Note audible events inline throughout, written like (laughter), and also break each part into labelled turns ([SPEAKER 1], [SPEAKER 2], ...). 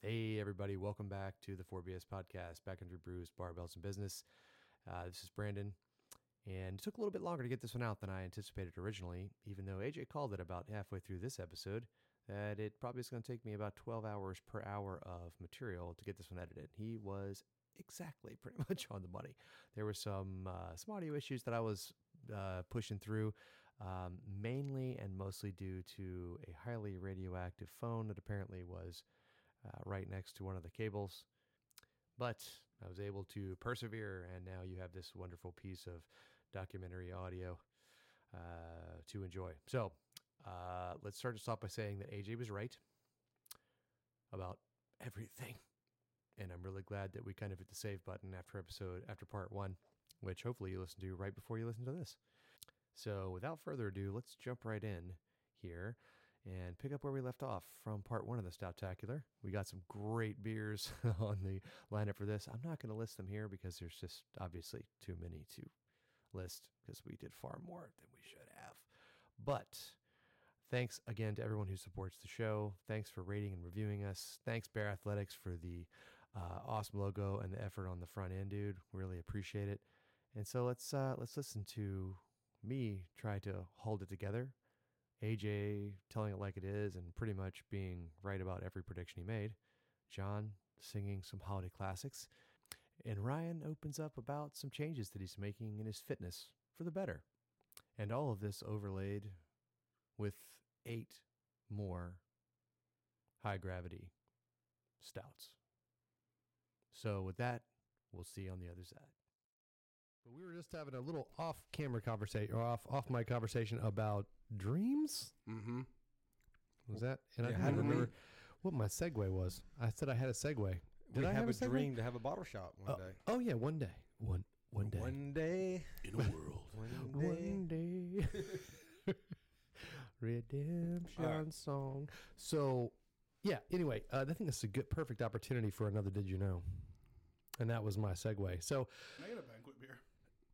[SPEAKER 1] Hey, everybody, welcome back to the 4BS podcast, Backcountry Brews, Barbells, and Business. Uh, this is Brandon, and it took a little bit longer to get this one out than I anticipated originally, even though AJ called it about halfway through this episode that it probably is going to take me about 12 hours per hour of material to get this one edited. He was exactly (laughs) pretty much on the money. There were some, uh, some audio issues that I was uh, pushing through, um, mainly and mostly due to a highly radioactive phone that apparently was uh, right next to one of the cables. But I was able to persevere, and now you have this wonderful piece of documentary audio uh, to enjoy. So uh, let's start us off by saying that AJ was right about everything. And I'm really glad that we kind of hit the save button after episode, after part one, which hopefully you listen to right before you listen to this. So without further ado, let's jump right in here and pick up where we left off from part one of the Stouttacular. We got some great beers (laughs) on the lineup for this. I'm not going to list them here because there's just obviously too many to list because we did far more than we should have. But thanks again to everyone who supports the show. Thanks for rating and reviewing us. Thanks, Bear Athletics, for the uh, awesome logo and the effort on the front end, dude. Really appreciate it. And so let's uh, let's listen to me try to hold it together AJ telling it like it is and pretty much being right about every prediction he made, John singing some holiday classics, and Ryan opens up about some changes that he's making in his fitness for the better. And all of this overlaid with eight more high gravity stouts. So, with that, we'll see you on the other side.
[SPEAKER 2] But we were just having a little off camera conversation or off off my conversation about dreams.
[SPEAKER 3] Mm-hmm.
[SPEAKER 2] Was that? And I
[SPEAKER 3] Yeah,
[SPEAKER 2] had to
[SPEAKER 3] how did we-
[SPEAKER 2] remember what my segue was. I said I had a segue. Did
[SPEAKER 3] we
[SPEAKER 2] I
[SPEAKER 3] have, a
[SPEAKER 2] segue?
[SPEAKER 3] dream to have a bottle shop one
[SPEAKER 2] Oh,
[SPEAKER 3] day.
[SPEAKER 2] oh, yeah, one day. One one day.
[SPEAKER 3] One day.
[SPEAKER 4] in a world.
[SPEAKER 3] (laughs) One day.
[SPEAKER 2] One day.
[SPEAKER 3] (laughs)
[SPEAKER 2] Redemption
[SPEAKER 3] All
[SPEAKER 2] song. So, yeah, anyway, uh, I think this is a good, perfect opportunity for another Did You Know? And that was my segue. So,
[SPEAKER 4] Can I get a banquet beer?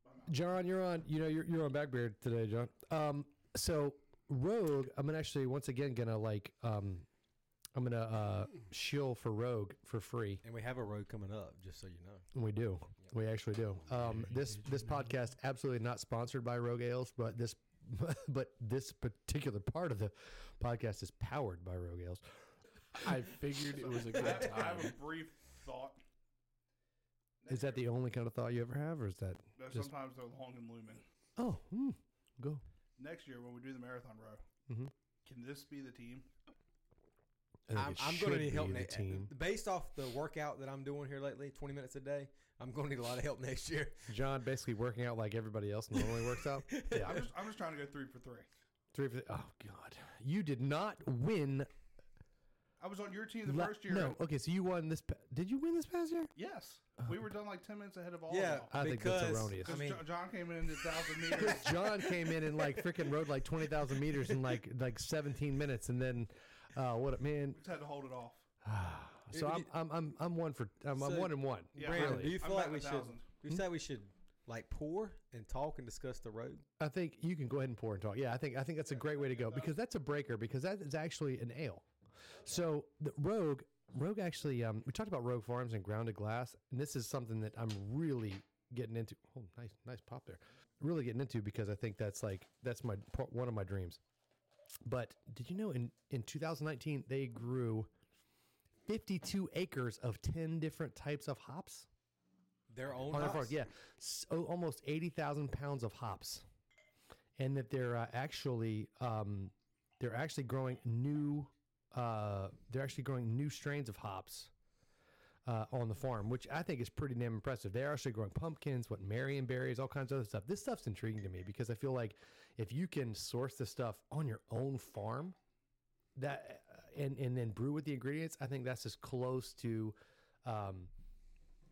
[SPEAKER 4] I'm out.
[SPEAKER 2] John, you're on. You know, you're, you're on Backbeard today, John. Um, so Rogue, I'm gonna actually once again gonna like, um, I'm gonna uh, shill for Rogue for free.
[SPEAKER 3] And we have a road coming up, just so you know.
[SPEAKER 2] We do, we actually do. Um, this this podcast absolutely not sponsored by Rogue Ales, but this (laughs) but this particular part of the podcast is powered by Rogue Ales.
[SPEAKER 5] I figured it was
[SPEAKER 2] (laughs)
[SPEAKER 5] a
[SPEAKER 4] I
[SPEAKER 5] good
[SPEAKER 4] have, I have
[SPEAKER 5] time.
[SPEAKER 4] a brief thought.
[SPEAKER 2] Is that the only kind of thought you ever have, or is that
[SPEAKER 4] That
[SPEAKER 2] just
[SPEAKER 4] sometimes they're long and looming.
[SPEAKER 2] oh hmm, go?
[SPEAKER 4] Next year when we do the marathon row, can this be the team?
[SPEAKER 2] I think
[SPEAKER 3] I'm,
[SPEAKER 2] it
[SPEAKER 3] I'm going to
[SPEAKER 2] should
[SPEAKER 3] need help
[SPEAKER 2] be
[SPEAKER 3] ne-
[SPEAKER 2] the team.
[SPEAKER 3] Based off the workout that I'm doing here lately, 20 minutes a day, I'm going to need a lot of help (laughs) next year.
[SPEAKER 2] John basically working out like everybody else normally works out. Yeah,
[SPEAKER 4] I'm just I'm just trying to go three for three.
[SPEAKER 2] Three for oh god, you did not win.
[SPEAKER 4] I was on your team the
[SPEAKER 2] la-
[SPEAKER 4] first year.
[SPEAKER 2] no, okay, so you won this. Pa- did you win this past year?
[SPEAKER 4] Yes, we were done like ten minutes ahead of all.
[SPEAKER 3] Yeah,
[SPEAKER 4] of y'all.
[SPEAKER 2] I think that's
[SPEAKER 3] because-
[SPEAKER 2] erroneous.
[SPEAKER 3] I
[SPEAKER 4] Because
[SPEAKER 3] mean,
[SPEAKER 4] Jo- John came in at thousand meters.
[SPEAKER 2] John came in and like freaking rode like twenty thousand meters in like like seventeen minutes, and then uh, what a man. (sighs)
[SPEAKER 4] Just had to hold it off.
[SPEAKER 2] So I'm I'm I'm, I'm one for I'm, I'm
[SPEAKER 3] So-
[SPEAKER 2] one and one.
[SPEAKER 4] Yeah,
[SPEAKER 3] Brandon,
[SPEAKER 4] I'm-
[SPEAKER 3] do you
[SPEAKER 4] I'm
[SPEAKER 3] feel like
[SPEAKER 4] batting
[SPEAKER 3] we
[SPEAKER 4] a
[SPEAKER 3] should?
[SPEAKER 4] thousand.
[SPEAKER 3] Do you say we should like pour and talk and discuss the road?
[SPEAKER 2] I think you can go ahead and pour and talk. Yeah, I think I think that's a great way to go because that's a breaker because that is actually an ale. So the Rogue Rogue actually um, we talked about Rogue Farms and Grounded Glass, and this is something that I'm really getting into. Oh, nice nice pop there. Really getting into because I think that's like that's my part- one of my dreams. But did you know in in 2019 they grew 52 acres of 10 different types of hops
[SPEAKER 3] Their own.
[SPEAKER 2] on their farm.
[SPEAKER 3] hops?
[SPEAKER 2] Oh, Yeah, so almost eighty thousand pounds of hops, and that they're uh, actually um, they're actually growing new uh, they're actually growing new strains of hops uh, on the farm, which I think is pretty damn impressive. They're actually growing pumpkins, what Marion berries, all kinds of other stuff. This stuff's intriguing to me because I feel like if you can source this stuff on your own farm, that uh, and and then brew with the ingredients, I think that's as close to. Um,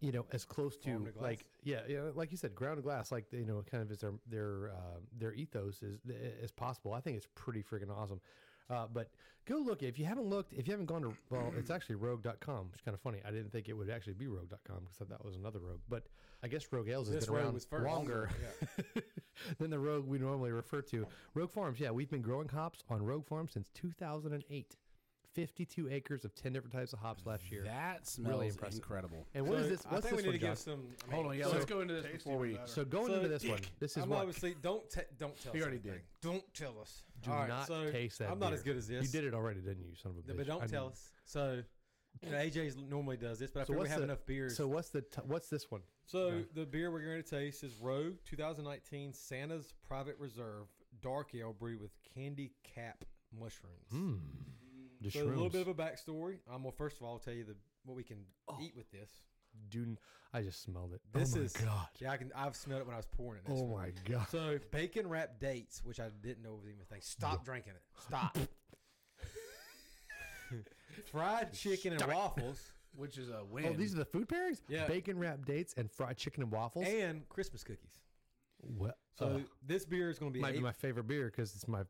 [SPEAKER 2] you know, as close
[SPEAKER 3] Farm
[SPEAKER 2] to,
[SPEAKER 3] to glass.
[SPEAKER 2] like, yeah, yeah, like you said, ground to glass, like you know, kind of is their their uh, their ethos is as possible. I think it's pretty freaking awesome. Uh, but go look if you haven't looked, if you haven't gone to well,
[SPEAKER 3] (clears throat)
[SPEAKER 2] it's actually rogue.com, which is kind of funny. I didn't think it would actually be rogue.com because I thought that was another rogue. But I guess Rogue Ales has
[SPEAKER 3] This
[SPEAKER 2] been
[SPEAKER 3] road
[SPEAKER 2] around
[SPEAKER 3] was first.
[SPEAKER 2] longer
[SPEAKER 3] Yeah.
[SPEAKER 2] (laughs) than the rogue we normally refer to. Rogue Farms, yeah, we've been growing hops on Rogue Farms since 2008. 52 acres of 10 different types of hops last year.
[SPEAKER 5] That smells
[SPEAKER 2] impressive.
[SPEAKER 5] incredible.
[SPEAKER 2] and what is this?
[SPEAKER 3] I
[SPEAKER 2] What's
[SPEAKER 3] think
[SPEAKER 2] this one,
[SPEAKER 3] we need to
[SPEAKER 2] John?
[SPEAKER 3] give some. I mean,
[SPEAKER 5] Hold on, yeah,
[SPEAKER 4] So-
[SPEAKER 5] let's go into this
[SPEAKER 4] Tasty
[SPEAKER 5] before we.
[SPEAKER 4] better.
[SPEAKER 2] So going
[SPEAKER 3] So-
[SPEAKER 2] into this
[SPEAKER 3] (laughs)
[SPEAKER 2] one, this is
[SPEAKER 3] I'm
[SPEAKER 2] what
[SPEAKER 3] obviously don't te- don't tell.
[SPEAKER 5] He
[SPEAKER 3] us
[SPEAKER 5] already
[SPEAKER 3] anything.
[SPEAKER 5] did.
[SPEAKER 3] Don't tell us.
[SPEAKER 2] do
[SPEAKER 3] All right,
[SPEAKER 2] not
[SPEAKER 3] so
[SPEAKER 2] taste that.
[SPEAKER 3] I'm not as
[SPEAKER 2] beer.
[SPEAKER 3] good as this.
[SPEAKER 2] You did it already, didn't you, son of a bitch?
[SPEAKER 3] but don't
[SPEAKER 2] I
[SPEAKER 3] tell
[SPEAKER 2] knew-
[SPEAKER 3] us. So, you know, AJ's normally does this, but I
[SPEAKER 2] So
[SPEAKER 3] figure we
[SPEAKER 2] what's
[SPEAKER 3] have
[SPEAKER 2] the-
[SPEAKER 3] enough beers.
[SPEAKER 2] So what's the t- what's this one?
[SPEAKER 3] So
[SPEAKER 2] Okay.
[SPEAKER 3] the beer we're going to taste is Rogue 2019 Santa's Private Reserve Dark Ale brewed with candy cap mushrooms.
[SPEAKER 2] Mm. The
[SPEAKER 3] So a little bit of a backstory. I'm well. First of all, I'll tell you the what we can eat with this.
[SPEAKER 2] Do n- I just smelled it?
[SPEAKER 3] This
[SPEAKER 2] oh my
[SPEAKER 3] is-
[SPEAKER 2] god.
[SPEAKER 3] Yeah, I can. I've smelled it when I was pouring it. That's
[SPEAKER 2] Oh my
[SPEAKER 3] right.
[SPEAKER 2] god.
[SPEAKER 3] So bacon wrapped dates, which I didn't know was even a thing. Stop drinking it.
[SPEAKER 2] (laughs)
[SPEAKER 3] Stop. Fried chicken and
[SPEAKER 2] (laughs)
[SPEAKER 3] waffles
[SPEAKER 5] Which is a win.
[SPEAKER 2] Oh, these are the food pairings.
[SPEAKER 3] Yeah.
[SPEAKER 2] Bacon wrapped dates and fried chicken and waffles.
[SPEAKER 3] and Christmas cookies.
[SPEAKER 2] Well,
[SPEAKER 3] So
[SPEAKER 2] ugh.
[SPEAKER 3] this beer is going to be
[SPEAKER 2] might be
[SPEAKER 3] eight,
[SPEAKER 2] my favorite beer because it's my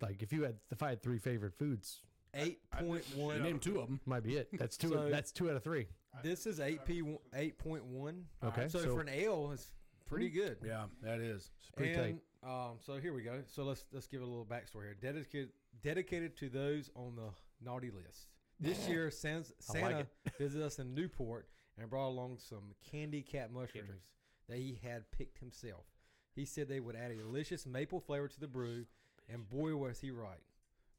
[SPEAKER 2] like if you had if I had three favorite foods,
[SPEAKER 3] eight point
[SPEAKER 5] you
[SPEAKER 3] one.
[SPEAKER 5] named two of them.
[SPEAKER 2] might be
[SPEAKER 3] (laughs)
[SPEAKER 2] it. That's two.
[SPEAKER 3] So-
[SPEAKER 2] that's two out of three.
[SPEAKER 3] This is eight p eight point one.
[SPEAKER 2] Okay,
[SPEAKER 3] So,
[SPEAKER 2] so- Hmm.
[SPEAKER 3] for an ale, it's pretty good.
[SPEAKER 5] Yeah, that is.
[SPEAKER 2] It's pretty tight.
[SPEAKER 3] and um, so here we go. So let's let's give it a little backstory here. Dedicated dedicated to those on the naughty list. This year, Sans,
[SPEAKER 2] I like
[SPEAKER 3] Santa
[SPEAKER 2] (laughs)
[SPEAKER 3] visited us in Newport and brought along some candy cat mushrooms that he had picked himself. He said they would add a delicious maple flavor to the brew, and boy was he right.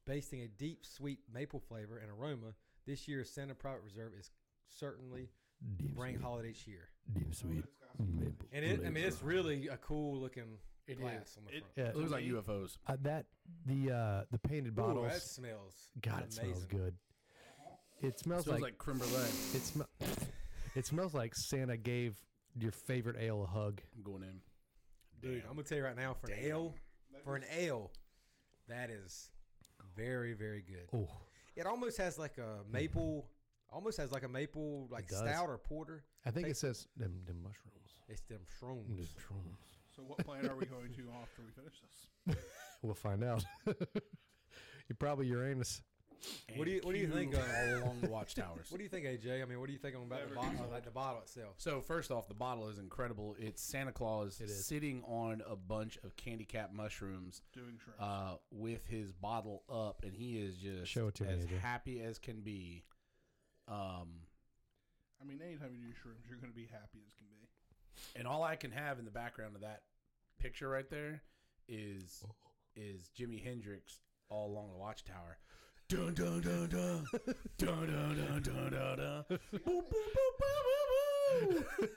[SPEAKER 3] Basting a deep, sweet maple flavor and aroma, this year's Santa Private Reserve is certainly bringing holiday cheer.
[SPEAKER 2] sweet.
[SPEAKER 3] And it, I mean, it's really a cool looking glass on the
[SPEAKER 4] It-
[SPEAKER 3] front.
[SPEAKER 2] Yeah.
[SPEAKER 5] It looks like UFOs.
[SPEAKER 2] Uh, that the uh the painted
[SPEAKER 3] Ooh,
[SPEAKER 2] bottles.
[SPEAKER 3] that smells.
[SPEAKER 2] God, it
[SPEAKER 3] amazing.
[SPEAKER 2] smells good. It
[SPEAKER 5] It
[SPEAKER 2] smells,
[SPEAKER 5] smells like,
[SPEAKER 2] like,
[SPEAKER 5] creme brulee.
[SPEAKER 2] it sm- It smells like Santa gave your favorite ale a hug.
[SPEAKER 5] I'm going in.
[SPEAKER 3] Dude, I'm gonna tell you right now, for an ale, for an ale, that is very, very good.
[SPEAKER 2] Oh,
[SPEAKER 3] It almost has like a maple, almost has like a maple like
[SPEAKER 2] does.
[SPEAKER 3] stout or porter.
[SPEAKER 2] I think it
[SPEAKER 3] Taste-
[SPEAKER 2] says them, them mushrooms.
[SPEAKER 3] It's them
[SPEAKER 2] Them
[SPEAKER 3] shrooms.
[SPEAKER 2] shrooms.
[SPEAKER 4] So what plan are we going to (laughs) after we finish this?
[SPEAKER 2] We'll find out. (laughs) you probably Uranus.
[SPEAKER 3] What do you- what do you
[SPEAKER 5] And
[SPEAKER 3] think,
[SPEAKER 5] Q
[SPEAKER 3] uh,
[SPEAKER 5] along the (laughs) watchtowers?
[SPEAKER 3] What do you think, AJ? I mean, what do you think on about the bottle, like the bottle itself?
[SPEAKER 5] So first off, the bottle is incredible. It's Santa Claus sitting on a bunch of candy cap mushrooms
[SPEAKER 4] Doing shrooms.
[SPEAKER 5] uh, with his bottle up, and he is just
[SPEAKER 2] Show it to me,
[SPEAKER 5] as
[SPEAKER 2] Andrew.
[SPEAKER 5] happy as can be. Um,
[SPEAKER 4] I mean, anytime you do shrooms, you're going to be happy as can be.
[SPEAKER 5] and all I can have in the background of that picture right there is is Jimi Hendrix all along the watchtower. Dun dun dun dun dun dun dun dun dun. dun. Boop, boop, boop, boop, boop, boop.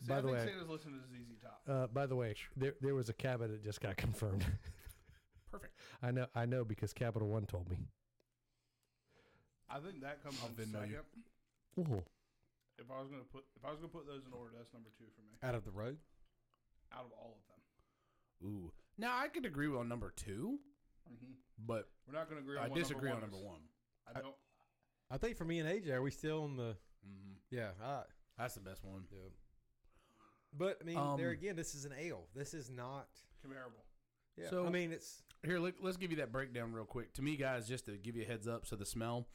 [SPEAKER 4] See,
[SPEAKER 2] By
[SPEAKER 4] I
[SPEAKER 2] the
[SPEAKER 4] think
[SPEAKER 2] way-
[SPEAKER 4] Santa's listening to ZZ Top.
[SPEAKER 2] Uh, by the way, there, there was a cabin that just got confirmed. (laughs)
[SPEAKER 5] Perfect.
[SPEAKER 2] I know, I know, because Capital One told me.
[SPEAKER 4] I think that comes
[SPEAKER 5] I'll
[SPEAKER 4] in
[SPEAKER 5] Venmo
[SPEAKER 4] second.
[SPEAKER 5] you.
[SPEAKER 2] Oh,
[SPEAKER 4] If I was going to put, if I was going to put those in order, that's number two for me.
[SPEAKER 3] Out of the road.
[SPEAKER 4] Out of all of them,
[SPEAKER 5] Ooh. Now I could agree on number two,
[SPEAKER 4] Mhm.
[SPEAKER 5] but
[SPEAKER 4] we're not going to agree. on
[SPEAKER 5] Mm-hmm. I
[SPEAKER 4] what
[SPEAKER 5] disagree on
[SPEAKER 4] is.
[SPEAKER 5] number one.
[SPEAKER 4] I don't.
[SPEAKER 3] I think for me and AJ, are we still on the?
[SPEAKER 5] hmm
[SPEAKER 3] Yeah, I,
[SPEAKER 5] That's the best one.
[SPEAKER 3] yeah. But I mean, there
[SPEAKER 5] Um,
[SPEAKER 3] again, this is an ale. This is not.
[SPEAKER 4] Comparable.
[SPEAKER 3] Yeah.
[SPEAKER 5] So-
[SPEAKER 3] I mean, it's
[SPEAKER 5] Here, let, let's give you that breakdown real quick. To me, guys, just to give you a heads up, so the smell.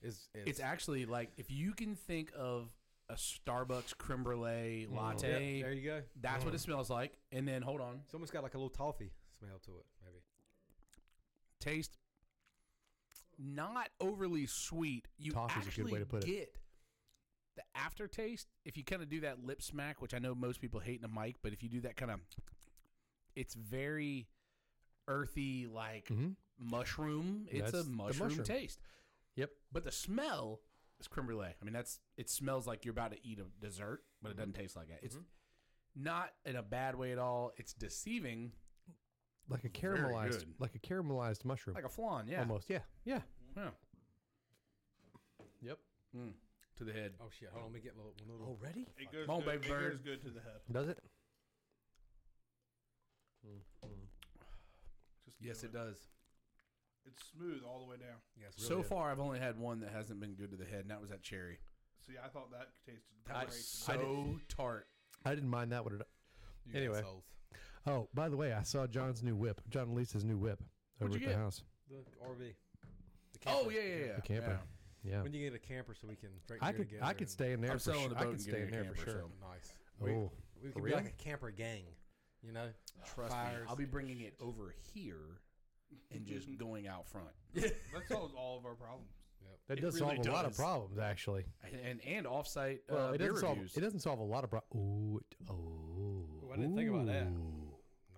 [SPEAKER 3] it's it's,
[SPEAKER 5] It's actually like if you can think of a Starbucks creme
[SPEAKER 2] Mm,
[SPEAKER 5] brulee
[SPEAKER 3] yeah,
[SPEAKER 5] latte,
[SPEAKER 3] there you go.
[SPEAKER 5] that's what it smells like. And then hold on,
[SPEAKER 3] It's almost got like a little toffee smell to it, maybe.
[SPEAKER 5] taste not overly sweet. You
[SPEAKER 2] Toffee's a good
[SPEAKER 5] actually
[SPEAKER 2] way to put it.
[SPEAKER 5] get the aftertaste if you kind of do that lip smack, which I know most people hate in a mic, but if you do that kind of, it's very earthy, like
[SPEAKER 2] Mhm.
[SPEAKER 5] mushroom. It's
[SPEAKER 2] That's
[SPEAKER 5] a
[SPEAKER 2] the
[SPEAKER 5] mushroom,
[SPEAKER 2] mushroom.
[SPEAKER 5] taste.
[SPEAKER 2] Yep.
[SPEAKER 5] But the smell is creme brulee. I mean, that's it smells like you're about to eat a dessert, but it doesn't taste like it. It's not in a bad way at all. It's deceiving,
[SPEAKER 2] like a
[SPEAKER 5] Very
[SPEAKER 2] caramelized,
[SPEAKER 5] good.
[SPEAKER 2] like a caramelized mushroom,
[SPEAKER 5] like a flan. Yeah,
[SPEAKER 2] almost. Yeah, yeah.
[SPEAKER 5] yeah.
[SPEAKER 2] Yep.
[SPEAKER 5] Mm. To the head.
[SPEAKER 3] Oh shit! Hold on, let me get a little. One little
[SPEAKER 2] Already?
[SPEAKER 4] It goes.
[SPEAKER 5] Come on,
[SPEAKER 4] good,
[SPEAKER 5] baby
[SPEAKER 4] it
[SPEAKER 5] bird.
[SPEAKER 4] goes good to the head.
[SPEAKER 2] Does it?
[SPEAKER 4] Just
[SPEAKER 5] Yes,
[SPEAKER 4] do
[SPEAKER 5] it does.
[SPEAKER 4] It's smooth all the way down.
[SPEAKER 3] Yeah, it's
[SPEAKER 5] so
[SPEAKER 3] really good.
[SPEAKER 5] far, I've only had one that hasn't been good to the head, and that was that cherry.
[SPEAKER 4] See, I thought that tasted
[SPEAKER 5] That
[SPEAKER 4] great.
[SPEAKER 5] was
[SPEAKER 4] to me.
[SPEAKER 2] I
[SPEAKER 5] so tart.
[SPEAKER 2] I didn't mind that one. at
[SPEAKER 3] You
[SPEAKER 2] Anyway.
[SPEAKER 3] assholes.
[SPEAKER 2] all. Oh, by the way, I saw John's new whip. John and Lisa's new whip
[SPEAKER 5] What'd
[SPEAKER 2] over
[SPEAKER 5] you
[SPEAKER 2] at
[SPEAKER 5] get?
[SPEAKER 2] the house.
[SPEAKER 3] The RV. The
[SPEAKER 5] Oh
[SPEAKER 3] camper.
[SPEAKER 5] yeah, yeah, yeah.
[SPEAKER 2] The camper. Yeah.
[SPEAKER 3] When you get a camper, so we can break
[SPEAKER 2] I
[SPEAKER 3] beer
[SPEAKER 2] could
[SPEAKER 3] together
[SPEAKER 2] I could
[SPEAKER 3] and-
[SPEAKER 2] stay in there.
[SPEAKER 5] I'm
[SPEAKER 2] for
[SPEAKER 5] selling
[SPEAKER 2] sure.
[SPEAKER 5] the
[SPEAKER 2] I
[SPEAKER 5] boat
[SPEAKER 2] could
[SPEAKER 5] and
[SPEAKER 2] stay
[SPEAKER 5] getting
[SPEAKER 2] in
[SPEAKER 5] a
[SPEAKER 2] there for
[SPEAKER 5] camper,
[SPEAKER 2] sure.
[SPEAKER 5] so.
[SPEAKER 3] Nice.
[SPEAKER 2] Oh,
[SPEAKER 3] We, we
[SPEAKER 2] for
[SPEAKER 3] could be like
[SPEAKER 2] real?
[SPEAKER 3] a camper gang, you know? (laughs)
[SPEAKER 5] Trust me,
[SPEAKER 3] Fires
[SPEAKER 5] I'll be
[SPEAKER 3] and
[SPEAKER 5] bringing
[SPEAKER 3] shit.
[SPEAKER 5] it over here and
[SPEAKER 2] (laughs)
[SPEAKER 5] just going out front.
[SPEAKER 4] That solves all of our problems.
[SPEAKER 2] That
[SPEAKER 5] It
[SPEAKER 2] does
[SPEAKER 5] really
[SPEAKER 2] solve a lot of
[SPEAKER 5] does.
[SPEAKER 2] problems, actually.
[SPEAKER 5] And and, and offsite uh,
[SPEAKER 2] Well, it
[SPEAKER 5] beer
[SPEAKER 2] doesn't solve.
[SPEAKER 5] reviews.
[SPEAKER 2] It doesn't solve a lot of problems. Oh, oh.
[SPEAKER 3] Ooh, I didn't think about that.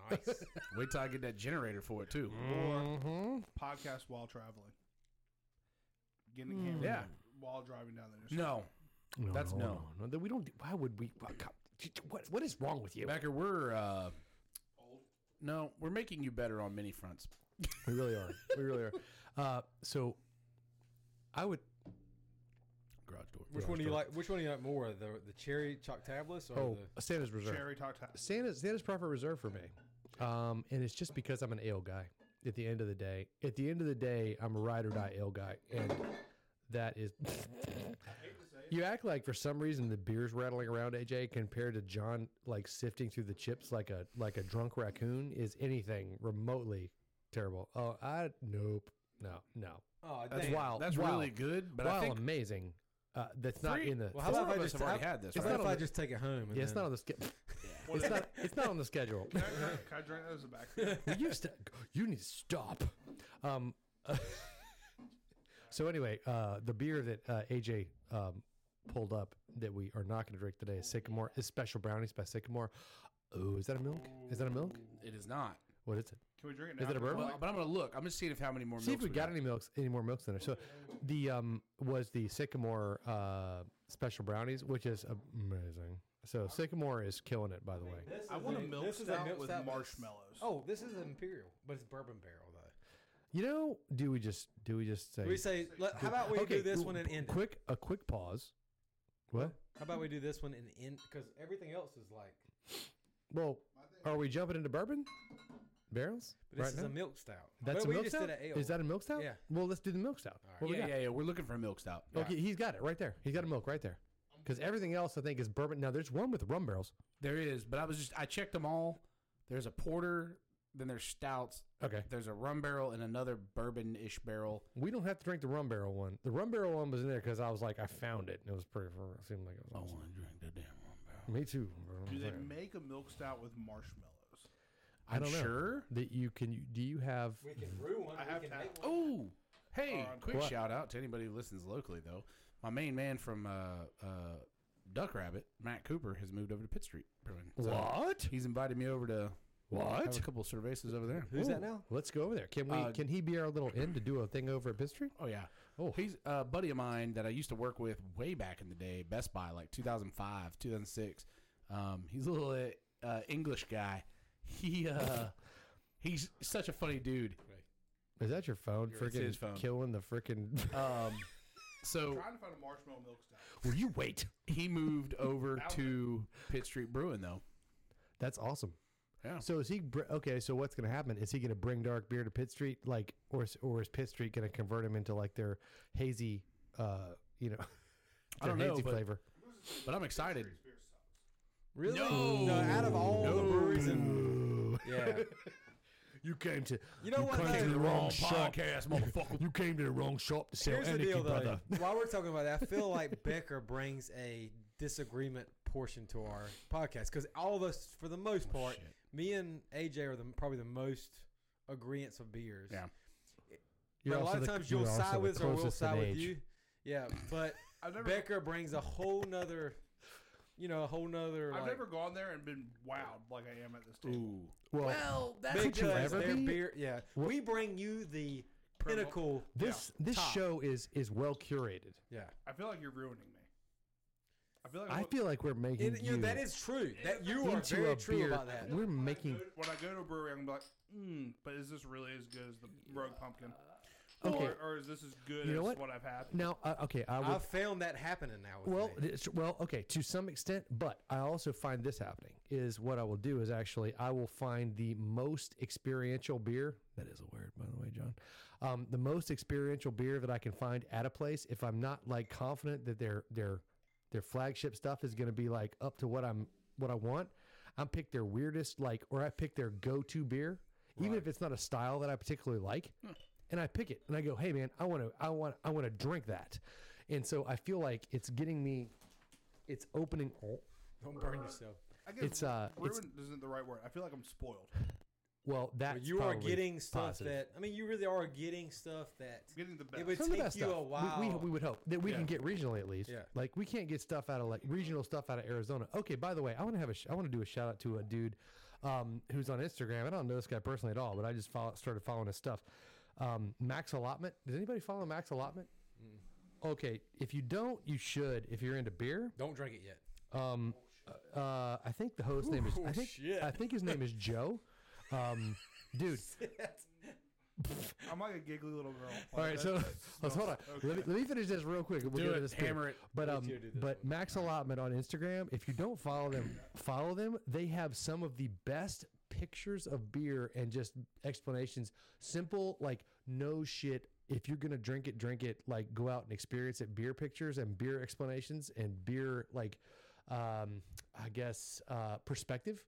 [SPEAKER 3] Nice.
[SPEAKER 5] Wait till I get that generator for it too.
[SPEAKER 2] hmm
[SPEAKER 4] Podcast while traveling. Getting a camera
[SPEAKER 5] Yeah.
[SPEAKER 4] while driving down the interstate.
[SPEAKER 5] No,
[SPEAKER 2] No,
[SPEAKER 5] That's
[SPEAKER 2] no,
[SPEAKER 5] no.
[SPEAKER 2] no. no, that we don't. do- Why would we? why- God, j- j- What? What is wrong with you?
[SPEAKER 5] Becker, we're uh, no, we're making you better on many fronts.
[SPEAKER 2] We really are. We really
[SPEAKER 5] (laughs)
[SPEAKER 2] are. Uh, so, I would.
[SPEAKER 5] Garage door.
[SPEAKER 3] Which one do you like? Which one do you like more? The the cherry chalk tablets or
[SPEAKER 2] Oh,
[SPEAKER 3] the
[SPEAKER 2] Santa's Reserve.
[SPEAKER 4] Cherry Talk Time.
[SPEAKER 2] Santa's Santa's Profit Reserve for me, um, and it's just because I'm an ale guy. At the end of the day, at the end of the day, I'm a ride or die ale guy, and that is. (laughs) You act like for some reason the beer's rattling around AJ compared to John like sifting through the chips like a like a drunk raccoon is anything remotely terrible. Oh, I nope, no, no.
[SPEAKER 3] Oh,
[SPEAKER 2] That's
[SPEAKER 3] dang.
[SPEAKER 2] wild.
[SPEAKER 5] That's
[SPEAKER 2] wild,
[SPEAKER 5] really good, but
[SPEAKER 2] wild
[SPEAKER 5] I think
[SPEAKER 2] amazing. Uh, that's not
[SPEAKER 5] Three-
[SPEAKER 2] in the.
[SPEAKER 3] Well, how
[SPEAKER 5] four
[SPEAKER 3] about
[SPEAKER 5] of
[SPEAKER 3] if I
[SPEAKER 5] us
[SPEAKER 3] just
[SPEAKER 5] have already
[SPEAKER 3] how-
[SPEAKER 5] had this.
[SPEAKER 3] It's
[SPEAKER 5] right?
[SPEAKER 3] not if I just take it home. And
[SPEAKER 2] yeah, it's
[SPEAKER 3] then-
[SPEAKER 2] not on the schedule. it's not. It's not on the schedule.
[SPEAKER 4] Can I drink, can I drink that as a
[SPEAKER 5] (laughs)
[SPEAKER 4] back?
[SPEAKER 2] We used to. You need to stop. Um, (laughs) so anyway, uh, the beer that uh, AJ um, pulled up that we are not going to drink today is Sycamore. Is Special Brownies by Sycamore. Oh, is that a milk? Is that a milk?
[SPEAKER 5] It is not.
[SPEAKER 2] What is it?
[SPEAKER 4] Can we drink it now?
[SPEAKER 2] Is it a bourbon?
[SPEAKER 5] Well, but I'm gonna look. I'm just seeing if how many more.
[SPEAKER 2] See if
[SPEAKER 5] milks
[SPEAKER 2] we got
[SPEAKER 5] got.
[SPEAKER 2] any milks, any more milks in there. So, the um was the Sycamore uh, Special Brownies, which is amazing. So Sycamore is killing it, by the way.
[SPEAKER 3] This
[SPEAKER 4] I
[SPEAKER 3] is
[SPEAKER 4] want a
[SPEAKER 3] this
[SPEAKER 4] milk
[SPEAKER 3] is
[SPEAKER 4] stout
[SPEAKER 3] milk
[SPEAKER 4] with
[SPEAKER 3] stout that's-
[SPEAKER 4] marshmallows.
[SPEAKER 3] Oh, this is imperial, but it's bourbon barrel though.
[SPEAKER 2] You know, do we just do we just say?
[SPEAKER 3] We say, let, how about we do this
[SPEAKER 2] w-
[SPEAKER 3] one and
[SPEAKER 2] w-
[SPEAKER 3] end it?
[SPEAKER 2] quick a quick pause. What?
[SPEAKER 3] How about we do this one and end because everything else is like.
[SPEAKER 2] Well, are we jumping into bourbon barrels
[SPEAKER 3] But this
[SPEAKER 2] right
[SPEAKER 3] is
[SPEAKER 2] now?
[SPEAKER 3] a milk stout.
[SPEAKER 2] That's
[SPEAKER 3] but
[SPEAKER 2] a
[SPEAKER 3] we
[SPEAKER 2] milk
[SPEAKER 3] just
[SPEAKER 2] stout.
[SPEAKER 3] did an ale.
[SPEAKER 2] Is that a milk stout?
[SPEAKER 3] Yeah.
[SPEAKER 2] Well, let's do the milk stout. What we
[SPEAKER 5] yeah,
[SPEAKER 2] got?
[SPEAKER 5] yeah, yeah. We're looking for a milk stout.
[SPEAKER 2] Okay, he's got it right there. He's got a milk right there. Because everything else, I think, is bourbon. Now, there's one with rum barrels.
[SPEAKER 5] There is, but I was just I checked them all. There's a porter, then there's stouts,
[SPEAKER 2] Okay.
[SPEAKER 5] there's a rum barrel and another bourbon ish barrel.
[SPEAKER 2] We don't have to drink the rum barrel one. The rum barrel one was in there because I was like, I found it. And it was pretty, it seemed like it was awesome.
[SPEAKER 5] to drink Oh, that damn rum barrel.
[SPEAKER 2] Me too.
[SPEAKER 4] Oh, Do they make a milk stout with marshmallows?
[SPEAKER 2] I don't know.
[SPEAKER 5] Sure.
[SPEAKER 2] That you can, do you have,
[SPEAKER 3] we can brew one.
[SPEAKER 4] I
[SPEAKER 3] we
[SPEAKER 4] have
[SPEAKER 3] can
[SPEAKER 4] to
[SPEAKER 3] make
[SPEAKER 4] have-
[SPEAKER 3] one.
[SPEAKER 5] Oh, hey!
[SPEAKER 4] Alright.
[SPEAKER 5] quick
[SPEAKER 2] Um, What?
[SPEAKER 5] shout out to anybody who listens locally though. My main man from uh, uh, Duck Rabbit, Matt Cooper, has moved over to Pitt Street Brewing. So
[SPEAKER 2] what?
[SPEAKER 5] He's invited me over to
[SPEAKER 2] What?
[SPEAKER 5] have a couple of cervezas over there.
[SPEAKER 3] Who's
[SPEAKER 2] Ooh,
[SPEAKER 3] that now?
[SPEAKER 2] Let's go over there. Can we?
[SPEAKER 5] Uh,
[SPEAKER 2] can he be our little in to do a thing over at Bistry?
[SPEAKER 5] Oh yeah.
[SPEAKER 2] Oh.
[SPEAKER 5] he's a buddy of mine that I used to work with way back in the day, Best Buy, like 2005, 2006. Um, he's a little uh, English guy.
[SPEAKER 2] (laughs)
[SPEAKER 5] He uh, he's such a funny dude.
[SPEAKER 2] Is that your phone?
[SPEAKER 5] It's
[SPEAKER 2] Freaking
[SPEAKER 5] his phone.
[SPEAKER 2] killing the freaking. (laughs)
[SPEAKER 3] Uh,
[SPEAKER 5] Um, so
[SPEAKER 4] Oh. trying to find a marshmallow milk stout.
[SPEAKER 2] Will you wait?
[SPEAKER 5] he moved over to Pitt Street Brewing though.
[SPEAKER 2] That's awesome.
[SPEAKER 5] Yeah.
[SPEAKER 2] So is he br- okay? So what's going to happen? Is he going to bring dark beer to Pitt Street, like, or is, or is Pitt Street going to convert him into like their hazy, uh, you know, (laughs)
[SPEAKER 5] I
[SPEAKER 2] their
[SPEAKER 5] don't know,
[SPEAKER 2] hazy
[SPEAKER 5] but-
[SPEAKER 2] flavor?
[SPEAKER 5] But I'm excited.
[SPEAKER 3] Really?
[SPEAKER 5] No.
[SPEAKER 3] out of all the breweries and (laughs) yeah,
[SPEAKER 2] (laughs) You came to
[SPEAKER 3] you know what? though?
[SPEAKER 2] (laughs)
[SPEAKER 5] podcast, motherfucker.
[SPEAKER 2] You came to the wrong shop to sell
[SPEAKER 3] Here's the
[SPEAKER 2] Heineken,
[SPEAKER 3] deal, though. (laughs) While we're talking about that, I feel like Becker brings a disagreement portion to our podcast because all of us, for the most
[SPEAKER 2] Oh,
[SPEAKER 3] part,
[SPEAKER 5] shit.
[SPEAKER 3] me and AJ are the, probably the most agreeance of beers.
[SPEAKER 5] Yeah.
[SPEAKER 3] But
[SPEAKER 2] You're
[SPEAKER 3] a lot
[SPEAKER 2] also
[SPEAKER 3] of
[SPEAKER 2] the-
[SPEAKER 3] times
[SPEAKER 2] you're
[SPEAKER 3] you'll
[SPEAKER 2] also
[SPEAKER 3] side
[SPEAKER 2] the
[SPEAKER 3] with us or we'll
[SPEAKER 2] closest in
[SPEAKER 3] side with
[SPEAKER 2] age.
[SPEAKER 3] you.
[SPEAKER 2] (laughs)
[SPEAKER 3] Yeah, but
[SPEAKER 4] I've never,
[SPEAKER 3] Becker brings a whole nother, you know, a whole nother.
[SPEAKER 4] I've
[SPEAKER 3] like,
[SPEAKER 4] never gone there and been wowed like I am at this table.
[SPEAKER 5] Oow.
[SPEAKER 2] Well,
[SPEAKER 5] that's
[SPEAKER 2] Could you
[SPEAKER 3] because
[SPEAKER 2] ever
[SPEAKER 3] their
[SPEAKER 2] be?
[SPEAKER 3] beer. Yeah, we bring you the pinnacle.
[SPEAKER 2] this this
[SPEAKER 3] top.
[SPEAKER 2] show is is well curated.
[SPEAKER 3] Yeah,
[SPEAKER 4] I feel like you're ruining me. I feel like
[SPEAKER 2] I
[SPEAKER 4] when,
[SPEAKER 2] feel like we're making
[SPEAKER 3] And, you know, that is true. That you are
[SPEAKER 2] into
[SPEAKER 3] very
[SPEAKER 2] a
[SPEAKER 3] true
[SPEAKER 2] beer.
[SPEAKER 3] about that.
[SPEAKER 2] We're making
[SPEAKER 4] when I go to a brewery, I'm gonna be like, mm, but is this really as good as the Rogue Pumpkin?
[SPEAKER 2] okay.
[SPEAKER 4] Or, or is this as good
[SPEAKER 2] You know
[SPEAKER 4] as
[SPEAKER 2] what?
[SPEAKER 4] what? I've had?
[SPEAKER 2] Now, uh, okay, I would
[SPEAKER 3] I've found that happening now. With
[SPEAKER 2] Well,
[SPEAKER 3] me.
[SPEAKER 2] it's, well, okay, to some extent, but I also find this happening is what I will do is actually I will find the most experiential beer. That is a word, by the way, John. Um, the most experiential beer that I can find at a place if I'm not like confident that their their their flagship stuff is going to be like up to what I'm what I want. I pick their weirdest like, or I pick their go to beer, even if it's not a style that I particularly like and I pick it and I go, "Hey man, I want to I want I want to drink that." And so I feel like it's getting me it's opening
[SPEAKER 3] don't burn yourself.
[SPEAKER 4] I guess
[SPEAKER 2] it's uh it's
[SPEAKER 4] ruined isn't the right word. I feel like I'm spoiled.
[SPEAKER 2] Well, that's
[SPEAKER 3] But you are
[SPEAKER 2] probably
[SPEAKER 3] getting stuff
[SPEAKER 2] positive.
[SPEAKER 3] that I mean, you really are getting stuff that
[SPEAKER 4] Getting the best.
[SPEAKER 3] it would
[SPEAKER 2] Some of the
[SPEAKER 3] take
[SPEAKER 2] best
[SPEAKER 3] you
[SPEAKER 2] stuff.
[SPEAKER 3] a while.
[SPEAKER 2] We, we, we would hope that we
[SPEAKER 5] Yeah.
[SPEAKER 2] can get regionally at least.
[SPEAKER 3] Yeah.
[SPEAKER 2] Like we can't get stuff out of like regional stuff out of Arizona. Okay, by the way, I want to have a sh- I want to do a shout out to a dude um, who's on Instagram. I don't know this guy personally at all, but I just follow, started following his stuff. Um, Max Allotment. Does anybody follow Max Allotment?
[SPEAKER 3] Mm.
[SPEAKER 2] Okay, if you don't, you should. If you're into beer,
[SPEAKER 3] Don't drink it yet.
[SPEAKER 5] (laughs)
[SPEAKER 2] um, uh, I think the host name is I
[SPEAKER 3] (laughs) Oh,
[SPEAKER 2] think
[SPEAKER 3] shit.
[SPEAKER 2] I think his name is Joe. Um,
[SPEAKER 3] (laughs)
[SPEAKER 2] dude,
[SPEAKER 4] I'm like a giggly little girl.
[SPEAKER 2] All right,
[SPEAKER 4] Like,
[SPEAKER 2] (laughs) so
[SPEAKER 4] that's-
[SPEAKER 2] let's hold on. Let, me, let me finish this real quick. We'll
[SPEAKER 5] Do
[SPEAKER 2] get to
[SPEAKER 5] it.
[SPEAKER 2] this too.
[SPEAKER 5] Hammer it.
[SPEAKER 2] But
[SPEAKER 3] Me
[SPEAKER 2] um,
[SPEAKER 3] too, do this
[SPEAKER 2] but Max Allotment on Instagram. If you don't follow them, follow them. They have some of the best pictures of beer and just explanations. Simple, like no shit. If you're gonna drink it, drink it. Like go out and experience it. Beer pictures and beer explanations and beer like, um, I guess uh, perspective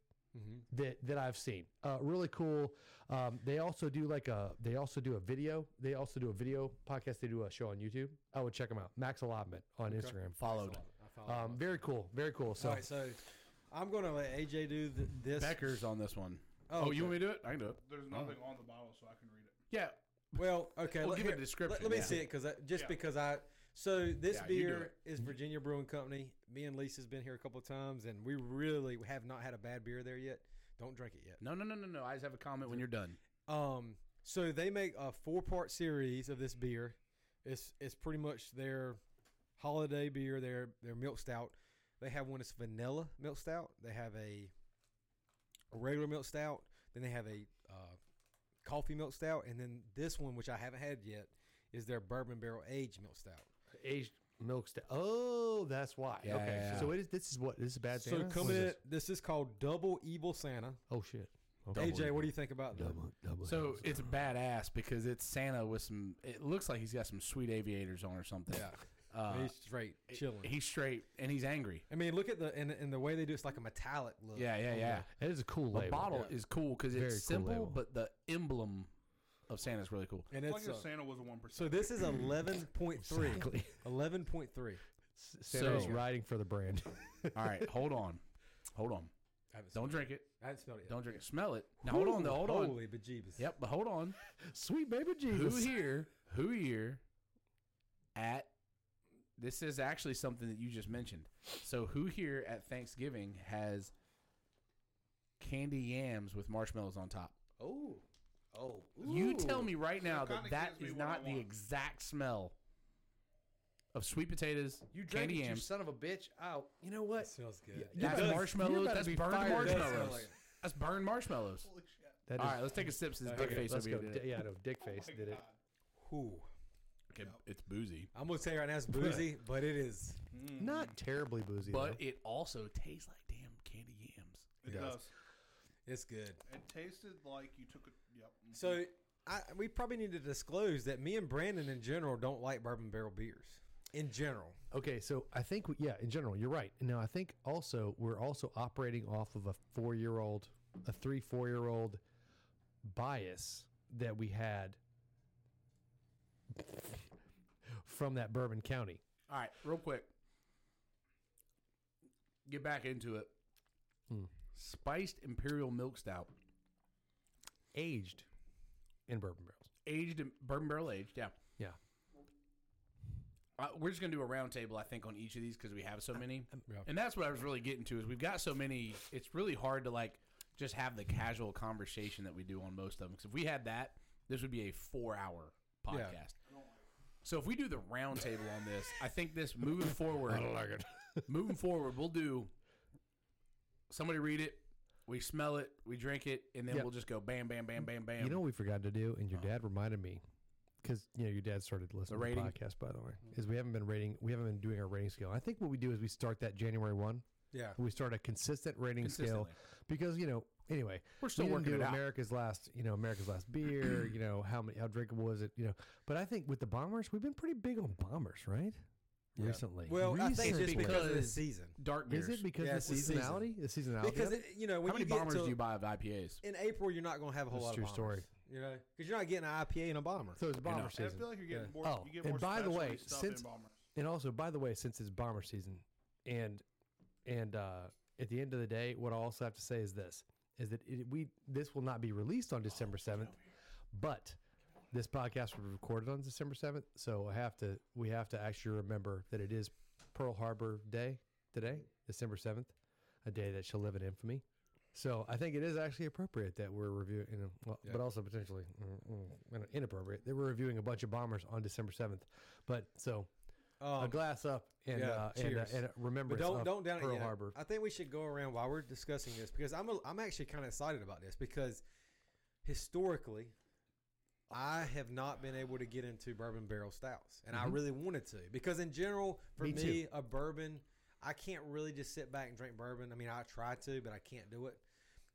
[SPEAKER 2] that that I've seen. Uh, really cool. Um, they also do like a they also do a video. They also do a video podcast. They do a show on YouTube. I would check them out. Max Allotment on Instagram. Followed. Um, very cool. Very cool. So
[SPEAKER 3] All right, so I'm gonna let AJ do th- this.
[SPEAKER 5] Becker's on this one.
[SPEAKER 3] Oh,
[SPEAKER 5] Oh,
[SPEAKER 3] okay.
[SPEAKER 5] you want me to do it? I can do it.
[SPEAKER 4] There's nothing on the bottle, so I can read it.
[SPEAKER 5] Yeah.
[SPEAKER 3] Well, okay.
[SPEAKER 5] Well,
[SPEAKER 3] let,
[SPEAKER 5] give it a
[SPEAKER 3] here,
[SPEAKER 5] description,
[SPEAKER 3] Let, let me
[SPEAKER 5] yeah.
[SPEAKER 3] see it because just
[SPEAKER 4] Yeah.
[SPEAKER 3] because I. So this
[SPEAKER 5] Yeah, you do
[SPEAKER 3] beer is Virginia Brewing Company. Me and Lisa's been here a couple of times, and we really have not had a bad beer there yet. Don't drink it yet.
[SPEAKER 5] No, no, no, no, no. I just have a comment when you're done.
[SPEAKER 3] Um, so they make a four part series of this beer. It's it's pretty much their holiday beer, their their milk stout. They have one that's vanilla milk stout. They have a regular milk stout. Then they have a uh, coffee milk stout, and then this one, which I haven't had yet, is their bourbon barrel aged milk stout.
[SPEAKER 2] aged milk stout. Oh, that's why.
[SPEAKER 5] Yeah,
[SPEAKER 2] okay.
[SPEAKER 5] yeah,
[SPEAKER 2] So it is. This is what this is bad.
[SPEAKER 3] So
[SPEAKER 2] Santa?
[SPEAKER 3] coming
[SPEAKER 2] What is
[SPEAKER 3] in,
[SPEAKER 2] this?
[SPEAKER 3] this is called Double Evil Santa.
[SPEAKER 2] Oh shit.
[SPEAKER 3] AJ, what do you think about that?
[SPEAKER 2] Double, double
[SPEAKER 5] So it's badass because it's Santa with some. It looks like he's got some sweet aviators on or something.
[SPEAKER 3] Yeah,
[SPEAKER 5] Uh,
[SPEAKER 3] he's straight chilling.
[SPEAKER 5] He's straight and he's angry.
[SPEAKER 3] I mean, look at the and, and the way they do it's like a metallic look.
[SPEAKER 5] Yeah, yeah,
[SPEAKER 3] on
[SPEAKER 5] yeah.
[SPEAKER 3] the-
[SPEAKER 2] It is a Uh, oh, cool
[SPEAKER 5] The
[SPEAKER 2] label.
[SPEAKER 5] bottle is cool because
[SPEAKER 2] Very
[SPEAKER 5] it's
[SPEAKER 2] cool
[SPEAKER 5] simple,
[SPEAKER 2] label.
[SPEAKER 5] but the emblem of Santa's really cool.
[SPEAKER 3] And
[SPEAKER 4] It's
[SPEAKER 3] it's
[SPEAKER 4] like if
[SPEAKER 3] uh,
[SPEAKER 4] Santa was a one percent.
[SPEAKER 3] so this is eleven point three. (laughs)
[SPEAKER 2] Exactly.
[SPEAKER 3] Eleven point three.
[SPEAKER 2] Santa's
[SPEAKER 5] So-
[SPEAKER 2] riding for the brand. (laughs)
[SPEAKER 5] All right, hold on, hold on.
[SPEAKER 3] I haven't
[SPEAKER 5] Don't
[SPEAKER 3] smelled
[SPEAKER 5] drink it.
[SPEAKER 3] it. I haven't smelled it. Yet.
[SPEAKER 5] Don't drink it. Smell it. Now hold on. Though, hold on.
[SPEAKER 3] Holy bejeebus.
[SPEAKER 5] Yep, but hold on.
[SPEAKER 2] Sweet baby
[SPEAKER 5] Who
[SPEAKER 2] Jesus.
[SPEAKER 5] here? Who here? At this is actually something that you just mentioned. So who here at Thanksgiving has candy yams with marshmallows on top?
[SPEAKER 3] Oh. Oh.
[SPEAKER 5] You tell me right now
[SPEAKER 4] That
[SPEAKER 5] that
[SPEAKER 4] kinda
[SPEAKER 5] that
[SPEAKER 4] gives me
[SPEAKER 5] is
[SPEAKER 4] what I
[SPEAKER 5] not the
[SPEAKER 4] want.
[SPEAKER 5] exact smell of sweet potatoes,
[SPEAKER 2] You drank
[SPEAKER 5] candy
[SPEAKER 2] it, you
[SPEAKER 5] yams.
[SPEAKER 2] son of a bitch. Ow. You know
[SPEAKER 3] That
[SPEAKER 2] what?
[SPEAKER 3] smells good.
[SPEAKER 2] You
[SPEAKER 5] That's
[SPEAKER 2] better- you
[SPEAKER 5] marshmallows.
[SPEAKER 2] better
[SPEAKER 5] That's
[SPEAKER 2] be
[SPEAKER 5] burned
[SPEAKER 2] fired.
[SPEAKER 3] It does smell
[SPEAKER 5] marshmallows.
[SPEAKER 3] like it.
[SPEAKER 5] That's burned marshmallows.
[SPEAKER 4] Holy shit.
[SPEAKER 2] That
[SPEAKER 5] All
[SPEAKER 2] is-
[SPEAKER 5] right, let's take a sip since
[SPEAKER 3] Okay,
[SPEAKER 5] Dick Face
[SPEAKER 2] let's
[SPEAKER 5] over
[SPEAKER 2] go.
[SPEAKER 5] here. did
[SPEAKER 2] Di-
[SPEAKER 5] it.
[SPEAKER 2] yeah, no, Dick Face
[SPEAKER 4] Oh
[SPEAKER 2] did it.
[SPEAKER 3] Ooh.
[SPEAKER 5] Okay, it's boozy,
[SPEAKER 3] I'm gonna tell you right now it's boozy, but it is.
[SPEAKER 2] Not terribly boozy,
[SPEAKER 5] but
[SPEAKER 2] though.
[SPEAKER 5] it also tastes like damn candy yams.
[SPEAKER 4] It does.
[SPEAKER 3] It's good.
[SPEAKER 4] It tasted like you took a yep. mhm.
[SPEAKER 3] So I we probably need to disclose that me and Brandon in general don't like bourbon barrel beers. In general.
[SPEAKER 2] Okay, so I think we, yeah, in general, you're right. Now I think also we're also operating off of a four year old, a three four year old bias that we had from that Bourbon County.
[SPEAKER 5] All right, real quick. Get back into it.
[SPEAKER 2] Hmm.
[SPEAKER 5] Spiced imperial milk stout,
[SPEAKER 2] aged in bourbon barrels.
[SPEAKER 5] aged in bourbon barrel aged. Yeah,
[SPEAKER 2] Yeah.
[SPEAKER 5] uh, we're just gonna do a round table, I think, on each of these because we have so many,
[SPEAKER 3] yeah.
[SPEAKER 5] and that's what I was really getting to is we've got so many. It's really hard to like just have the casual conversation that we do on most of them. Because if we had that, this would be a four-hour podcast.
[SPEAKER 3] Yeah.
[SPEAKER 5] So if we do the round table on this, I think this moving forward, moving forward, we'll do. Somebody read it. We smell it. We drink it, and then
[SPEAKER 2] Yeah.
[SPEAKER 5] we'll just go bam, bam, bam, bam, bam.
[SPEAKER 2] You know what we forgot to do, and your dad reminded me because you know your dad started listening to
[SPEAKER 5] rating? Mm-hmm.
[SPEAKER 2] the podcast. By the way, is we haven't been rating, we haven't been doing our rating scale. I think what we do is we start that January one.
[SPEAKER 3] Yeah.
[SPEAKER 2] We start a consistent rating scale
[SPEAKER 5] Consistently.
[SPEAKER 2] because you know. Anyway,
[SPEAKER 5] We're still
[SPEAKER 2] we didn't
[SPEAKER 5] working
[SPEAKER 2] do
[SPEAKER 5] it out.
[SPEAKER 2] America's last, you know, America's
[SPEAKER 5] (clears throat)
[SPEAKER 2] last beer. you know how many, how drinkable was it? You know, but I think with the bombers, we've been pretty big on bombers, right? Recently,
[SPEAKER 3] Well, I think
[SPEAKER 2] Recently.
[SPEAKER 3] just because of the
[SPEAKER 5] Because-
[SPEAKER 3] season.
[SPEAKER 5] dark beers.
[SPEAKER 2] is it because
[SPEAKER 3] Yeah,
[SPEAKER 2] of
[SPEAKER 3] it's
[SPEAKER 2] the
[SPEAKER 3] the season.
[SPEAKER 2] seasonality? The seasonality. of
[SPEAKER 3] Because
[SPEAKER 2] it?
[SPEAKER 3] it, you know when
[SPEAKER 5] How
[SPEAKER 3] you
[SPEAKER 5] many
[SPEAKER 3] get
[SPEAKER 5] bombers
[SPEAKER 3] to,
[SPEAKER 5] do you buy of IPAs?
[SPEAKER 3] in April, you're not going to have a whole
[SPEAKER 2] That's
[SPEAKER 3] lot
[SPEAKER 2] true
[SPEAKER 3] of
[SPEAKER 2] story.
[SPEAKER 3] bombers. You know, because you're not getting an IPA and a bomber.
[SPEAKER 2] so it's bomber
[SPEAKER 4] I
[SPEAKER 2] season.
[SPEAKER 4] feel like you're getting
[SPEAKER 3] Yeah.
[SPEAKER 4] more.
[SPEAKER 2] Oh,
[SPEAKER 4] you get
[SPEAKER 2] and
[SPEAKER 4] more
[SPEAKER 2] by the way,
[SPEAKER 4] specialty stuff
[SPEAKER 2] since-
[SPEAKER 4] in bombers.
[SPEAKER 2] And also, by the way, since it's bomber season, and and uh, at the end of the day, what I also have to say is this: is that it, we this will not be released on December seventh, but this podcast was recorded on December seventh, so I have to we have to actually remember that it is Pearl Harbor Day today, December seventh, a day that shall live in infamy. So I think it is actually appropriate that we're reviewing, you know, well, but also potentially mm, mm, you know, inappropriate that we're reviewing a bunch of bombers on December seventh. But so
[SPEAKER 3] Um,
[SPEAKER 2] a glass up and
[SPEAKER 3] yeah,
[SPEAKER 2] uh, and, uh,
[SPEAKER 3] cheers.
[SPEAKER 2] and a remembrance
[SPEAKER 3] But don't
[SPEAKER 2] of
[SPEAKER 3] don't down it
[SPEAKER 2] Pearl
[SPEAKER 3] yet.
[SPEAKER 2] Harbor.
[SPEAKER 3] I think we should go around while we're discussing this because I'm a, I'm actually kind of excited about this because historically, I have not been able to get into bourbon barrel styles, and I really wanted to because in general, for
[SPEAKER 2] Mm-hmm. Me
[SPEAKER 3] me,
[SPEAKER 2] too.
[SPEAKER 3] a bourbon, I can't really just sit back and drink bourbon. I mean, I try to, but I can't do it.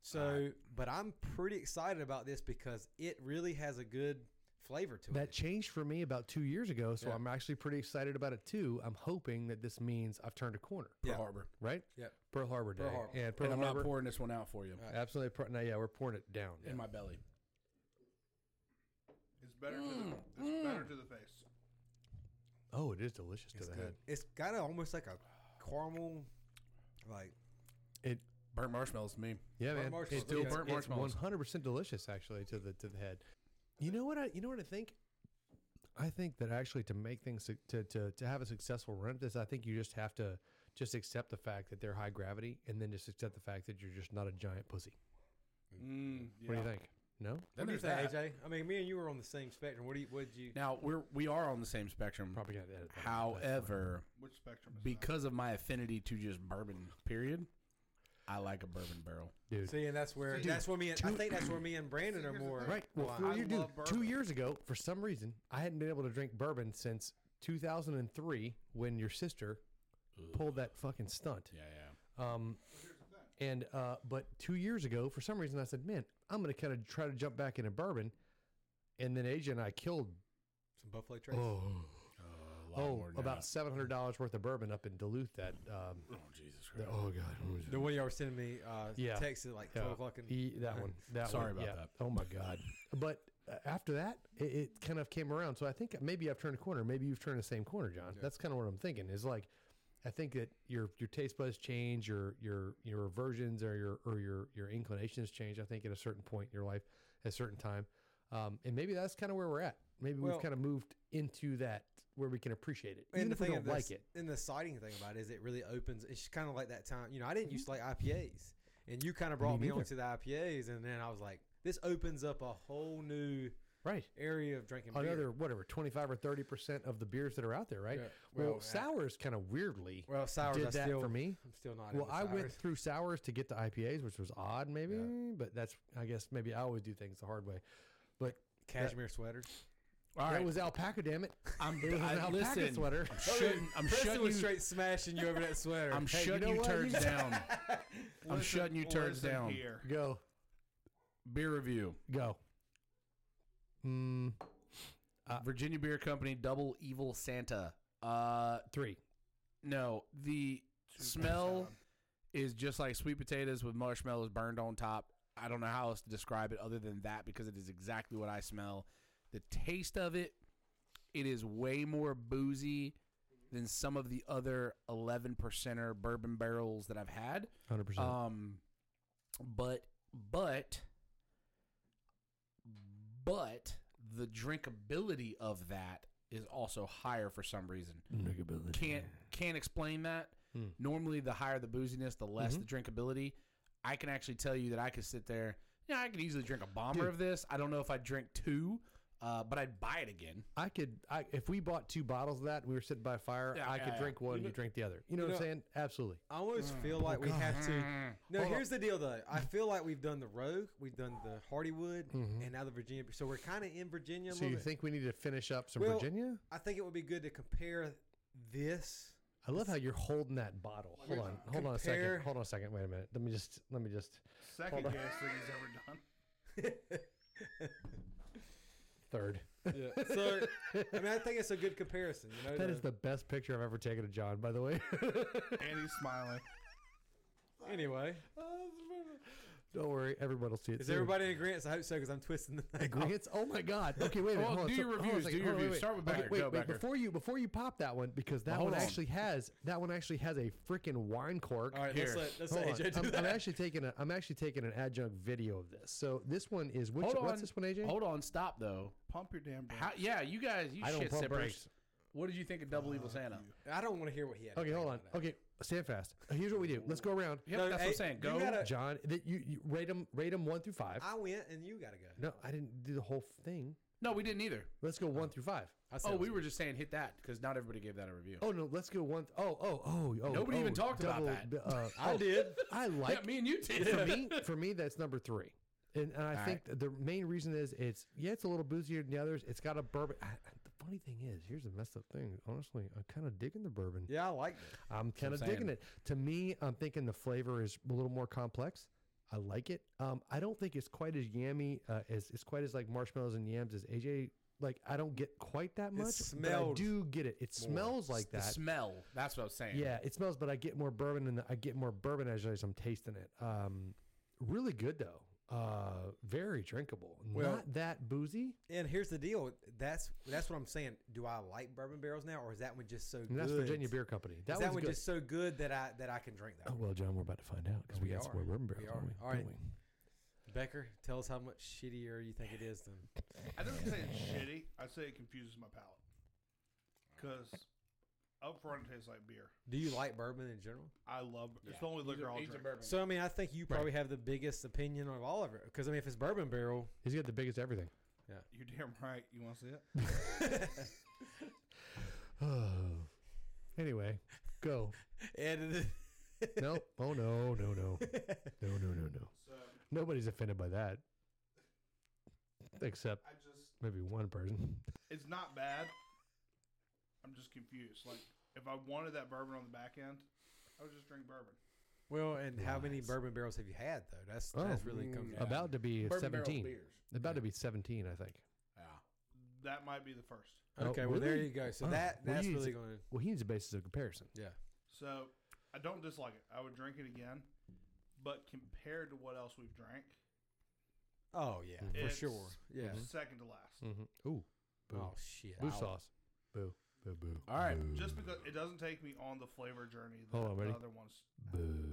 [SPEAKER 3] So, but I'm pretty excited about this because it really has a good flavor to
[SPEAKER 2] That
[SPEAKER 3] it.
[SPEAKER 2] changed for me about two years ago, so
[SPEAKER 3] Yeah.
[SPEAKER 2] I'm actually pretty excited about it too. I'm hoping that this means I've turned a corner,
[SPEAKER 5] Pearl
[SPEAKER 3] Yeah.
[SPEAKER 5] Harbor.
[SPEAKER 2] right?
[SPEAKER 3] Yep.
[SPEAKER 2] Pearl Harbor Day
[SPEAKER 3] Pearl Harbor.
[SPEAKER 2] and Pearl
[SPEAKER 5] And I'm
[SPEAKER 2] Harbor.
[SPEAKER 5] not pouring this one out for you
[SPEAKER 2] Absolutely. Pour- no, yeah, we're pouring it down.
[SPEAKER 5] in my belly.
[SPEAKER 4] It's better to the, it's better to the face.
[SPEAKER 2] Oh, it is delicious to the head.
[SPEAKER 3] It's got a, almost like a caramel, like
[SPEAKER 2] It,
[SPEAKER 5] Burnt marshmallows, to me.
[SPEAKER 2] yeah,
[SPEAKER 3] Burnt
[SPEAKER 2] man.
[SPEAKER 3] marshmallows.
[SPEAKER 2] It's
[SPEAKER 3] Still
[SPEAKER 2] it's-
[SPEAKER 5] burnt
[SPEAKER 2] it's
[SPEAKER 5] marshmallows.
[SPEAKER 2] 100% delicious actually to the to the head. You know what I? You know what I think? I think that actually to make things su- to to to have a successful run at this, I think you just have to just accept the fact that they're high gravity, and then just accept the fact that you're just not a giant pussy.
[SPEAKER 4] Mm,
[SPEAKER 2] What do you think? No,
[SPEAKER 5] Then
[SPEAKER 3] What do you
[SPEAKER 5] there's
[SPEAKER 3] think,
[SPEAKER 5] that.
[SPEAKER 3] AJ? I mean, me and you were on the same spectrum. What do you? What did you?
[SPEAKER 5] Now we're we are on the same spectrum.
[SPEAKER 2] probably got to edit. that out.
[SPEAKER 5] However,
[SPEAKER 4] Which spectrum? Is that?
[SPEAKER 5] because of my affinity to just bourbon, period, I like a bourbon barrel.
[SPEAKER 2] dude.
[SPEAKER 3] See, and that's where
[SPEAKER 4] Dude,
[SPEAKER 3] that's where me. And, I think that's where me and Brandon are
[SPEAKER 4] here's the
[SPEAKER 3] more.
[SPEAKER 4] thing.
[SPEAKER 2] Right. Well,
[SPEAKER 3] Well,
[SPEAKER 2] four
[SPEAKER 4] I
[SPEAKER 2] year- dude,
[SPEAKER 4] love
[SPEAKER 2] two
[SPEAKER 4] bourbon.
[SPEAKER 2] years ago, for some reason, I hadn't been able to drink bourbon since 2003 when your sister pulled that fucking stunt.
[SPEAKER 5] Yeah, yeah.
[SPEAKER 2] Um, and uh, but two years ago, for some reason, I said, "Man, I'm gonna kind of try to jump back into bourbon." And then AJ and I killed
[SPEAKER 3] Some Buffalo Trace.
[SPEAKER 5] A lot
[SPEAKER 2] oh
[SPEAKER 5] more than
[SPEAKER 2] about
[SPEAKER 5] that.
[SPEAKER 2] seven hundred dollars worth of bourbon up in Duluth. That um,
[SPEAKER 5] oh Jesus
[SPEAKER 2] the-
[SPEAKER 5] Christ.
[SPEAKER 2] oh god, what was it?
[SPEAKER 3] The one y'all were sending me, uh,
[SPEAKER 2] Yeah.
[SPEAKER 3] text at like
[SPEAKER 2] Yeah.
[SPEAKER 3] twelve o'clock. And,
[SPEAKER 2] E- that
[SPEAKER 3] (laughs)
[SPEAKER 2] one. That
[SPEAKER 5] Sorry
[SPEAKER 2] one,
[SPEAKER 5] about
[SPEAKER 2] yeah.
[SPEAKER 5] that.
[SPEAKER 2] Oh my god. But uh, after that, it, it kind of came around. So I think maybe I've turned a corner. Maybe you've turned the same corner, John. That's kind of what I'm thinking. Is like, I think that your your taste buds change, your your your aversions or your or your your inclinations change. I think at a certain point in your life, at a certain time, um, and maybe that's kind of where we're at. Maybe
[SPEAKER 3] Well-
[SPEAKER 2] we've kind of moved into that where we can appreciate it, even
[SPEAKER 3] and the
[SPEAKER 2] if we
[SPEAKER 3] thing
[SPEAKER 2] don't
[SPEAKER 3] of this-
[SPEAKER 2] like it.
[SPEAKER 3] And the exciting thing about it is it really opens. It's kind of like that time. You know, I didn't used to like IPAs, and you kind of brought me,
[SPEAKER 2] neither.
[SPEAKER 3] onto the IPAs, and then I was like, this opens up a whole new
[SPEAKER 2] Right.
[SPEAKER 3] area of drinking. beer.
[SPEAKER 2] Another whatever, twenty five or thirty percent of the beers that are out there, right?
[SPEAKER 3] Yeah.
[SPEAKER 2] Well,
[SPEAKER 3] Well, I-
[SPEAKER 2] sour is kind of weirdly.
[SPEAKER 3] well, sours.
[SPEAKER 2] did
[SPEAKER 3] I
[SPEAKER 2] that
[SPEAKER 3] still,
[SPEAKER 2] for me.
[SPEAKER 3] I'm still not.
[SPEAKER 2] Well,
[SPEAKER 3] into
[SPEAKER 2] I went
[SPEAKER 3] sours.
[SPEAKER 2] through sours to get to IPAs, which was odd, maybe.
[SPEAKER 3] Yeah.
[SPEAKER 2] But that's, I guess, maybe I always do things the hard way. But
[SPEAKER 3] cashmere sweaters.
[SPEAKER 5] All
[SPEAKER 2] that
[SPEAKER 5] right,
[SPEAKER 2] was alpaca, damn it!
[SPEAKER 5] I'm,
[SPEAKER 2] It was an
[SPEAKER 5] I,
[SPEAKER 2] alpaca
[SPEAKER 5] listen,
[SPEAKER 2] sweater.
[SPEAKER 5] I'm shutting, I'm
[SPEAKER 3] Preston
[SPEAKER 5] shutting you,
[SPEAKER 3] was straight smashing you over that sweater.
[SPEAKER 5] I'm
[SPEAKER 2] Hey, you
[SPEAKER 5] shutting
[SPEAKER 2] know
[SPEAKER 5] you
[SPEAKER 2] what? You
[SPEAKER 5] turds
[SPEAKER 2] just- (laughs)
[SPEAKER 5] down. I'm
[SPEAKER 4] Listen-
[SPEAKER 5] shutting you turds
[SPEAKER 4] listen
[SPEAKER 5] down.
[SPEAKER 4] Here.
[SPEAKER 2] Go,
[SPEAKER 5] Beer review.
[SPEAKER 2] go. Mm,
[SPEAKER 5] Virginia Beer Company Double Evil Santa. Uh,
[SPEAKER 2] three.
[SPEAKER 5] no, the smell is just like sweet potatoes with marshmallows burned on top. I don't know how else to describe it other than that because it is exactly what I smell. The taste of it, it is way more boozy than some of the other 11 percenter bourbon barrels that I've had.
[SPEAKER 2] Hundred percent.
[SPEAKER 5] Um, but but but the drinkability of that is also higher for some reason. Can't can't explain that.
[SPEAKER 2] Hmm.
[SPEAKER 5] Normally, the higher the booziness, the less
[SPEAKER 2] Mhm.
[SPEAKER 5] the drinkability. I can actually tell you that I could sit there. Yeah, I could easily drink a bomber
[SPEAKER 2] Dude.
[SPEAKER 5] of this. I don't know if I'd drink two, uh, but I'd buy it again.
[SPEAKER 2] (laughs) I could, I, if we bought two bottles of that, we were sitting by a fire.
[SPEAKER 5] Yeah,
[SPEAKER 2] I
[SPEAKER 5] yeah,
[SPEAKER 2] could
[SPEAKER 5] yeah.
[SPEAKER 2] drink one, you,
[SPEAKER 3] know-
[SPEAKER 2] drink the other. You know
[SPEAKER 3] you
[SPEAKER 2] what
[SPEAKER 3] know-
[SPEAKER 2] I'm saying? Absolutely.
[SPEAKER 3] I almost feel like we have to.
[SPEAKER 5] Mm.
[SPEAKER 3] No,
[SPEAKER 2] Hold on.
[SPEAKER 3] here's the deal though. I feel like we've done the Rogue, we've done the Hardywood, and now the Virginia. So we're kind of in Virginia. A
[SPEAKER 2] Mm-hmm. So
[SPEAKER 3] little
[SPEAKER 2] you
[SPEAKER 3] bit.
[SPEAKER 2] think we need to finish up some
[SPEAKER 3] Well,
[SPEAKER 2] Virginia?
[SPEAKER 3] I think it would be good to compare this.
[SPEAKER 2] I love how you're holding that bottle. Hold on, hold on a
[SPEAKER 3] Compare-
[SPEAKER 2] second. Hold on a second. Wait a minute. Let me just, let me just.
[SPEAKER 4] Second
[SPEAKER 2] Hold on.
[SPEAKER 4] gas thing he's ever done.
[SPEAKER 2] Third.
[SPEAKER 3] (laughs) So I mean, I think it's a good comparison. You know,
[SPEAKER 2] That
[SPEAKER 3] to-
[SPEAKER 2] is the best picture I've ever taken of John, by the way. (laughs)
[SPEAKER 4] And he's smiling.
[SPEAKER 3] anyway.
[SPEAKER 2] Don't worry, everybody will see it.
[SPEAKER 3] Is
[SPEAKER 2] soon.
[SPEAKER 3] everybody in agreement? I hope so because I'm twisting the thing.
[SPEAKER 2] Agreements? Oh my God! Okay, wait a minute.
[SPEAKER 5] Well,
[SPEAKER 2] hold on.
[SPEAKER 5] do
[SPEAKER 2] So-
[SPEAKER 5] your
[SPEAKER 2] hold on a
[SPEAKER 5] reviews,
[SPEAKER 2] second.
[SPEAKER 5] do your
[SPEAKER 2] Hold on,
[SPEAKER 5] reviews. Start with
[SPEAKER 2] wait,
[SPEAKER 5] Becker.
[SPEAKER 2] Wait,
[SPEAKER 5] Go,
[SPEAKER 2] wait,
[SPEAKER 5] Becker.
[SPEAKER 2] before you before you pop that one because that
[SPEAKER 5] Hold
[SPEAKER 2] one
[SPEAKER 5] on.
[SPEAKER 2] actually has that one actually has a freaking wine cork.
[SPEAKER 3] All right,
[SPEAKER 5] Here.
[SPEAKER 3] let's let, let's
[SPEAKER 2] Hold on.
[SPEAKER 3] let AJ do
[SPEAKER 2] I'm,
[SPEAKER 3] that.
[SPEAKER 2] I'm actually taking a I'm actually taking an adjunct video of this. So this one is which
[SPEAKER 5] Hold
[SPEAKER 2] what's
[SPEAKER 5] on.
[SPEAKER 2] this one, AJ?
[SPEAKER 5] Hold on, stop though.
[SPEAKER 4] Pump your damn brakes.
[SPEAKER 5] How, yeah, you guys, you
[SPEAKER 2] I don't
[SPEAKER 5] shit
[SPEAKER 2] pump
[SPEAKER 5] sippers.
[SPEAKER 2] brakes.
[SPEAKER 5] What did you think of Double Evil Santa?
[SPEAKER 3] I don't want to hear what he had. to
[SPEAKER 2] Okay,
[SPEAKER 3] say
[SPEAKER 2] hold on.
[SPEAKER 3] about that.
[SPEAKER 2] Okay, stand fast. Here's what we do. Let's go around.
[SPEAKER 5] Yep,
[SPEAKER 3] No,
[SPEAKER 5] that's what I'm
[SPEAKER 3] hey,
[SPEAKER 5] saying.
[SPEAKER 3] you
[SPEAKER 5] Go.
[SPEAKER 3] gotta-
[SPEAKER 2] John, that you, you rate them rate them one through five.
[SPEAKER 3] I went and you gotta go.
[SPEAKER 2] No, I didn't do the whole thing.
[SPEAKER 5] no, we didn't either.
[SPEAKER 2] Let's go one through five.
[SPEAKER 3] I said
[SPEAKER 5] Oh,
[SPEAKER 3] it was
[SPEAKER 5] we were just saying hit that because not everybody gave that a review.
[SPEAKER 2] Oh no, let's go one. Oh oh oh oh.
[SPEAKER 5] Nobody
[SPEAKER 2] oh,
[SPEAKER 5] even talked about
[SPEAKER 2] double,
[SPEAKER 5] that.
[SPEAKER 2] b-
[SPEAKER 5] (laughs)
[SPEAKER 2] Uh,
[SPEAKER 3] good. I
[SPEAKER 2] oh,
[SPEAKER 3] did.
[SPEAKER 2] I like
[SPEAKER 5] yeah,
[SPEAKER 2] (laughs)
[SPEAKER 5] me and you did.
[SPEAKER 2] for
[SPEAKER 5] (laughs)
[SPEAKER 2] me, for me, that's number three. And, and I
[SPEAKER 5] All
[SPEAKER 2] think th- the main reason is it's yeah, it's a little boozier than the others. It's got a bourbon. I, I- the funny thing is, here's the messed up thing. Honestly, I'm kind of digging the bourbon.
[SPEAKER 3] Yeah, I liked it.
[SPEAKER 2] I'm kind of
[SPEAKER 5] I'm saying.
[SPEAKER 2] digging it. To me, I'm thinking the flavor is a little more complex. I like it. Um, I don't think it's quite as yammy uh, as it's quite as like marshmallows and yams as AJ. Like I don't get quite that much. but I
[SPEAKER 3] smelled
[SPEAKER 2] do get it. It smells like
[SPEAKER 5] the
[SPEAKER 2] that.
[SPEAKER 5] smell. That's what I was saying.
[SPEAKER 2] Yeah, it smells, but I get more bourbon and I get more bourbon as I'm tasting it. Um, really good though. Uh, very drinkable.
[SPEAKER 3] Well-
[SPEAKER 2] Not that boozy.
[SPEAKER 3] And here's the deal. That's that's what I'm saying. Do I like bourbon barrels now, or is that one just so
[SPEAKER 2] And
[SPEAKER 3] good?
[SPEAKER 2] that's Virginia Beer Company.
[SPEAKER 3] Is
[SPEAKER 2] That,
[SPEAKER 3] that
[SPEAKER 2] one's
[SPEAKER 3] one
[SPEAKER 2] good.
[SPEAKER 3] just so good that I that I can drink that?
[SPEAKER 2] Oh
[SPEAKER 3] one?
[SPEAKER 2] well, John, we're about to find out because we,
[SPEAKER 3] We
[SPEAKER 2] got some
[SPEAKER 3] are.
[SPEAKER 2] more bourbon
[SPEAKER 3] We
[SPEAKER 2] barrels.
[SPEAKER 3] are.
[SPEAKER 2] Don't we?
[SPEAKER 3] All right.
[SPEAKER 2] Don't we?
[SPEAKER 3] Becker, tell us how much shittier you think it is than
[SPEAKER 4] I didn't say it's shitty. I say it confuses my palate. Because up front it tastes like beer.
[SPEAKER 3] Do you like bourbon in general?
[SPEAKER 4] I love it's the only liquor I'll drink.
[SPEAKER 3] So I mean, I think you probably have the biggest opinion of all of it. Because I mean, if it's bourbon barrel, (laughs)
[SPEAKER 2] He's got the biggest everything.
[SPEAKER 4] You're damn right. You want to see it?
[SPEAKER 2] (sighs) anyway, go.
[SPEAKER 3] and (laughs)
[SPEAKER 2] No. Oh no, no, no, no, no, no, no.
[SPEAKER 4] So
[SPEAKER 2] Nobody's offended by that, except
[SPEAKER 4] I just
[SPEAKER 2] maybe one person.
[SPEAKER 4] it's not bad. I'm just confused. Like if I wanted that bourbon on the back end, I would just drink bourbon.
[SPEAKER 3] well, and how many
[SPEAKER 2] Nice.
[SPEAKER 3] bourbon barrels have you had though? That's
[SPEAKER 2] Oh.
[SPEAKER 3] that's really comes.
[SPEAKER 5] Yeah.
[SPEAKER 2] About to be
[SPEAKER 5] Bourbon barrel
[SPEAKER 2] seventeen.
[SPEAKER 5] beers.
[SPEAKER 2] About to be seventeen, I think.
[SPEAKER 5] Yeah.
[SPEAKER 4] That might be the first.
[SPEAKER 2] Oh,
[SPEAKER 3] Okay, well there
[SPEAKER 2] really?
[SPEAKER 3] you go. So
[SPEAKER 2] Oh,
[SPEAKER 3] that
[SPEAKER 2] well,
[SPEAKER 3] that's
[SPEAKER 2] you-
[SPEAKER 3] really going.
[SPEAKER 2] Well, he needs a basis of comparison.
[SPEAKER 3] to... Yeah.
[SPEAKER 4] So I don't dislike it. I would drink it again, but compared to what else we've drank,
[SPEAKER 3] Oh yeah, for
[SPEAKER 4] It's-
[SPEAKER 3] sure. Yeah.
[SPEAKER 4] second to last.
[SPEAKER 2] Mm-hmm. Ooh, boo,
[SPEAKER 3] Oh shit.
[SPEAKER 2] boo
[SPEAKER 3] Ow.
[SPEAKER 2] sauce, boo, boo, boo.
[SPEAKER 5] All right.
[SPEAKER 2] boo,
[SPEAKER 4] Just because it doesn't take me on the flavor journey that
[SPEAKER 2] Mm. Hold on,
[SPEAKER 4] the
[SPEAKER 2] ready?
[SPEAKER 4] other ones.
[SPEAKER 2] boo.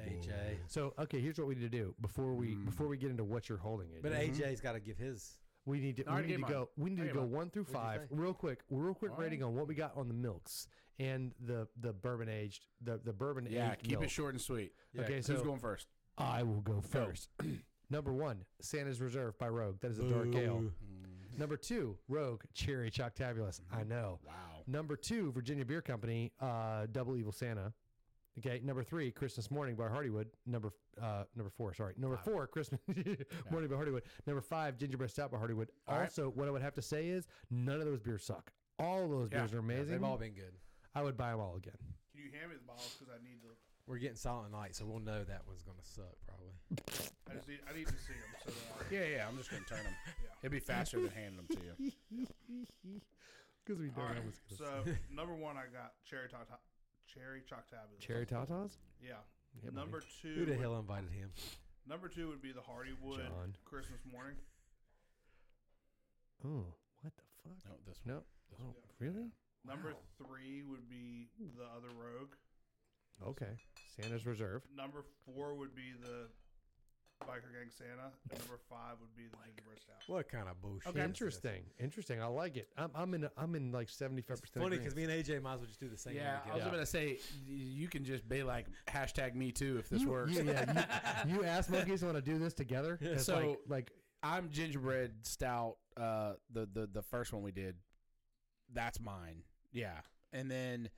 [SPEAKER 3] AJ.
[SPEAKER 2] So okay, here's what we need to do before we before we get into what you're holding it.
[SPEAKER 3] But AJ's got to give his.
[SPEAKER 2] we need to
[SPEAKER 5] I already
[SPEAKER 2] we need
[SPEAKER 5] gave
[SPEAKER 2] to
[SPEAKER 5] mine.
[SPEAKER 2] go we need
[SPEAKER 5] I
[SPEAKER 2] to
[SPEAKER 5] gave
[SPEAKER 2] go
[SPEAKER 5] mine.
[SPEAKER 2] one through
[SPEAKER 3] What'd you
[SPEAKER 2] five
[SPEAKER 3] think?
[SPEAKER 2] real quick real quick
[SPEAKER 5] All
[SPEAKER 2] rating on what we got on the milks and the the bourbon aged the the bourbon
[SPEAKER 5] Yeah.
[SPEAKER 2] aged
[SPEAKER 5] Keep
[SPEAKER 2] milk.
[SPEAKER 5] it short and sweet.
[SPEAKER 2] Okay,
[SPEAKER 5] Who's
[SPEAKER 2] so
[SPEAKER 5] going first?
[SPEAKER 2] I will go first. (clears throat) Number one, Santa's Reserve by Rogue. That is a dark ale. Number two, Rogue Cherry Choctabulous. I know.
[SPEAKER 5] Wow.
[SPEAKER 2] Number two, Virginia Beer Company, uh, Double Evil Santa. Okay. Number three, Christmas Morning by Hardywood. Number uh, number four, sorry. Number four, Christmas (laughs) Morning by Hardywood. Number five, Gingerbread Stout by Hardywood.
[SPEAKER 5] All right.
[SPEAKER 2] also, what I would have to say is none of those beers suck. All those
[SPEAKER 5] Yeah,
[SPEAKER 2] beers are
[SPEAKER 3] Yeah,
[SPEAKER 2] amazing.
[SPEAKER 3] they've all been good.
[SPEAKER 2] I would buy them all again.
[SPEAKER 4] Can you hand me the bottles because I need to.
[SPEAKER 3] We're getting silent night, so we'll know that one's gonna suck probably.
[SPEAKER 4] I just need. I need to see them. So that I-
[SPEAKER 5] Yeah, yeah. I'm just gonna turn them.
[SPEAKER 2] (laughs)
[SPEAKER 5] It'd be faster than handing them to you.
[SPEAKER 2] Because we
[SPEAKER 4] All
[SPEAKER 2] don't
[SPEAKER 4] right.
[SPEAKER 2] always get
[SPEAKER 4] So number one, I got cherry tot cherry choctabilus.
[SPEAKER 2] Cherry Tatas?
[SPEAKER 4] Yeah.
[SPEAKER 2] Yeah, buddy.
[SPEAKER 4] number two.
[SPEAKER 3] Who the
[SPEAKER 4] would-
[SPEAKER 3] hell invited him?
[SPEAKER 4] Number two would be the Hardywood
[SPEAKER 2] John.
[SPEAKER 4] Christmas morning.
[SPEAKER 2] Oh, what the fuck?
[SPEAKER 5] No, this one.
[SPEAKER 2] No. Oh, really?
[SPEAKER 4] Number three would be the other Rogue.
[SPEAKER 2] Okay. Santa's Reserve.
[SPEAKER 4] Number four would be the Biker Gang Santa. And number five would be the Gingerbread Stout.
[SPEAKER 3] What kind of bullshit? is this?
[SPEAKER 2] Interesting. Interesting. I like it. I'm, I'm in. I'm in like seventy five percent.
[SPEAKER 3] Funny because me and AJ might as well just do the same.
[SPEAKER 5] Yeah, I
[SPEAKER 3] thing
[SPEAKER 5] was
[SPEAKER 3] together.
[SPEAKER 5] about to say y- you can just be like hashtag me too if this
[SPEAKER 2] you,
[SPEAKER 5] works.
[SPEAKER 2] You,
[SPEAKER 5] (laughs)
[SPEAKER 2] yeah, (laughs) you, you ass monkeys want to do this together. 'Cause,
[SPEAKER 5] So-
[SPEAKER 2] like, like
[SPEAKER 5] I'm gingerbread stout. Uh, the the the first one we did, that's mine. Yeah, and then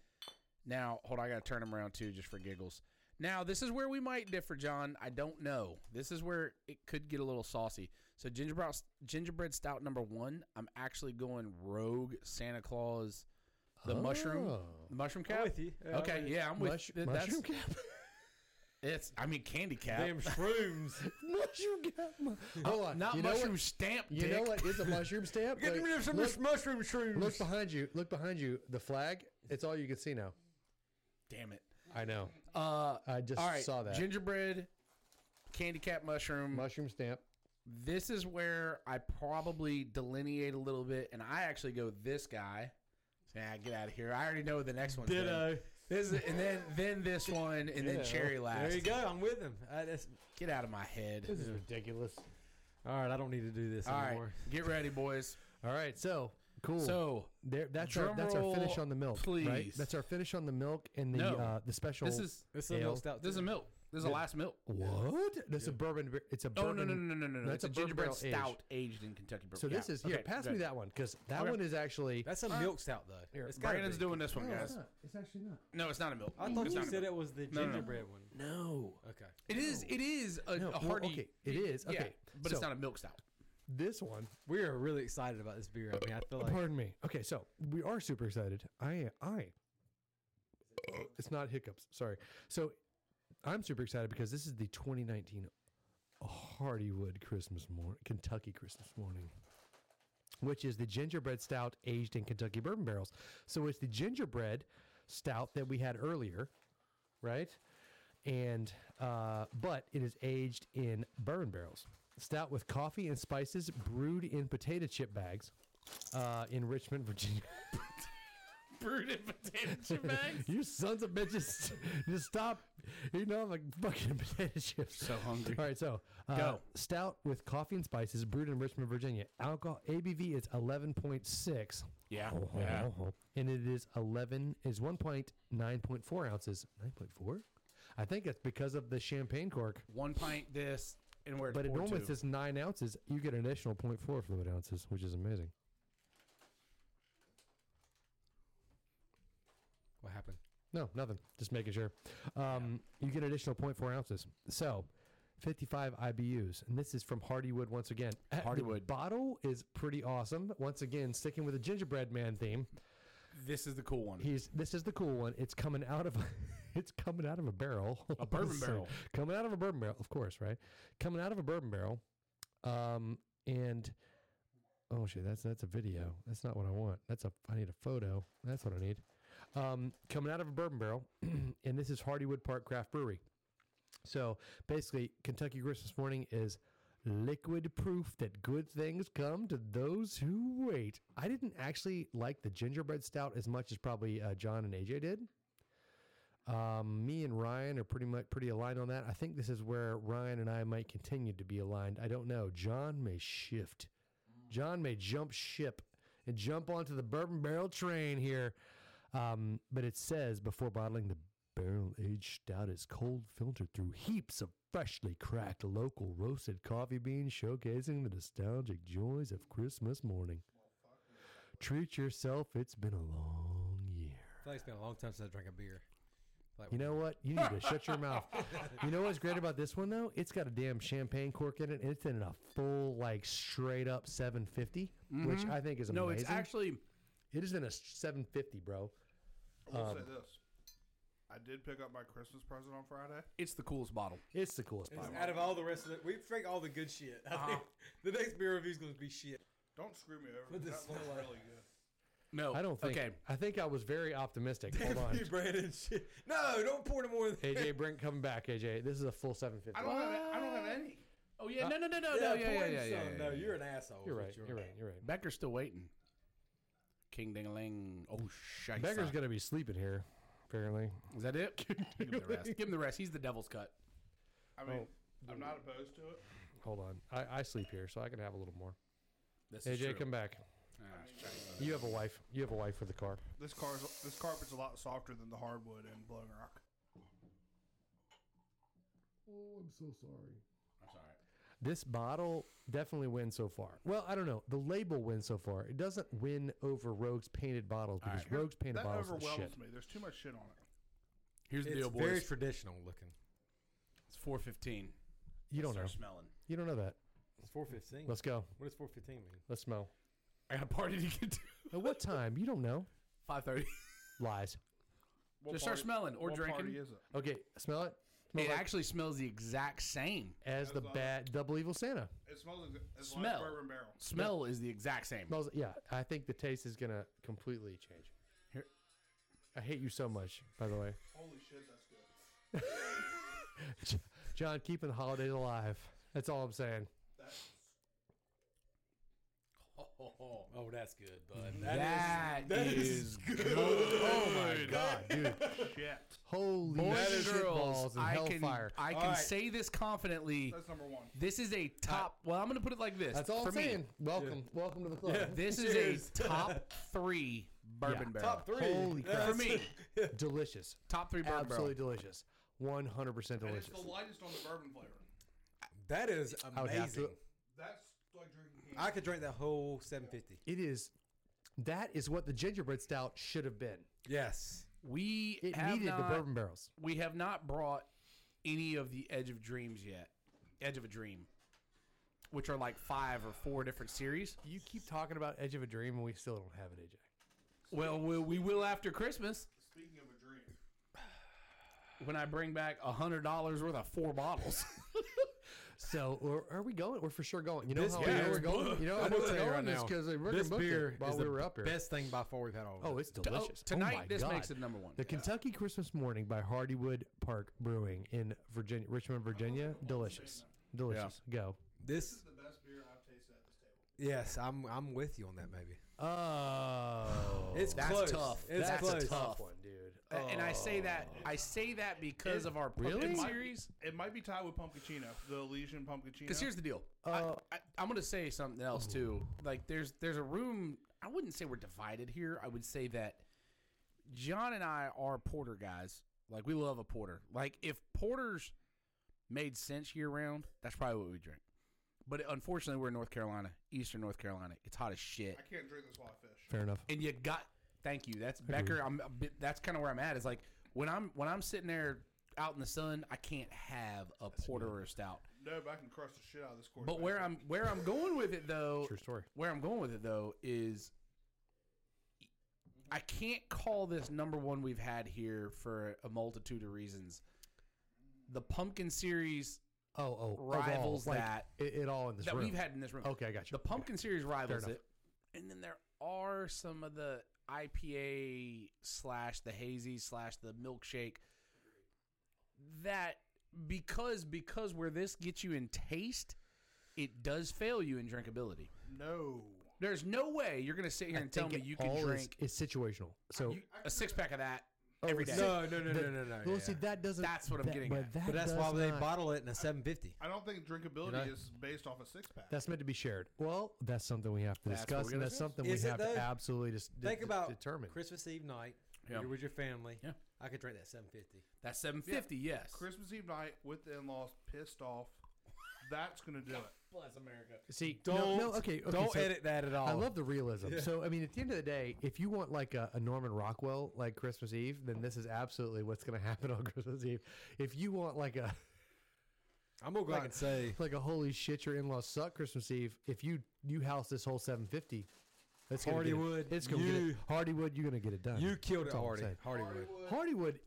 [SPEAKER 5] now hold on, I gotta turn them around too, just for giggles. Now this is where we might differ, John. I don't know. This is where it could get a little saucy. So gingerbread gingerbread stout number one, I'm actually going rogue Santa Claus, the mushroom,
[SPEAKER 2] Oh.
[SPEAKER 5] the mushroom
[SPEAKER 3] I'm
[SPEAKER 5] cap.
[SPEAKER 3] with you. Yeah, I'm
[SPEAKER 5] Okay,
[SPEAKER 3] with you.
[SPEAKER 5] yeah, I'm with
[SPEAKER 2] Mush-
[SPEAKER 5] th-
[SPEAKER 2] mushroom
[SPEAKER 5] that's-
[SPEAKER 2] cap.
[SPEAKER 5] It's I mean candy cap.
[SPEAKER 3] Damn
[SPEAKER 5] (laughs)
[SPEAKER 3] shrooms.
[SPEAKER 2] (laughs) mushroom cap. mu- Hold on.
[SPEAKER 5] Not
[SPEAKER 2] you know
[SPEAKER 5] mushroom
[SPEAKER 2] What,
[SPEAKER 5] stamp.
[SPEAKER 2] you
[SPEAKER 5] dick.
[SPEAKER 2] know what is a mushroom (laughs) stamp?
[SPEAKER 3] Get
[SPEAKER 2] Like,
[SPEAKER 3] rid of some
[SPEAKER 2] look,
[SPEAKER 3] of mushroom shrooms.
[SPEAKER 2] look behind you. Look behind you. The flag. It's all you can see now.
[SPEAKER 5] Damn it.
[SPEAKER 2] I know.
[SPEAKER 5] Uh,
[SPEAKER 2] I just
[SPEAKER 5] all right.
[SPEAKER 2] saw that.
[SPEAKER 5] Gingerbread candy cap mushroom.
[SPEAKER 2] Mushroom stamp.
[SPEAKER 5] this is where I probably delineate a little bit, and I actually go this guy. Nah, get out of here. I already know what the next one's gonna-
[SPEAKER 3] Ditto.
[SPEAKER 5] This is, and then then this one, and then
[SPEAKER 3] Yeah,
[SPEAKER 5] cherry last.
[SPEAKER 3] There you go. I'm with him. I, that's,
[SPEAKER 5] Get out of my head.
[SPEAKER 2] This is ridiculous.
[SPEAKER 3] all right, I don't need to do this
[SPEAKER 5] All right,
[SPEAKER 3] anymore.
[SPEAKER 5] get ready, boys.
[SPEAKER 2] All right, so cool.
[SPEAKER 5] So
[SPEAKER 2] there, that's our,
[SPEAKER 5] drum
[SPEAKER 2] that's our finish
[SPEAKER 5] roll,
[SPEAKER 2] on the milk, right?
[SPEAKER 5] please.
[SPEAKER 2] That's our finish on the milk and the
[SPEAKER 5] No.
[SPEAKER 2] uh, the special.
[SPEAKER 5] this is
[SPEAKER 3] This is
[SPEAKER 2] Ale.
[SPEAKER 3] a milk stout.
[SPEAKER 5] this is a
[SPEAKER 3] too.
[SPEAKER 5] milk. This is the last milk.
[SPEAKER 2] what? This is a bourbon. bir- It's a
[SPEAKER 5] Oh
[SPEAKER 2] bourbon.
[SPEAKER 5] no no no no no no!
[SPEAKER 2] that's
[SPEAKER 5] That's
[SPEAKER 2] a
[SPEAKER 5] a,
[SPEAKER 2] bourbon
[SPEAKER 5] gingerbread
[SPEAKER 2] barrel aged.
[SPEAKER 5] stout aged in Kentucky bourbon.
[SPEAKER 2] So this is here. pass me that one because that
[SPEAKER 5] Okay.
[SPEAKER 2] one is actually.
[SPEAKER 3] That's a milk stout, though. It's gotta
[SPEAKER 5] Brandon's
[SPEAKER 3] be.
[SPEAKER 5] doing this one, guys.
[SPEAKER 2] Oh, It's actually not.
[SPEAKER 5] No, it's not a milk.
[SPEAKER 3] I thought
[SPEAKER 5] It's
[SPEAKER 3] you
[SPEAKER 5] not a
[SPEAKER 3] said
[SPEAKER 5] milk.
[SPEAKER 3] it was the
[SPEAKER 5] No, no, no.
[SPEAKER 3] gingerbread one.
[SPEAKER 5] No,
[SPEAKER 3] Okay.
[SPEAKER 5] it is. It is a,
[SPEAKER 2] No,
[SPEAKER 5] a
[SPEAKER 2] well,
[SPEAKER 5] hearty.
[SPEAKER 2] okay, it is,
[SPEAKER 5] yeah,
[SPEAKER 2] okay.
[SPEAKER 5] but it's
[SPEAKER 2] So-
[SPEAKER 5] not a
[SPEAKER 3] (laughs)
[SPEAKER 5] milk stout.
[SPEAKER 2] This one.
[SPEAKER 3] We are really excited about this beer. I mean, I feel like
[SPEAKER 2] Pardon me. Okay, so we are super excited. I I. It's not hiccups. Sorry. So I'm super excited because this is the 2019 Hardywood Christmas morning, Kentucky Christmas morning, which is the gingerbread stout aged in Kentucky bourbon barrels. So it's the gingerbread stout that we had earlier, right? And uh, but it is aged in bourbon barrels. Stout with coffee and spices, brewed in potato chip bags, uh, in Richmond, Virginia. (laughs)
[SPEAKER 5] Brewed in potato chip bags.
[SPEAKER 2] you sons of bitches, (laughs) just stop. You know I'm like fucking (laughs) potato chips.
[SPEAKER 5] So hungry.
[SPEAKER 2] All right, so uh,
[SPEAKER 5] Go.
[SPEAKER 2] stout with coffee and spices, brewed in Richmond, Virginia. Alcohol ABV is 11.6,
[SPEAKER 5] (laughs) Yeah.
[SPEAKER 2] Oh. Uh-huh. and it is 11 is 1.9.4 ounces. 9.4. I think that's because of the champagne cork.
[SPEAKER 5] One pint this and we're at
[SPEAKER 2] But it normally
[SPEAKER 5] 4.2.
[SPEAKER 2] says nine ounces. You get an additional 0.4 fluid ounces, which is amazing.
[SPEAKER 3] what happened?
[SPEAKER 2] No, nothing. Just making sure. Um, You get an additional 0.4 ounces. So, 55 IBUs. And this is from Hardywood once again. Uh, The
[SPEAKER 5] Hardywood.
[SPEAKER 2] bottle is pretty awesome. Once again, sticking with the gingerbread man theme.
[SPEAKER 5] this is the cool one.
[SPEAKER 2] He's this is the cool one. It's coming out of (laughs) it's coming out of a barrel.
[SPEAKER 5] A bourbon
[SPEAKER 2] So,
[SPEAKER 5] barrel.
[SPEAKER 2] Coming out of a bourbon barrel, of course, right? Coming out of a bourbon barrel. Um and oh shit, that's that's a video. That's not what I want. That's a I need a photo. That's what I need. Um coming out of a bourbon barrel (clears throat) and this is Hardywood Park Craft Brewery. So basically, Kentucky Christmas morning is liquid proof that good things come to those who wait. I didn't actually like the gingerbread stout as much as probably uh, John and AJ did. Um, me and Ryan are pretty much pretty aligned on that. I think this is where Ryan and I might continue to be aligned. I don't know. John may shift. John may jump ship and jump onto the bourbon barrel train here. Um, but it says before bottling, the barrel aged stout is cold filtered through heaps of freshly cracked local roasted coffee beans, showcasing the nostalgic joys of Christmas morning. Treat yourself. It's been a long year.
[SPEAKER 3] I feel like it's been a long time since I drank a beer. Like,
[SPEAKER 2] You know what? You need to shut your mouth. You know what's great about this one though? It's got a damn champagne cork in it. and It's in a full, like straight up 750, which I think is amazing.
[SPEAKER 5] no, it's actually
[SPEAKER 2] it is in a 750, bro.
[SPEAKER 4] I
[SPEAKER 2] Um,
[SPEAKER 4] will say this. I did pick up my Christmas present on Friday.
[SPEAKER 5] it's the coolest bottle.
[SPEAKER 2] It's the coolest bottle.
[SPEAKER 3] out of all the rest of it, we drank all the good shit. I think the next beer review is going to be shit.
[SPEAKER 4] Don't screw me over.
[SPEAKER 3] What
[SPEAKER 4] That
[SPEAKER 3] does
[SPEAKER 4] looks
[SPEAKER 3] it smell like?
[SPEAKER 4] really good.
[SPEAKER 5] No,
[SPEAKER 2] I don't think.
[SPEAKER 5] Okay,
[SPEAKER 2] I think I was very optimistic.
[SPEAKER 3] (laughs)
[SPEAKER 2] Hold on.
[SPEAKER 3] Brandon shit. No, don't pour no more. Than (laughs)
[SPEAKER 2] AJ Brink coming back. AJ, this is a full 750.
[SPEAKER 4] I don't have. I don't have any.
[SPEAKER 5] Oh yeah, no, no, no, no, no, yeah, yeah,
[SPEAKER 3] pour him
[SPEAKER 5] yeah, yeah,
[SPEAKER 3] some.
[SPEAKER 5] yeah,
[SPEAKER 3] No,
[SPEAKER 5] yeah.
[SPEAKER 3] you're an asshole.
[SPEAKER 2] You're
[SPEAKER 3] is what
[SPEAKER 2] right. You're right. You're right.
[SPEAKER 5] Becker's still waiting. King ding a ling. Oh shit.
[SPEAKER 2] Becker's gonna be sleeping here, apparently.
[SPEAKER 5] Is
[SPEAKER 2] (laughs)
[SPEAKER 5] that it? Give him the rest. Give him the rest. He's the devil's cut.
[SPEAKER 4] I mean, I'm not opposed to it.
[SPEAKER 2] Hold on. I, I sleep here, so I can have a little more.
[SPEAKER 5] This
[SPEAKER 2] AJ, come back.
[SPEAKER 3] Ah,
[SPEAKER 2] You have a wife. You have a wife with a car.
[SPEAKER 4] This car's this carpet's a lot softer than the hardwood and blowing rock.
[SPEAKER 2] This bottle definitely wins so far. Well, I don't know. The label wins so far. It doesn't win over Rogue's painted bottles because
[SPEAKER 5] right.
[SPEAKER 2] Rogue's painted
[SPEAKER 4] That
[SPEAKER 2] bottles are
[SPEAKER 4] overwhelms
[SPEAKER 2] shit.
[SPEAKER 4] me. There's too much shit on it.
[SPEAKER 5] Here's the
[SPEAKER 3] It's
[SPEAKER 5] deal, boys.
[SPEAKER 3] very traditional looking.
[SPEAKER 5] it's four fifteen.
[SPEAKER 2] You don't know.
[SPEAKER 5] Smelling.
[SPEAKER 2] You don't know that.
[SPEAKER 3] It's 415.
[SPEAKER 2] Let's go.
[SPEAKER 3] What does 415 mean?
[SPEAKER 2] Let's smell.
[SPEAKER 5] I got a party to get to. (laughs)
[SPEAKER 2] At what time? You don't know.
[SPEAKER 5] Five thirty.
[SPEAKER 2] Lies.
[SPEAKER 4] What
[SPEAKER 5] Just start
[SPEAKER 4] party-
[SPEAKER 5] smelling or
[SPEAKER 4] what
[SPEAKER 5] drinking.
[SPEAKER 4] Party is it?
[SPEAKER 2] Okay, smell it. Smell
[SPEAKER 5] It
[SPEAKER 2] like-
[SPEAKER 5] actually smells the exact same.
[SPEAKER 2] as the
[SPEAKER 4] As, uh,
[SPEAKER 2] bad double evil Santa.
[SPEAKER 4] It smells like it's
[SPEAKER 5] Smell.
[SPEAKER 4] like bourbon barrel.
[SPEAKER 5] Smell is the exact same.
[SPEAKER 2] Smells. Yeah, I think the taste is gonna completely change.
[SPEAKER 5] Here-
[SPEAKER 2] I hate you so much. By the way, (laughs)
[SPEAKER 4] Holy shit, that's good.
[SPEAKER 2] John, keeping the holidays alive. That's all I'm saying.
[SPEAKER 5] Oh, that's good, bud.
[SPEAKER 3] That
[SPEAKER 2] (laughs)
[SPEAKER 3] is
[SPEAKER 5] good. Oh my
[SPEAKER 2] God,
[SPEAKER 5] (laughs)
[SPEAKER 2] dude.
[SPEAKER 4] Shit.
[SPEAKER 2] Holy
[SPEAKER 5] Boys
[SPEAKER 2] shit
[SPEAKER 5] and girls,
[SPEAKER 2] balls and
[SPEAKER 5] I
[SPEAKER 2] hellfire.
[SPEAKER 5] can I
[SPEAKER 3] All
[SPEAKER 5] can
[SPEAKER 3] right.
[SPEAKER 5] say this confidently.
[SPEAKER 4] That's number one.
[SPEAKER 5] This is a top. Well, I'm gonna put it like this.
[SPEAKER 2] That's all
[SPEAKER 5] for
[SPEAKER 2] I'm
[SPEAKER 5] me.
[SPEAKER 2] saying. Welcome. Welcome to the club.
[SPEAKER 5] This
[SPEAKER 2] (laughs)
[SPEAKER 5] is
[SPEAKER 3] Cheers.
[SPEAKER 5] a top three bourbon barrel.
[SPEAKER 3] Top three.
[SPEAKER 2] Holy crap.
[SPEAKER 3] (laughs)
[SPEAKER 5] For me,
[SPEAKER 2] Delicious.
[SPEAKER 5] top three bourbon
[SPEAKER 2] Absolutely
[SPEAKER 5] barrel.
[SPEAKER 2] delicious. 100%
[SPEAKER 4] And it's
[SPEAKER 2] delicious.
[SPEAKER 4] the lightest on the bourbon flavor.
[SPEAKER 3] That is
[SPEAKER 2] I would have to-
[SPEAKER 3] amazing.
[SPEAKER 4] That's like drinking.
[SPEAKER 3] I could drink that whole 750.
[SPEAKER 2] It is. That is what the gingerbread stout should have been.
[SPEAKER 3] Yes.
[SPEAKER 5] We
[SPEAKER 2] It
[SPEAKER 5] have
[SPEAKER 2] needed
[SPEAKER 5] not,
[SPEAKER 2] the bourbon barrels.
[SPEAKER 5] We have not brought any of the Edge of Dreams yet. Edge of a Dream, which are like five or four different series.
[SPEAKER 2] You keep talking about Edge of a Dream, and we still don't have it, AJ.
[SPEAKER 5] Well, we, we will after Christmas
[SPEAKER 4] Speaking of a dream,
[SPEAKER 5] when I bring back a hundred dollars worth of four bottles. (laughs)
[SPEAKER 2] So are- are we going? We're for sure going. You know
[SPEAKER 3] This
[SPEAKER 2] how
[SPEAKER 3] beer
[SPEAKER 2] I know we're
[SPEAKER 3] is
[SPEAKER 2] going. You know
[SPEAKER 3] I'm
[SPEAKER 2] how
[SPEAKER 3] gonna
[SPEAKER 2] we're
[SPEAKER 3] tell you
[SPEAKER 2] going
[SPEAKER 3] right
[SPEAKER 2] is
[SPEAKER 3] now,
[SPEAKER 2] because they
[SPEAKER 3] This
[SPEAKER 2] booked
[SPEAKER 3] beer
[SPEAKER 2] it while
[SPEAKER 3] is
[SPEAKER 2] we
[SPEAKER 3] the
[SPEAKER 2] were up here.
[SPEAKER 3] best thing by far we've had all.
[SPEAKER 2] Oh, it's delicious. Oh
[SPEAKER 5] tonight,
[SPEAKER 2] my
[SPEAKER 5] this
[SPEAKER 2] God.
[SPEAKER 5] makes it number one.
[SPEAKER 2] The Kentucky Christmas Morning by Hardywood Park Brewing in Virginia, Richmond, Virginia. Delicious. Delicious. Go.
[SPEAKER 3] this.
[SPEAKER 4] the best beer I've tasted at this table.
[SPEAKER 3] Yes, I'm. I'm with you on that. Maybe
[SPEAKER 2] Oh.
[SPEAKER 3] it's
[SPEAKER 5] That's
[SPEAKER 3] close.
[SPEAKER 5] tough.
[SPEAKER 3] It's
[SPEAKER 5] That's a
[SPEAKER 3] close.
[SPEAKER 5] tough. Oh.
[SPEAKER 2] one, dude.
[SPEAKER 5] A- And I say that I say that because of our pumpkin
[SPEAKER 2] Really?
[SPEAKER 5] series.
[SPEAKER 4] It might be tied with Pumpkachino, the Elysian Pumpkachino.
[SPEAKER 5] Because here's the deal.
[SPEAKER 2] Uh,
[SPEAKER 5] I, I, I'm gonna say something else too. Like there's there's a room. I wouldn't say we're divided here. I would say that John and I are porter guys. Like we love a porter. Like if porters made sense year round, that's probably what we drink. But unfortunately, we're in North Carolina, Eastern North Carolina. It's hot as shit
[SPEAKER 4] I can't drink this while I fish.
[SPEAKER 2] Fair enough.
[SPEAKER 5] and you got thank you that's becker i'm a bit, that's kind of where i'm at is like when i'm when i'm sitting there out in the sun i can't have a porter or a stout
[SPEAKER 4] No, but I can crush the shit out of this quarterback.
[SPEAKER 5] but where i'm where i'm going with it though
[SPEAKER 2] True story.
[SPEAKER 5] where i'm going with it though is i can't call this number one we've had here for a multitude of reasons the pumpkin series
[SPEAKER 2] Oh, oh. of all,
[SPEAKER 5] Rivals
[SPEAKER 2] like,
[SPEAKER 5] that-
[SPEAKER 2] It, it all in this
[SPEAKER 5] that
[SPEAKER 2] room.
[SPEAKER 5] we've had in this room
[SPEAKER 2] okay, I got you.
[SPEAKER 5] the pumpkin series rivals
[SPEAKER 2] enough.
[SPEAKER 5] it, and then there are some of the IPA slash the hazy slash the milkshake that because because where this gets you in taste, it does fail you in drinkability.
[SPEAKER 4] No.
[SPEAKER 5] There's no way you're gonna sit here and tell me you can drink
[SPEAKER 2] It's situational. So
[SPEAKER 5] you- a six pack of that
[SPEAKER 2] Oh,
[SPEAKER 5] every
[SPEAKER 2] it's
[SPEAKER 5] day.
[SPEAKER 2] not-
[SPEAKER 3] No, no, no,
[SPEAKER 2] that-
[SPEAKER 3] no, no, no.
[SPEAKER 2] well,
[SPEAKER 3] yeah.
[SPEAKER 2] see, that doesn't.
[SPEAKER 5] That's what I'm
[SPEAKER 2] that-
[SPEAKER 5] getting
[SPEAKER 2] But,
[SPEAKER 5] at.
[SPEAKER 2] that
[SPEAKER 3] but that's
[SPEAKER 2] does
[SPEAKER 3] why they
[SPEAKER 2] not-
[SPEAKER 3] bottle it in a 750.
[SPEAKER 4] I don't think drinkability
[SPEAKER 2] Did I-
[SPEAKER 4] is based off a six pack.
[SPEAKER 2] That's meant to be shared. Well, that's something we have to
[SPEAKER 5] That's what
[SPEAKER 2] discuss, and
[SPEAKER 5] we're gonna
[SPEAKER 2] that's
[SPEAKER 5] discuss.
[SPEAKER 2] something we
[SPEAKER 3] Is it
[SPEAKER 2] have
[SPEAKER 3] though?
[SPEAKER 2] to absolutely just de-
[SPEAKER 3] Think
[SPEAKER 2] de-
[SPEAKER 3] about
[SPEAKER 2] determine.
[SPEAKER 3] Christmas Eve night.
[SPEAKER 5] Yeah.
[SPEAKER 3] You're with your family.
[SPEAKER 5] Yeah.
[SPEAKER 3] I could drink that 750.
[SPEAKER 5] That's seven fifty, yes.
[SPEAKER 4] Christmas Eve night with the in laws pissed off. That's going to do it.
[SPEAKER 5] Bless America.
[SPEAKER 2] See,
[SPEAKER 3] Don't
[SPEAKER 2] no, okay, okay,
[SPEAKER 3] don't
[SPEAKER 2] so
[SPEAKER 3] edit that at all.
[SPEAKER 2] I love the realism. So, I mean, at the end of the day, if you want like a, a Norman Rockwell like Christmas Eve, then this is absolutely what's going to happen on (laughs) Christmas Eve. If you want like a
[SPEAKER 3] I'm gonna go
[SPEAKER 2] Like-
[SPEAKER 3] back and say
[SPEAKER 2] like a holy shit, your in laws suck Christmas Eve. If you you house this whole seven fifty, it's gonna get it-
[SPEAKER 3] Hardywood,
[SPEAKER 2] It's gonna get it.
[SPEAKER 3] you-
[SPEAKER 2] Hardywood, you're gonna get it done.
[SPEAKER 3] you killed it,
[SPEAKER 2] That's all I'm
[SPEAKER 3] Hardy.
[SPEAKER 2] saying.
[SPEAKER 3] Hardywood.
[SPEAKER 2] Hardywood.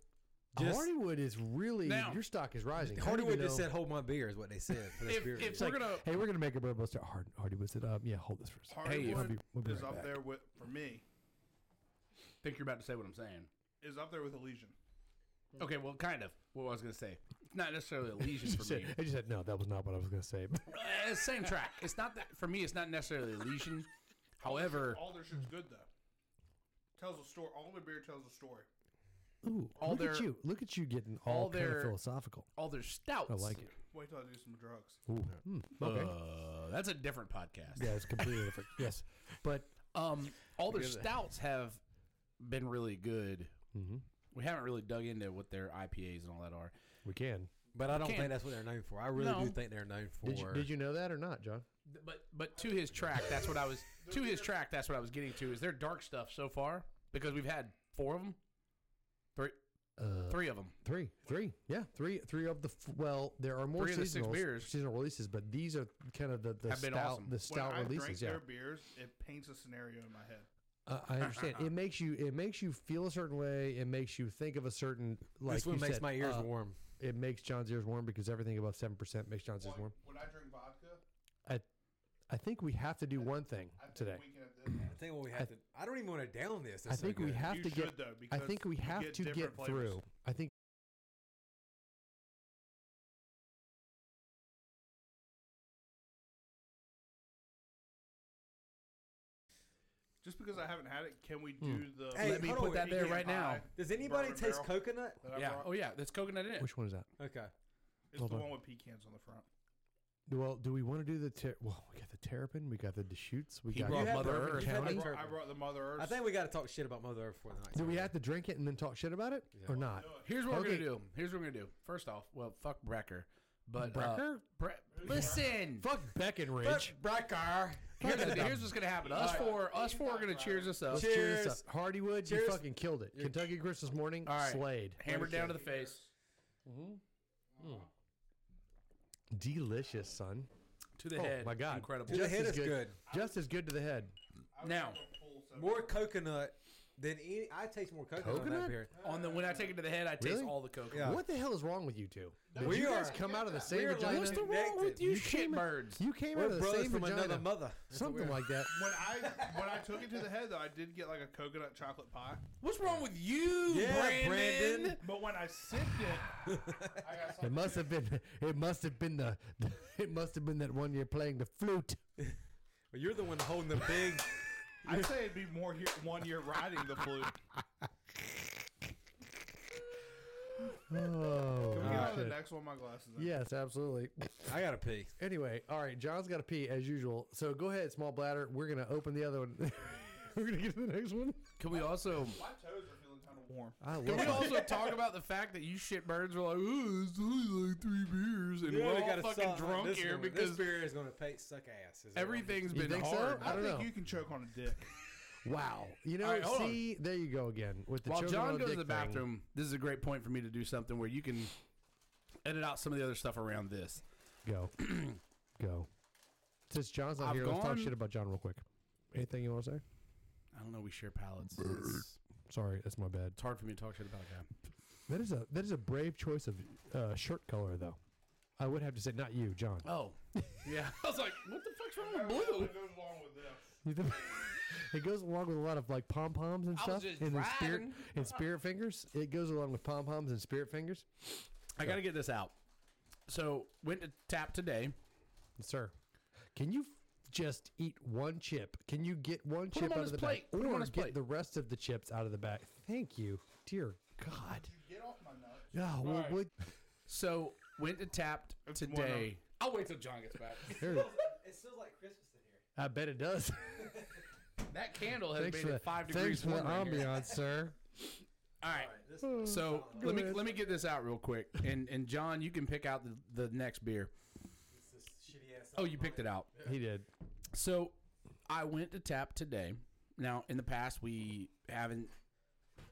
[SPEAKER 3] Just-
[SPEAKER 2] Hardywood is really
[SPEAKER 5] Now-
[SPEAKER 2] your stock is rising. I don't even
[SPEAKER 3] Hardywood just
[SPEAKER 2] know-
[SPEAKER 3] said, "Hold my beer," is what they said for this
[SPEAKER 5] If,
[SPEAKER 3] beer.
[SPEAKER 5] if
[SPEAKER 2] It's
[SPEAKER 5] we're
[SPEAKER 2] like,
[SPEAKER 5] gonna
[SPEAKER 2] hey, we're gonna make a bourbon stout. Hard, Hardywood said, um, yeah, hold this for a second.
[SPEAKER 5] Hey, if-
[SPEAKER 4] Hardwood
[SPEAKER 2] we'll be
[SPEAKER 4] is
[SPEAKER 2] right
[SPEAKER 4] up
[SPEAKER 2] back.
[SPEAKER 4] there with, for me,
[SPEAKER 5] think you're about to say what I'm saying.
[SPEAKER 4] is up there with Elysian.
[SPEAKER 5] Okay, well kind of what I was gonna say. It's not necessarily a
[SPEAKER 2] (laughs)
[SPEAKER 5] lesion
[SPEAKER 2] She
[SPEAKER 5] for
[SPEAKER 2] said,
[SPEAKER 5] me.
[SPEAKER 2] I just said, no, that was not what I was gonna say.
[SPEAKER 5] Uh, same track. It's not that for me. It's not necessarily a lesion. However,
[SPEAKER 4] All their shit's good, though. Tells a story. All their beer tells a story.
[SPEAKER 2] Ooh,
[SPEAKER 5] All
[SPEAKER 2] look at
[SPEAKER 5] their-
[SPEAKER 2] you, look at you getting
[SPEAKER 5] all
[SPEAKER 2] all, kind
[SPEAKER 5] their-
[SPEAKER 2] of philosophical.
[SPEAKER 5] all their stouts.
[SPEAKER 2] I like it.
[SPEAKER 4] Wait till I do some drugs.
[SPEAKER 2] Ooh, hmm, okay,
[SPEAKER 5] Uh, that's a different podcast.
[SPEAKER 2] yeah, it's completely different. Yes, but
[SPEAKER 5] Um, all their stouts have been really good.
[SPEAKER 3] Mm-hmm.
[SPEAKER 2] Mhm.
[SPEAKER 5] We haven't really dug into what their IPAs and all that are.
[SPEAKER 2] we can.
[SPEAKER 3] but I don't
[SPEAKER 5] can't-
[SPEAKER 3] think that's what they're known for. I really
[SPEAKER 5] No.
[SPEAKER 3] do think they're known for.
[SPEAKER 2] Did you, did you know that or not, John?
[SPEAKER 5] But but to his track, that's what I was to his track. That's what I was getting to. Is their dark stuff so far? Because we've had four of them, three
[SPEAKER 2] Uh,
[SPEAKER 5] three of them.
[SPEAKER 2] Three, three, yeah, three, three of the. F- well, there are more
[SPEAKER 5] Three of the six
[SPEAKER 2] seasonals-
[SPEAKER 5] beers.
[SPEAKER 2] seasonal releases, but these are kind of the the
[SPEAKER 5] Have been
[SPEAKER 2] stout,
[SPEAKER 5] awesome.
[SPEAKER 2] the stout
[SPEAKER 4] when I drink
[SPEAKER 2] releases. Yeah,
[SPEAKER 4] their beers, it paints a scenario in my head.
[SPEAKER 2] uh, I understand. it makes you, it makes you feel a certain way. It makes you think of a certain like.
[SPEAKER 3] this one
[SPEAKER 2] you
[SPEAKER 3] makes
[SPEAKER 2] said,
[SPEAKER 3] my ears
[SPEAKER 2] uh,
[SPEAKER 3] warm.
[SPEAKER 2] It makes John's ears warm because everything above seven percent makes John's ears
[SPEAKER 4] Like,
[SPEAKER 2] warm.
[SPEAKER 4] when I drink vodka,
[SPEAKER 2] I think we have to do one thing
[SPEAKER 4] I've been
[SPEAKER 2] today.
[SPEAKER 4] winking at this.
[SPEAKER 3] I think what we have to. I don't even want to down this.
[SPEAKER 2] I
[SPEAKER 3] It's so
[SPEAKER 2] think we
[SPEAKER 3] good.
[SPEAKER 2] have
[SPEAKER 4] You
[SPEAKER 2] to
[SPEAKER 4] should,
[SPEAKER 2] get.
[SPEAKER 4] though,
[SPEAKER 2] I
[SPEAKER 4] because
[SPEAKER 2] think we
[SPEAKER 4] you
[SPEAKER 2] have
[SPEAKER 4] get
[SPEAKER 2] to
[SPEAKER 4] different
[SPEAKER 2] get
[SPEAKER 4] flavors.
[SPEAKER 2] through. I think
[SPEAKER 4] Just because I haven't had it, can we do
[SPEAKER 2] Hmm.
[SPEAKER 4] the?
[SPEAKER 3] Hey,
[SPEAKER 5] Let me
[SPEAKER 3] hold
[SPEAKER 5] put
[SPEAKER 3] on,
[SPEAKER 5] that there
[SPEAKER 4] pecan
[SPEAKER 5] right now.
[SPEAKER 4] pie
[SPEAKER 3] Does anybody
[SPEAKER 4] Bourbon
[SPEAKER 3] taste
[SPEAKER 4] barrel.
[SPEAKER 3] coconut?
[SPEAKER 4] that I
[SPEAKER 5] Yeah.
[SPEAKER 4] brought?
[SPEAKER 5] Oh yeah, that's coconut in it.
[SPEAKER 2] Which one is that?
[SPEAKER 3] Okay.
[SPEAKER 4] It's
[SPEAKER 2] Hold
[SPEAKER 4] the
[SPEAKER 2] on.
[SPEAKER 4] one with pecans on the front.
[SPEAKER 2] Well, do we want to do the ter- well? We got the Terrapin, we got the Deschutes, we
[SPEAKER 5] He
[SPEAKER 2] got
[SPEAKER 5] brought
[SPEAKER 2] the
[SPEAKER 5] Mother Earth.
[SPEAKER 4] I
[SPEAKER 3] Hey,
[SPEAKER 2] County.
[SPEAKER 4] brought, I
[SPEAKER 3] Turpin.
[SPEAKER 4] brought the Mother Earth.
[SPEAKER 3] I think we got to talk shit about Mother Earth for the night.
[SPEAKER 2] Do we have to drink it and then talk shit about it, or not?
[SPEAKER 5] Here's what we're
[SPEAKER 2] Okay.
[SPEAKER 5] gonna do. Here's what we're gonna do. First off, well, fuck Brecker, but uh,
[SPEAKER 2] Brecker?
[SPEAKER 5] Bre- listen,
[SPEAKER 2] Fuck Beckenridge.
[SPEAKER 3] Brecker.
[SPEAKER 5] Here's, the- here's what's gonna happen. Us four, us four are gonna cheers us up.
[SPEAKER 2] Let's cheer this up. Hardywood, you
[SPEAKER 3] Cheers.
[SPEAKER 2] fucking killed it. Kentucky Christmas morning,
[SPEAKER 5] All right.
[SPEAKER 2] slayed.
[SPEAKER 5] Hammered down to the face.
[SPEAKER 2] Delicious, son.
[SPEAKER 5] To the
[SPEAKER 2] Oh,
[SPEAKER 5] head.
[SPEAKER 2] my God.
[SPEAKER 5] Incredible.
[SPEAKER 3] To the
[SPEAKER 2] Just
[SPEAKER 3] head
[SPEAKER 2] as
[SPEAKER 3] is good.
[SPEAKER 2] Just as good to the head.
[SPEAKER 5] Now,
[SPEAKER 3] More coconut than any. I taste more coconut, on that
[SPEAKER 2] Coconut?
[SPEAKER 3] beer.
[SPEAKER 5] on the when I take it to the head, I taste
[SPEAKER 2] Really?
[SPEAKER 5] all the coconut.
[SPEAKER 3] Yeah.
[SPEAKER 2] What the hell is wrong with you two? Did
[SPEAKER 3] We
[SPEAKER 2] you guys
[SPEAKER 3] are-
[SPEAKER 2] come out of the
[SPEAKER 3] we
[SPEAKER 2] same
[SPEAKER 3] are like-
[SPEAKER 2] vagina?
[SPEAKER 5] What's the
[SPEAKER 3] Connected.
[SPEAKER 5] wrong with you,
[SPEAKER 2] You
[SPEAKER 5] shit
[SPEAKER 2] came-
[SPEAKER 5] birds?
[SPEAKER 2] You came out
[SPEAKER 3] We're
[SPEAKER 2] of the
[SPEAKER 3] brothers
[SPEAKER 2] same
[SPEAKER 3] from
[SPEAKER 2] vagina.
[SPEAKER 3] another mother. That's what we
[SPEAKER 2] Something
[SPEAKER 3] are.
[SPEAKER 2] like that.
[SPEAKER 4] when I when I took it to the head though, I did get like a coconut chocolate pie.
[SPEAKER 5] What's wrong with you,
[SPEAKER 3] Yeah,
[SPEAKER 5] Brandon?
[SPEAKER 3] Brandon.
[SPEAKER 4] But when I sipped it, I got
[SPEAKER 2] (laughs) It
[SPEAKER 4] something.
[SPEAKER 2] must have been. It must have been the. (laughs) It must have been that one you're playing the flute.
[SPEAKER 3] Well, you're the one holding the big.
[SPEAKER 4] I'd say it'd be more year, one year riding
[SPEAKER 2] (laughs)
[SPEAKER 4] the flute.
[SPEAKER 2] Oh,
[SPEAKER 4] Can we get on to the
[SPEAKER 2] shit.
[SPEAKER 4] next one? My glasses. are-
[SPEAKER 2] yes, absolutely.
[SPEAKER 3] I gotta pee.
[SPEAKER 2] Anyway, all right. John's got to pee as usual. So go ahead, small bladder. We're gonna open the other one. (laughs) We're gonna get to the next one.
[SPEAKER 5] Can we also
[SPEAKER 4] My toes are feeling kind of warm.
[SPEAKER 2] I
[SPEAKER 5] can
[SPEAKER 2] love
[SPEAKER 5] we
[SPEAKER 2] it.
[SPEAKER 5] also talk about the fact that you shit birds were like, oh, it's only like three beers, and
[SPEAKER 3] Yeah,
[SPEAKER 5] we're
[SPEAKER 3] we
[SPEAKER 5] all
[SPEAKER 3] gotta
[SPEAKER 5] fucking
[SPEAKER 3] suck-
[SPEAKER 5] drunk
[SPEAKER 3] this
[SPEAKER 5] here
[SPEAKER 3] one- this
[SPEAKER 5] because
[SPEAKER 3] beer is gonna pay, suck ass. is what I'm-
[SPEAKER 5] everything's
[SPEAKER 2] You
[SPEAKER 5] been
[SPEAKER 2] think so?
[SPEAKER 5] hard.
[SPEAKER 4] I,
[SPEAKER 2] I don't
[SPEAKER 4] think
[SPEAKER 2] know.
[SPEAKER 4] you can choke on
[SPEAKER 2] (laughs)
[SPEAKER 4] a dick.
[SPEAKER 2] Wow. You know,
[SPEAKER 5] All right, hold on.
[SPEAKER 2] see, there you go again with the
[SPEAKER 5] While
[SPEAKER 2] choking on
[SPEAKER 5] John
[SPEAKER 2] a
[SPEAKER 5] goes to
[SPEAKER 2] dick
[SPEAKER 5] the
[SPEAKER 2] thing.
[SPEAKER 5] bathroom, this is a great point for me to do something where you can edit out some of the other stuff around this. (clears throat)
[SPEAKER 2] Go, go. Since John's not
[SPEAKER 5] I've
[SPEAKER 2] here, let's talk
[SPEAKER 5] gone-
[SPEAKER 2] shit about John real quick. Anything you want to say?
[SPEAKER 5] I don't know. We share palates. It's,
[SPEAKER 2] Sorry, that's my bad.
[SPEAKER 5] it's hard for me to talk shit about a guy.
[SPEAKER 2] That is a that is a brave choice of uh, shirt color, though. I would have to say, not you, John.
[SPEAKER 5] Oh, yeah. (laughs) I was like, what the fuck's wrong with blue?
[SPEAKER 4] It goes along with this.
[SPEAKER 2] You think- (laughs) it goes along with a lot of like pom poms and
[SPEAKER 5] I was
[SPEAKER 2] stuff,
[SPEAKER 5] just
[SPEAKER 2] and then spirit
[SPEAKER 5] riding.
[SPEAKER 2] and spirit fingers. It goes along with pom poms and spirit fingers.
[SPEAKER 5] I got to get this out. So went to tap today.
[SPEAKER 2] Sir, can you f- just eat one chip? Can you get one
[SPEAKER 5] him
[SPEAKER 2] chip
[SPEAKER 5] on
[SPEAKER 2] out
[SPEAKER 5] his
[SPEAKER 2] of the
[SPEAKER 5] plate.
[SPEAKER 2] bag,
[SPEAKER 5] Put him on
[SPEAKER 2] or
[SPEAKER 5] his
[SPEAKER 2] get
[SPEAKER 5] plate.
[SPEAKER 2] the rest of the chips out of the bag? Thank you, dear God. Oh,
[SPEAKER 4] Get off my nuts.
[SPEAKER 2] Yeah, well,
[SPEAKER 5] right.
[SPEAKER 2] well,
[SPEAKER 5] So went to tapped
[SPEAKER 4] It's one
[SPEAKER 5] today. I'll wait till John gets (laughs) back.
[SPEAKER 2] there-
[SPEAKER 3] It smells like Christmas in here.
[SPEAKER 2] I bet it does.
[SPEAKER 5] that candle has
[SPEAKER 2] thanks
[SPEAKER 5] made
[SPEAKER 2] for
[SPEAKER 5] it five
[SPEAKER 2] the, thanks
[SPEAKER 5] degrees
[SPEAKER 2] for the
[SPEAKER 5] warmer. in here.
[SPEAKER 2] ambiance, sir.
[SPEAKER 5] All right.
[SPEAKER 3] This
[SPEAKER 5] (laughs) So let me
[SPEAKER 2] ahead.
[SPEAKER 5] let me get this out real quick, and and John, you can pick out the, the next beer.
[SPEAKER 3] this shitty ass.
[SPEAKER 5] Oh, you picked it out.
[SPEAKER 2] He did.
[SPEAKER 5] So I went to tap today. Now in the past we haven't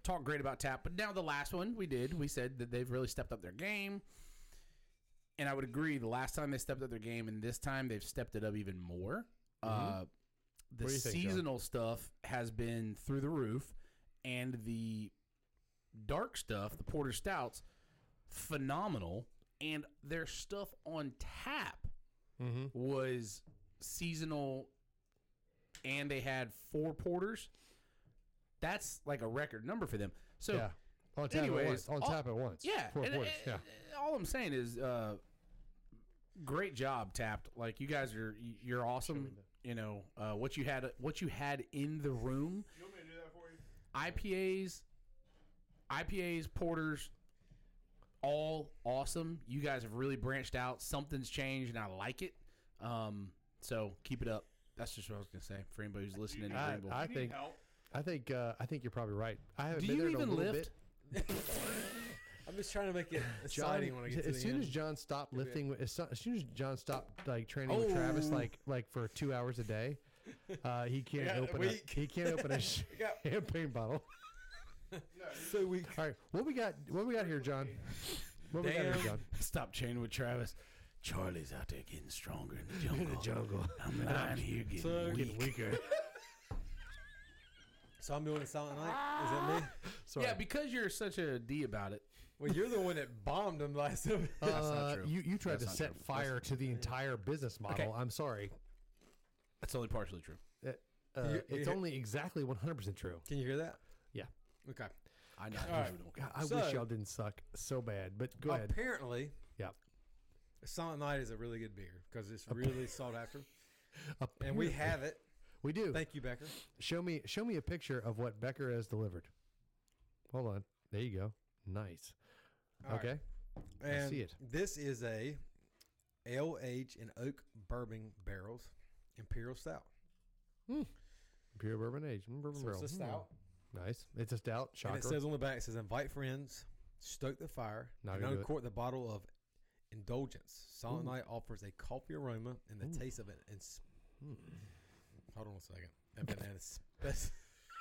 [SPEAKER 5] talked great about tap, but now the last one we did, we said that they've really stepped up their game. And I would agree. The last time they stepped up their game, and this time they've stepped it up even more. Uh,
[SPEAKER 2] Mm-hmm.
[SPEAKER 5] the
[SPEAKER 2] What do you think, John?
[SPEAKER 5] seasonal stuff has been through the roof, and the dark stuff, the porter stouts, phenomenal. And their stuff on tap
[SPEAKER 2] Mm-hmm.
[SPEAKER 5] was seasonal and they had four porters. That's like a record number for them. So
[SPEAKER 2] yeah. On tap
[SPEAKER 5] anyways,
[SPEAKER 2] at once. On
[SPEAKER 5] all-
[SPEAKER 2] tap at once.
[SPEAKER 5] yeah,
[SPEAKER 2] Four
[SPEAKER 5] and,
[SPEAKER 2] points.
[SPEAKER 5] uh,
[SPEAKER 2] yeah.
[SPEAKER 5] all I'm saying is uh great job tapped. Like you guys are you're awesome. You know, uh, what you had what you had in the room,
[SPEAKER 4] You want me to do that for you?
[SPEAKER 5] IPAs, IPAs, porters, all awesome. You guys have really branched out. Something's changed, and I like it. Um, so keep it up. That's just what I was gonna say for anybody who's listening. to
[SPEAKER 2] I,
[SPEAKER 5] Greenville.
[SPEAKER 2] I
[SPEAKER 4] Need
[SPEAKER 2] think
[SPEAKER 4] help?
[SPEAKER 2] I think uh, I think you're probably right. I haven't
[SPEAKER 5] Do
[SPEAKER 2] been
[SPEAKER 5] you
[SPEAKER 2] there in a
[SPEAKER 5] even
[SPEAKER 2] little
[SPEAKER 5] lift?
[SPEAKER 2] bit.
[SPEAKER 3] I'm just trying to make it
[SPEAKER 2] John,
[SPEAKER 3] exciting when I get to
[SPEAKER 2] as
[SPEAKER 3] the
[SPEAKER 2] soon
[SPEAKER 3] end.
[SPEAKER 2] as John stopped lifting, with- as, so- as soon as John stopped like training with
[SPEAKER 5] Oh.
[SPEAKER 2] Travis, like like for two hours a day, uh, he can't
[SPEAKER 3] Yeah,
[SPEAKER 2] open a,
[SPEAKER 3] weak.
[SPEAKER 2] he can't open
[SPEAKER 3] (laughs)
[SPEAKER 2] a sh-
[SPEAKER 3] got-
[SPEAKER 2] (laughs) champagne bottle.
[SPEAKER 3] so we
[SPEAKER 2] All right, what we got? What we got here, John? What we got
[SPEAKER 3] Damn.
[SPEAKER 2] here, John?
[SPEAKER 5] (laughs) Stop chaining with Travis. Charlie's out there getting stronger in the jungle.
[SPEAKER 2] jungle.
[SPEAKER 5] I'm lying here getting
[SPEAKER 3] So-
[SPEAKER 5] weak. (laughs)
[SPEAKER 2] Weaker.
[SPEAKER 3] so I'm doing a silent night. Is that me?
[SPEAKER 2] Sorry.
[SPEAKER 5] Yeah, because you're such a D about it.
[SPEAKER 3] Well, you're the one that bombed him last time.
[SPEAKER 5] That's not
[SPEAKER 2] (laughs) Uh,
[SPEAKER 5] true.
[SPEAKER 2] You you tried
[SPEAKER 5] That's
[SPEAKER 2] to set
[SPEAKER 5] not true.
[SPEAKER 2] fire to the entire business model. I'm sorry.
[SPEAKER 5] That's only partially true.
[SPEAKER 2] Uh, uh,
[SPEAKER 3] You-
[SPEAKER 2] it's
[SPEAKER 3] you-
[SPEAKER 2] only exactly 100% true.
[SPEAKER 3] Can you hear that?
[SPEAKER 2] Yeah.
[SPEAKER 3] Okay.
[SPEAKER 5] I know.
[SPEAKER 3] right.
[SPEAKER 5] you don't care.
[SPEAKER 2] God, I
[SPEAKER 3] So-
[SPEAKER 2] wish y'all didn't suck so bad, but go ahead.
[SPEAKER 3] Apparently,
[SPEAKER 2] Yeah.
[SPEAKER 3] Silent Night is a really good beer because it's really sought after,
[SPEAKER 2] Apparently-
[SPEAKER 3] and we have it.
[SPEAKER 2] We do.
[SPEAKER 3] Thank you, Becker.
[SPEAKER 2] Show me show me a picture of what Becker has delivered. Hold on. There you go. Nice.
[SPEAKER 3] All right.
[SPEAKER 2] okay.
[SPEAKER 3] And
[SPEAKER 2] see it.
[SPEAKER 3] This is a LH and oak bourbon barrels imperial stout.
[SPEAKER 2] Pure bourbon age. Mm, Bourbon
[SPEAKER 3] So it's
[SPEAKER 2] barrel.
[SPEAKER 3] a
[SPEAKER 2] Hmm.
[SPEAKER 3] stout.
[SPEAKER 2] Nice. It's a stout. Shocker.
[SPEAKER 3] And it says on the back, it says invite friends, stoke the fire,
[SPEAKER 2] Not
[SPEAKER 3] and
[SPEAKER 2] gonna do it.
[SPEAKER 3] uncork the bottle of indulgence. Silent
[SPEAKER 2] Ooh.
[SPEAKER 3] Night offers a coffee aroma and the
[SPEAKER 2] Ooh.
[SPEAKER 3] taste of an. Ins-
[SPEAKER 2] Hmm.
[SPEAKER 3] Hold on a second. Of an inspe- (laughs)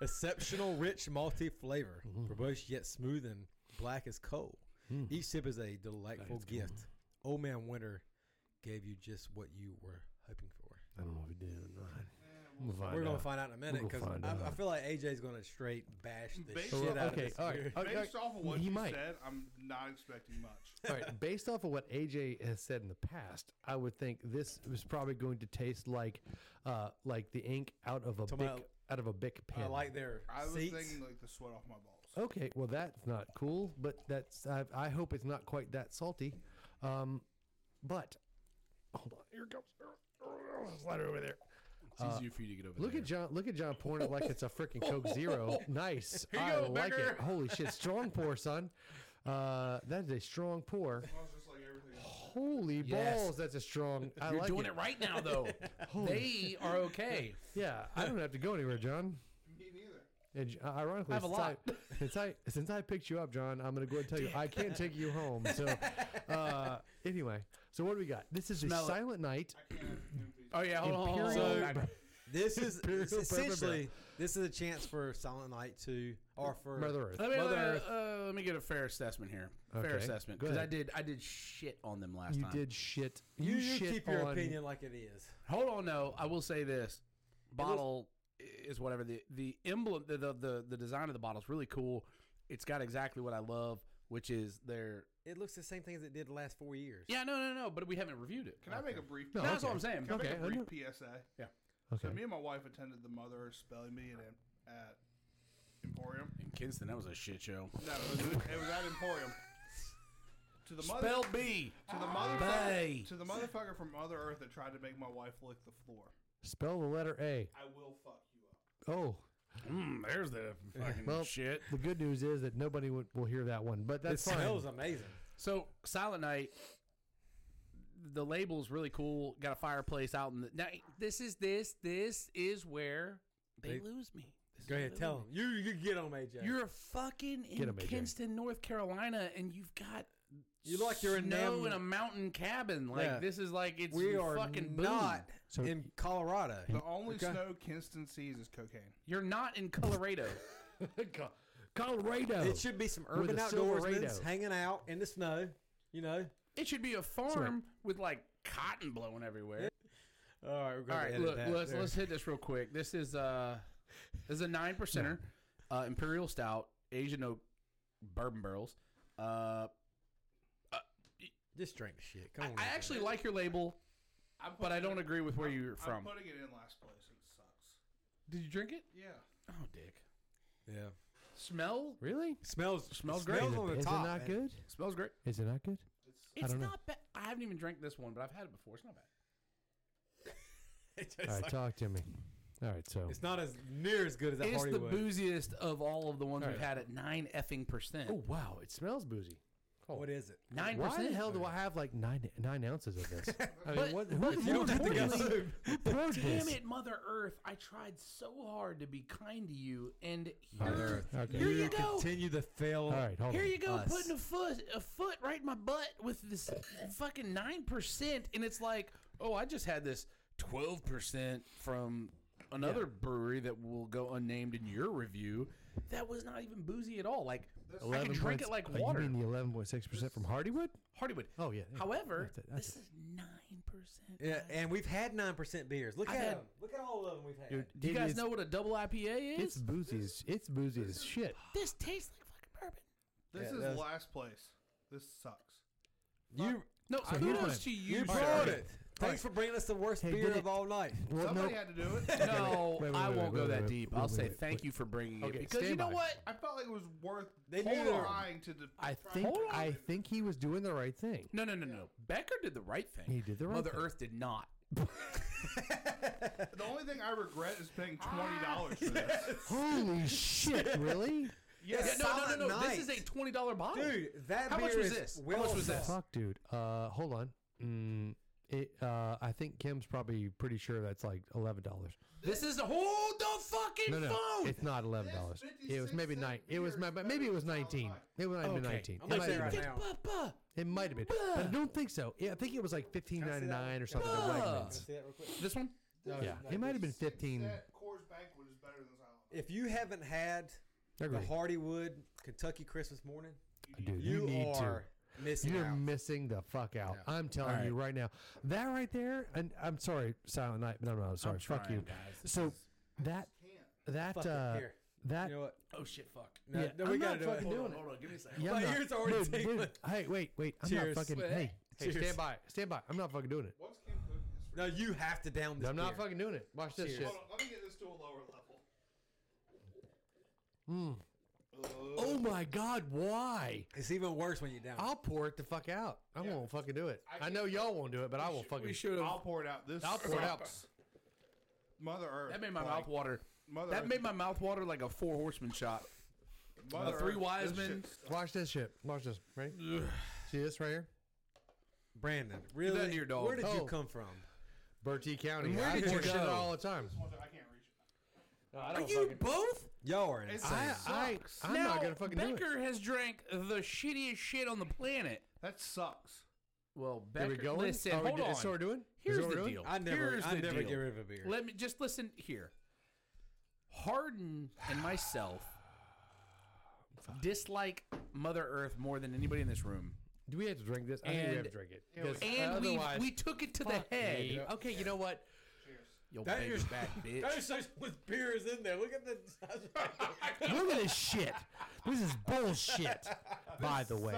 [SPEAKER 3] exceptional rich malty flavor,
[SPEAKER 2] Mm.
[SPEAKER 3] robust yet smooth and black as coal.
[SPEAKER 2] Mm.
[SPEAKER 3] Each sip is a delightful
[SPEAKER 5] That's cool.
[SPEAKER 3] gift. Old Man Winter gave you just what you were hoping for.
[SPEAKER 2] I don't know if he did or not. I'm gonna
[SPEAKER 3] We're
[SPEAKER 2] find
[SPEAKER 3] gonna
[SPEAKER 2] out.
[SPEAKER 3] find out in a minute
[SPEAKER 2] gonna
[SPEAKER 3] because
[SPEAKER 2] find
[SPEAKER 3] I, I
[SPEAKER 2] out.
[SPEAKER 3] feel like AJ's gonna straight bash the
[SPEAKER 4] Based-
[SPEAKER 3] shit out
[SPEAKER 2] okay,
[SPEAKER 3] of this.
[SPEAKER 2] all right.
[SPEAKER 3] beer.
[SPEAKER 2] Okay,
[SPEAKER 4] Based off of what
[SPEAKER 2] Oh, he
[SPEAKER 4] you
[SPEAKER 2] might.
[SPEAKER 4] said, I'm not expecting much.
[SPEAKER 2] All right. (laughs) Based off of what AJ has said in the past, I would think this was probably going to taste like, uh, like the ink out of a
[SPEAKER 3] Talking
[SPEAKER 2] bic,
[SPEAKER 3] about-
[SPEAKER 2] out of a bic pen.
[SPEAKER 3] I like their
[SPEAKER 4] I was
[SPEAKER 3] seats.
[SPEAKER 4] thinking like the sweat off my balls.
[SPEAKER 2] Okay, well that's not cool, but that's I, I hope it's not quite that salty. Um, but hold on, here it comes. Slide it over there.
[SPEAKER 5] It's easier for you to get over
[SPEAKER 2] Look
[SPEAKER 5] there.
[SPEAKER 2] at John. Look at John pouring it like it's a freaking
[SPEAKER 5] (laughs)
[SPEAKER 2] Coke Zero. Nice.
[SPEAKER 5] Here you
[SPEAKER 2] I
[SPEAKER 5] go,
[SPEAKER 2] like
[SPEAKER 5] Becker.
[SPEAKER 2] it. Holy shit, strong pour, son. Uh, that is a strong pour.
[SPEAKER 4] Smells just like everything. else.
[SPEAKER 2] Holy
[SPEAKER 5] Yes.
[SPEAKER 2] balls, that's a strong. I
[SPEAKER 5] You're
[SPEAKER 2] like
[SPEAKER 5] doing
[SPEAKER 2] it.
[SPEAKER 5] it. right now, though. they are okay.
[SPEAKER 2] Yeah, I don't have to go anywhere, John.
[SPEAKER 4] Me neither.
[SPEAKER 2] And j- uh, ironically,
[SPEAKER 5] Have a
[SPEAKER 2] since, I, (laughs) since I since I picked you up, John, I'm gonna go ahead and tell you I can't take you home.
[SPEAKER 3] (laughs)
[SPEAKER 2] So uh, anyway, so what do we got? This is
[SPEAKER 5] Smell
[SPEAKER 2] the
[SPEAKER 5] it.
[SPEAKER 2] Silent Night.
[SPEAKER 4] I can't have him be-
[SPEAKER 5] Oh yeah, hold on, hold on. hold
[SPEAKER 2] Imperial-
[SPEAKER 5] on. I-
[SPEAKER 3] This
[SPEAKER 2] (laughs)
[SPEAKER 3] is
[SPEAKER 2] Imperial
[SPEAKER 3] it's
[SPEAKER 2] Bourbon Barrel.
[SPEAKER 3] essentially this is a chance for Silent Night to or for
[SPEAKER 2] Mother Earth.
[SPEAKER 5] Let me, let,
[SPEAKER 3] Mother
[SPEAKER 5] me-
[SPEAKER 3] Earth.
[SPEAKER 5] uh, let me get a fair assessment here. Fair
[SPEAKER 2] Okay,
[SPEAKER 5] assessment,
[SPEAKER 2] go
[SPEAKER 5] because I
[SPEAKER 2] ahead.
[SPEAKER 5] did I did shit on them last
[SPEAKER 2] You
[SPEAKER 5] time.
[SPEAKER 2] did shit. You,
[SPEAKER 3] You, you
[SPEAKER 2] shit
[SPEAKER 3] keep your
[SPEAKER 2] on-
[SPEAKER 3] opinion like it is.
[SPEAKER 5] Hold on, no. I will say this: bottle is whatever the the emblem, the, the the the design of the bottle is really cool. It's got exactly what I love, which is their
[SPEAKER 3] It looks the same thing as it did the last four years.
[SPEAKER 5] yeah. No, no, no. But we haven't reviewed it.
[SPEAKER 4] Can I make a brief?
[SPEAKER 2] No,
[SPEAKER 5] No, That's
[SPEAKER 2] okay.
[SPEAKER 5] what I'm saying.
[SPEAKER 4] Can I make
[SPEAKER 2] Okay,
[SPEAKER 4] a
[SPEAKER 2] I
[SPEAKER 4] brief PSA?
[SPEAKER 2] Okay.
[SPEAKER 4] So me and my wife attended the Mother Earth Spelling Bee at, at Emporium.
[SPEAKER 5] In Kinston, that was a shit show.
[SPEAKER 4] No, it was, it was at Emporium. To the mother,
[SPEAKER 5] Spell B.
[SPEAKER 4] to the motherfucker,
[SPEAKER 5] Bay.
[SPEAKER 4] to the motherfucker from Mother Earth that tried to make my wife lick the floor.
[SPEAKER 2] Spell the letter A.
[SPEAKER 4] I will fuck you up.
[SPEAKER 2] Oh,
[SPEAKER 5] Mm, there's the fucking
[SPEAKER 2] Well-
[SPEAKER 5] shit.
[SPEAKER 2] the good news is that nobody would, will hear that one, but that's
[SPEAKER 3] it
[SPEAKER 2] fine.
[SPEAKER 3] smells amazing.
[SPEAKER 5] So Silent Night, the label's really cool. Got a fireplace out in the. Now, this is this this is where they,
[SPEAKER 3] They-
[SPEAKER 5] lose me. This is
[SPEAKER 3] Go
[SPEAKER 5] where
[SPEAKER 3] ahead,
[SPEAKER 5] they
[SPEAKER 3] tell
[SPEAKER 5] lose
[SPEAKER 3] him.
[SPEAKER 5] me.
[SPEAKER 3] You you get on AJ.
[SPEAKER 5] You're fucking
[SPEAKER 2] Get
[SPEAKER 5] in
[SPEAKER 2] 'em, AJ.
[SPEAKER 5] Kinston, North Carolina, and you've got
[SPEAKER 3] You look like you're in
[SPEAKER 5] snow
[SPEAKER 3] damn-
[SPEAKER 5] in a mountain cabin. Like
[SPEAKER 3] Yeah.
[SPEAKER 5] this is like it's
[SPEAKER 3] we are
[SPEAKER 5] fucking boom.
[SPEAKER 3] not
[SPEAKER 2] So-
[SPEAKER 3] in Colorado.
[SPEAKER 4] The only
[SPEAKER 3] Okay.
[SPEAKER 4] snow Kinston sees is cocaine.
[SPEAKER 5] You're not in Colorado.
[SPEAKER 2] (laughs) Co- Colorado.
[SPEAKER 3] It should be some
[SPEAKER 2] With
[SPEAKER 3] urban
[SPEAKER 2] a silver
[SPEAKER 3] outdoorsmen
[SPEAKER 2] Rado.
[SPEAKER 3] hanging out in the snow. You know.
[SPEAKER 5] it should be a farm with like cotton blowing everywhere.
[SPEAKER 3] All right, we're
[SPEAKER 5] All
[SPEAKER 3] going
[SPEAKER 5] right,
[SPEAKER 3] to
[SPEAKER 5] look, let's let's hit this real quick. This is uh, this is a nine percenter, uh, imperial stout, Asian oak, bourbon barrels. Uh,
[SPEAKER 3] just drink the shit.
[SPEAKER 5] I,
[SPEAKER 3] Come on.
[SPEAKER 5] I
[SPEAKER 3] AJ.
[SPEAKER 5] actually like your label,
[SPEAKER 4] I'm
[SPEAKER 5] but I don't
[SPEAKER 4] putting it-
[SPEAKER 5] agree with where
[SPEAKER 4] I'm-
[SPEAKER 5] you're
[SPEAKER 4] I'm
[SPEAKER 5] from.
[SPEAKER 4] putting it in last place. It sucks.
[SPEAKER 5] Did you drink it?
[SPEAKER 4] Yeah.
[SPEAKER 5] Oh, dick.
[SPEAKER 3] yeah.
[SPEAKER 5] Smell
[SPEAKER 2] really?
[SPEAKER 3] Smells
[SPEAKER 5] Smells
[SPEAKER 3] great.
[SPEAKER 5] great.
[SPEAKER 2] Is
[SPEAKER 3] Smells on
[SPEAKER 2] it,
[SPEAKER 3] the
[SPEAKER 2] is
[SPEAKER 3] top.
[SPEAKER 2] it not
[SPEAKER 3] man.
[SPEAKER 2] good?
[SPEAKER 5] smells great.
[SPEAKER 2] Is it not good?
[SPEAKER 4] It's,
[SPEAKER 5] It's
[SPEAKER 2] don't know.
[SPEAKER 5] not bad. I haven't even drank this one, but I've had it before. It's not bad.
[SPEAKER 3] (laughs) It's,
[SPEAKER 2] All right,
[SPEAKER 3] like-
[SPEAKER 2] talk to me. All right, so
[SPEAKER 3] it's not as near as good as that
[SPEAKER 5] it's the
[SPEAKER 3] Hardywood.
[SPEAKER 5] booziest of all of the ones
[SPEAKER 2] All
[SPEAKER 5] we've
[SPEAKER 2] right.
[SPEAKER 5] had at nine effing percent.
[SPEAKER 2] oh wow, it smells boozy.
[SPEAKER 3] What is it?
[SPEAKER 5] Nine
[SPEAKER 2] Why
[SPEAKER 5] percent.
[SPEAKER 2] the hell do I have like nine nine ounces of
[SPEAKER 5] (laughs)
[SPEAKER 2] this? I mean,
[SPEAKER 5] But-
[SPEAKER 2] what? Who,
[SPEAKER 5] but
[SPEAKER 2] who,
[SPEAKER 5] you don't have to
[SPEAKER 2] poured
[SPEAKER 5] guess.
[SPEAKER 2] (laughs) this?
[SPEAKER 3] (laughs)
[SPEAKER 2] Who poured
[SPEAKER 5] Damn
[SPEAKER 2] this?
[SPEAKER 5] it, Mother Earth! I tried so hard to be kind to you, and
[SPEAKER 2] Mother
[SPEAKER 5] here,
[SPEAKER 2] Earth. Okay.
[SPEAKER 5] here you go.
[SPEAKER 3] continue to fail.
[SPEAKER 2] All right, hold
[SPEAKER 5] Here
[SPEAKER 2] on.
[SPEAKER 5] you go,
[SPEAKER 3] Us.
[SPEAKER 5] putting a foot a foot right in my butt with this fucking nine percent, and it's like, oh, I just had this twelve percent from another brewery that will go unnamed in your review. That was not even boozy at all. Like I can drink it like
[SPEAKER 2] oh,
[SPEAKER 5] water.
[SPEAKER 2] You mean the eleven point six percent from Hardywood?
[SPEAKER 5] Hardywood.
[SPEAKER 2] Oh yeah. yeah.
[SPEAKER 5] However,
[SPEAKER 2] That's it, that's
[SPEAKER 5] this is nine percent.
[SPEAKER 3] Yeah, and we've had nine percent beers. Look
[SPEAKER 5] I
[SPEAKER 3] at
[SPEAKER 5] had-
[SPEAKER 3] them. Look at all of them we've had.
[SPEAKER 2] Dude,
[SPEAKER 5] Do you
[SPEAKER 2] it
[SPEAKER 5] guys
[SPEAKER 2] is-
[SPEAKER 5] know what a double IPA
[SPEAKER 2] It's
[SPEAKER 5] is?
[SPEAKER 2] boozy. As, it's boozy as shit.
[SPEAKER 5] This tastes like fucking bourbon.
[SPEAKER 4] this
[SPEAKER 3] Yeah,
[SPEAKER 4] is
[SPEAKER 3] that's-
[SPEAKER 4] last place. This sucks.
[SPEAKER 3] you
[SPEAKER 5] No,
[SPEAKER 2] So here's
[SPEAKER 5] kudos
[SPEAKER 2] my-
[SPEAKER 5] to
[SPEAKER 3] you
[SPEAKER 5] you. sir.
[SPEAKER 3] brought it. Thanks for bringing us the worst
[SPEAKER 2] Hey,
[SPEAKER 3] beer
[SPEAKER 2] did
[SPEAKER 3] of
[SPEAKER 2] it-
[SPEAKER 3] all night.
[SPEAKER 2] (laughs)
[SPEAKER 3] (laughs)
[SPEAKER 2] Well,
[SPEAKER 4] Somebody
[SPEAKER 2] no,
[SPEAKER 4] had to do it.
[SPEAKER 5] (laughs) No,
[SPEAKER 2] Wait, wait,
[SPEAKER 5] I
[SPEAKER 2] wait,
[SPEAKER 5] won't
[SPEAKER 2] wait,
[SPEAKER 5] go
[SPEAKER 2] wait,
[SPEAKER 5] that
[SPEAKER 2] wait,
[SPEAKER 5] deep.
[SPEAKER 2] wait,
[SPEAKER 5] I'll
[SPEAKER 2] wait,
[SPEAKER 5] say
[SPEAKER 2] wait,
[SPEAKER 5] thank
[SPEAKER 2] wait.
[SPEAKER 5] you for bringing
[SPEAKER 2] Okay,
[SPEAKER 5] it because you
[SPEAKER 2] stand
[SPEAKER 5] know
[SPEAKER 2] by.
[SPEAKER 5] what?
[SPEAKER 4] I felt like it was worth
[SPEAKER 3] They knew they were-
[SPEAKER 4] trying to. De-
[SPEAKER 2] I
[SPEAKER 4] trying
[SPEAKER 2] think
[SPEAKER 4] to-
[SPEAKER 2] I think he was doing the right thing.
[SPEAKER 5] No, no, no, no. Becker did the right thing.
[SPEAKER 2] He did the right
[SPEAKER 5] Mother
[SPEAKER 2] thing.
[SPEAKER 5] Earth did not.
[SPEAKER 4] The only thing I regret is paying twenty dollars for this.
[SPEAKER 2] Holy shit! Really?
[SPEAKER 5] Yeah,
[SPEAKER 4] Yes.
[SPEAKER 5] no, no, no, no.
[SPEAKER 3] Night.
[SPEAKER 5] This is a twenty dollar bottle.
[SPEAKER 3] Dude, that
[SPEAKER 5] How
[SPEAKER 3] beer
[SPEAKER 5] much was
[SPEAKER 3] is
[SPEAKER 5] this? How
[SPEAKER 3] well
[SPEAKER 5] much was this?
[SPEAKER 3] done.
[SPEAKER 2] Fuck, dude. Uh, hold on. Mm, it. Uh, I think Kim's probably pretty sure that's like eleven dollars.
[SPEAKER 5] This is the hold the fucking
[SPEAKER 2] No, no,
[SPEAKER 5] phone.
[SPEAKER 2] it's not eleven dollars. It was maybe
[SPEAKER 4] 56
[SPEAKER 2] nine. It was
[SPEAKER 4] beers
[SPEAKER 2] my,
[SPEAKER 4] better
[SPEAKER 2] maybe it was
[SPEAKER 4] than
[SPEAKER 2] nineteen.
[SPEAKER 4] Southside.
[SPEAKER 2] It might have been
[SPEAKER 5] Okay.
[SPEAKER 2] nineteen.
[SPEAKER 3] I'm
[SPEAKER 2] It
[SPEAKER 3] gonna
[SPEAKER 2] might
[SPEAKER 3] say
[SPEAKER 2] have
[SPEAKER 3] right
[SPEAKER 2] been.
[SPEAKER 3] now.
[SPEAKER 5] Ba-ba.
[SPEAKER 2] It might have been. But I don't think so. Yeah, I think it was like fifteen
[SPEAKER 3] Can I
[SPEAKER 2] ninety
[SPEAKER 3] see that?
[SPEAKER 2] nine or something.
[SPEAKER 5] Can I
[SPEAKER 2] at
[SPEAKER 5] see that?
[SPEAKER 2] Wegmans.
[SPEAKER 3] Say that real quick.
[SPEAKER 5] This one?
[SPEAKER 3] No,
[SPEAKER 2] (laughs) Yeah,
[SPEAKER 3] no,
[SPEAKER 2] it might have been
[SPEAKER 3] this-
[SPEAKER 2] fifteen.
[SPEAKER 4] That Coors Banquet is better than Silent Night.
[SPEAKER 3] If you haven't had the
[SPEAKER 2] Agreed.
[SPEAKER 3] Hardywood Kentucky Christmas morning,
[SPEAKER 2] Dude, you,
[SPEAKER 3] you,
[SPEAKER 2] need
[SPEAKER 3] are
[SPEAKER 2] to.
[SPEAKER 3] missing
[SPEAKER 2] You're
[SPEAKER 3] out.
[SPEAKER 2] missing the fuck out.
[SPEAKER 3] Yeah.
[SPEAKER 2] I'm telling you right now. That right there, and I'm sorry, Silent Night. No, no, I'm sorry.
[SPEAKER 5] I'm
[SPEAKER 2] fuck you.
[SPEAKER 5] trying, guys. This
[SPEAKER 2] So
[SPEAKER 5] is-
[SPEAKER 2] that
[SPEAKER 4] Can't.
[SPEAKER 2] that
[SPEAKER 3] Fuck it,
[SPEAKER 2] uh,
[SPEAKER 3] here.
[SPEAKER 2] that
[SPEAKER 3] You know what?
[SPEAKER 5] oh shit, fuck.
[SPEAKER 3] No,
[SPEAKER 2] Yeah,
[SPEAKER 3] no,
[SPEAKER 2] I'm
[SPEAKER 3] we
[SPEAKER 2] not
[SPEAKER 3] gotta do it.
[SPEAKER 2] fucking
[SPEAKER 5] Hold
[SPEAKER 2] doing
[SPEAKER 5] on,
[SPEAKER 2] it.
[SPEAKER 5] hold on, give me a second.
[SPEAKER 2] Yeah,
[SPEAKER 3] My
[SPEAKER 2] I'm not-
[SPEAKER 3] ears already
[SPEAKER 2] dude, dude,
[SPEAKER 3] tingling.
[SPEAKER 2] Hey, wait, wait. I'm
[SPEAKER 3] Cheers.
[SPEAKER 2] not fucking.
[SPEAKER 5] Wait.
[SPEAKER 2] Hey, hey,
[SPEAKER 3] Cheers.
[SPEAKER 2] stand by, stand by. I'm not fucking doing it.
[SPEAKER 4] What's Kim cooking? this for?
[SPEAKER 3] No, you have to down this.
[SPEAKER 2] I'm not
[SPEAKER 3] beer.
[SPEAKER 2] fucking doing it. Watch this
[SPEAKER 3] Cheers.
[SPEAKER 2] shit.
[SPEAKER 4] Hold on, let me get this to a lower level.
[SPEAKER 2] Mm.
[SPEAKER 4] Ugh.
[SPEAKER 2] Oh my god, why?
[SPEAKER 3] It's even worse when you down.
[SPEAKER 5] Oh.
[SPEAKER 2] I'll pour it the fuck out. I
[SPEAKER 4] Yeah.
[SPEAKER 2] won't fucking do it.
[SPEAKER 4] I
[SPEAKER 2] I, know y'all won't do it, but I will fucking.
[SPEAKER 5] We should have.
[SPEAKER 4] I'll pour it out. This
[SPEAKER 2] I'll pour it out.
[SPEAKER 4] Mother Earth.
[SPEAKER 5] That made my
[SPEAKER 4] like,
[SPEAKER 5] mouth water.
[SPEAKER 4] Mother
[SPEAKER 5] That
[SPEAKER 4] Earth-
[SPEAKER 5] made my mouth water like a four horseman shot.
[SPEAKER 4] Mother
[SPEAKER 5] the three
[SPEAKER 4] Earth,
[SPEAKER 5] wise
[SPEAKER 4] this
[SPEAKER 5] men.
[SPEAKER 4] shit's-
[SPEAKER 2] Watch this shit. Watch this. Ready? See this right here?
[SPEAKER 3] Brandon, really?
[SPEAKER 5] that in your dog.
[SPEAKER 3] Where did you
[SPEAKER 2] Oh.
[SPEAKER 3] come from?
[SPEAKER 2] Bertie County.
[SPEAKER 5] Where
[SPEAKER 2] I
[SPEAKER 5] did you
[SPEAKER 2] pour shit
[SPEAKER 5] go?
[SPEAKER 2] out all the time.
[SPEAKER 4] I can't reach it.
[SPEAKER 5] Are you both?
[SPEAKER 3] Y'all are
[SPEAKER 4] It's-
[SPEAKER 3] insane.
[SPEAKER 2] I, I, I'm
[SPEAKER 5] now,
[SPEAKER 2] not gonna fucking
[SPEAKER 5] Becker
[SPEAKER 2] do it.
[SPEAKER 5] has drank the shittiest shit on the planet.
[SPEAKER 4] That sucks.
[SPEAKER 5] Well,
[SPEAKER 2] Are
[SPEAKER 5] Becker,
[SPEAKER 2] we going?
[SPEAKER 5] listen,
[SPEAKER 2] Are we,
[SPEAKER 5] hold
[SPEAKER 2] do-
[SPEAKER 5] on.
[SPEAKER 2] So we're doing? Is
[SPEAKER 5] Here's
[SPEAKER 2] what we're
[SPEAKER 5] the
[SPEAKER 2] doing?
[SPEAKER 5] deal.
[SPEAKER 3] I never,
[SPEAKER 5] Here's
[SPEAKER 3] I
[SPEAKER 5] the
[SPEAKER 3] never
[SPEAKER 5] deal.
[SPEAKER 3] get rid of a beer.
[SPEAKER 5] Let me just listen here. Harden and (sighs) myself dislike Mother Earth more than anybody in this room,
[SPEAKER 2] Do we have to drink this? I think we have
[SPEAKER 5] And-
[SPEAKER 2] to drink it.
[SPEAKER 4] we-
[SPEAKER 2] 'Cause
[SPEAKER 5] and we
[SPEAKER 2] otherwise-
[SPEAKER 5] we took it to the
[SPEAKER 2] Fuck
[SPEAKER 5] head.
[SPEAKER 2] me. Okay, you know what?
[SPEAKER 4] Cheers.
[SPEAKER 5] Yo,
[SPEAKER 3] That
[SPEAKER 5] big
[SPEAKER 3] is- (laughs)
[SPEAKER 5] (laughs) fat bitch.
[SPEAKER 3] such with beers in there. Look at the size.
[SPEAKER 2] (laughs)
[SPEAKER 5] (laughs)
[SPEAKER 2] Look at this shit. This is (laughs) bullshit. By the way,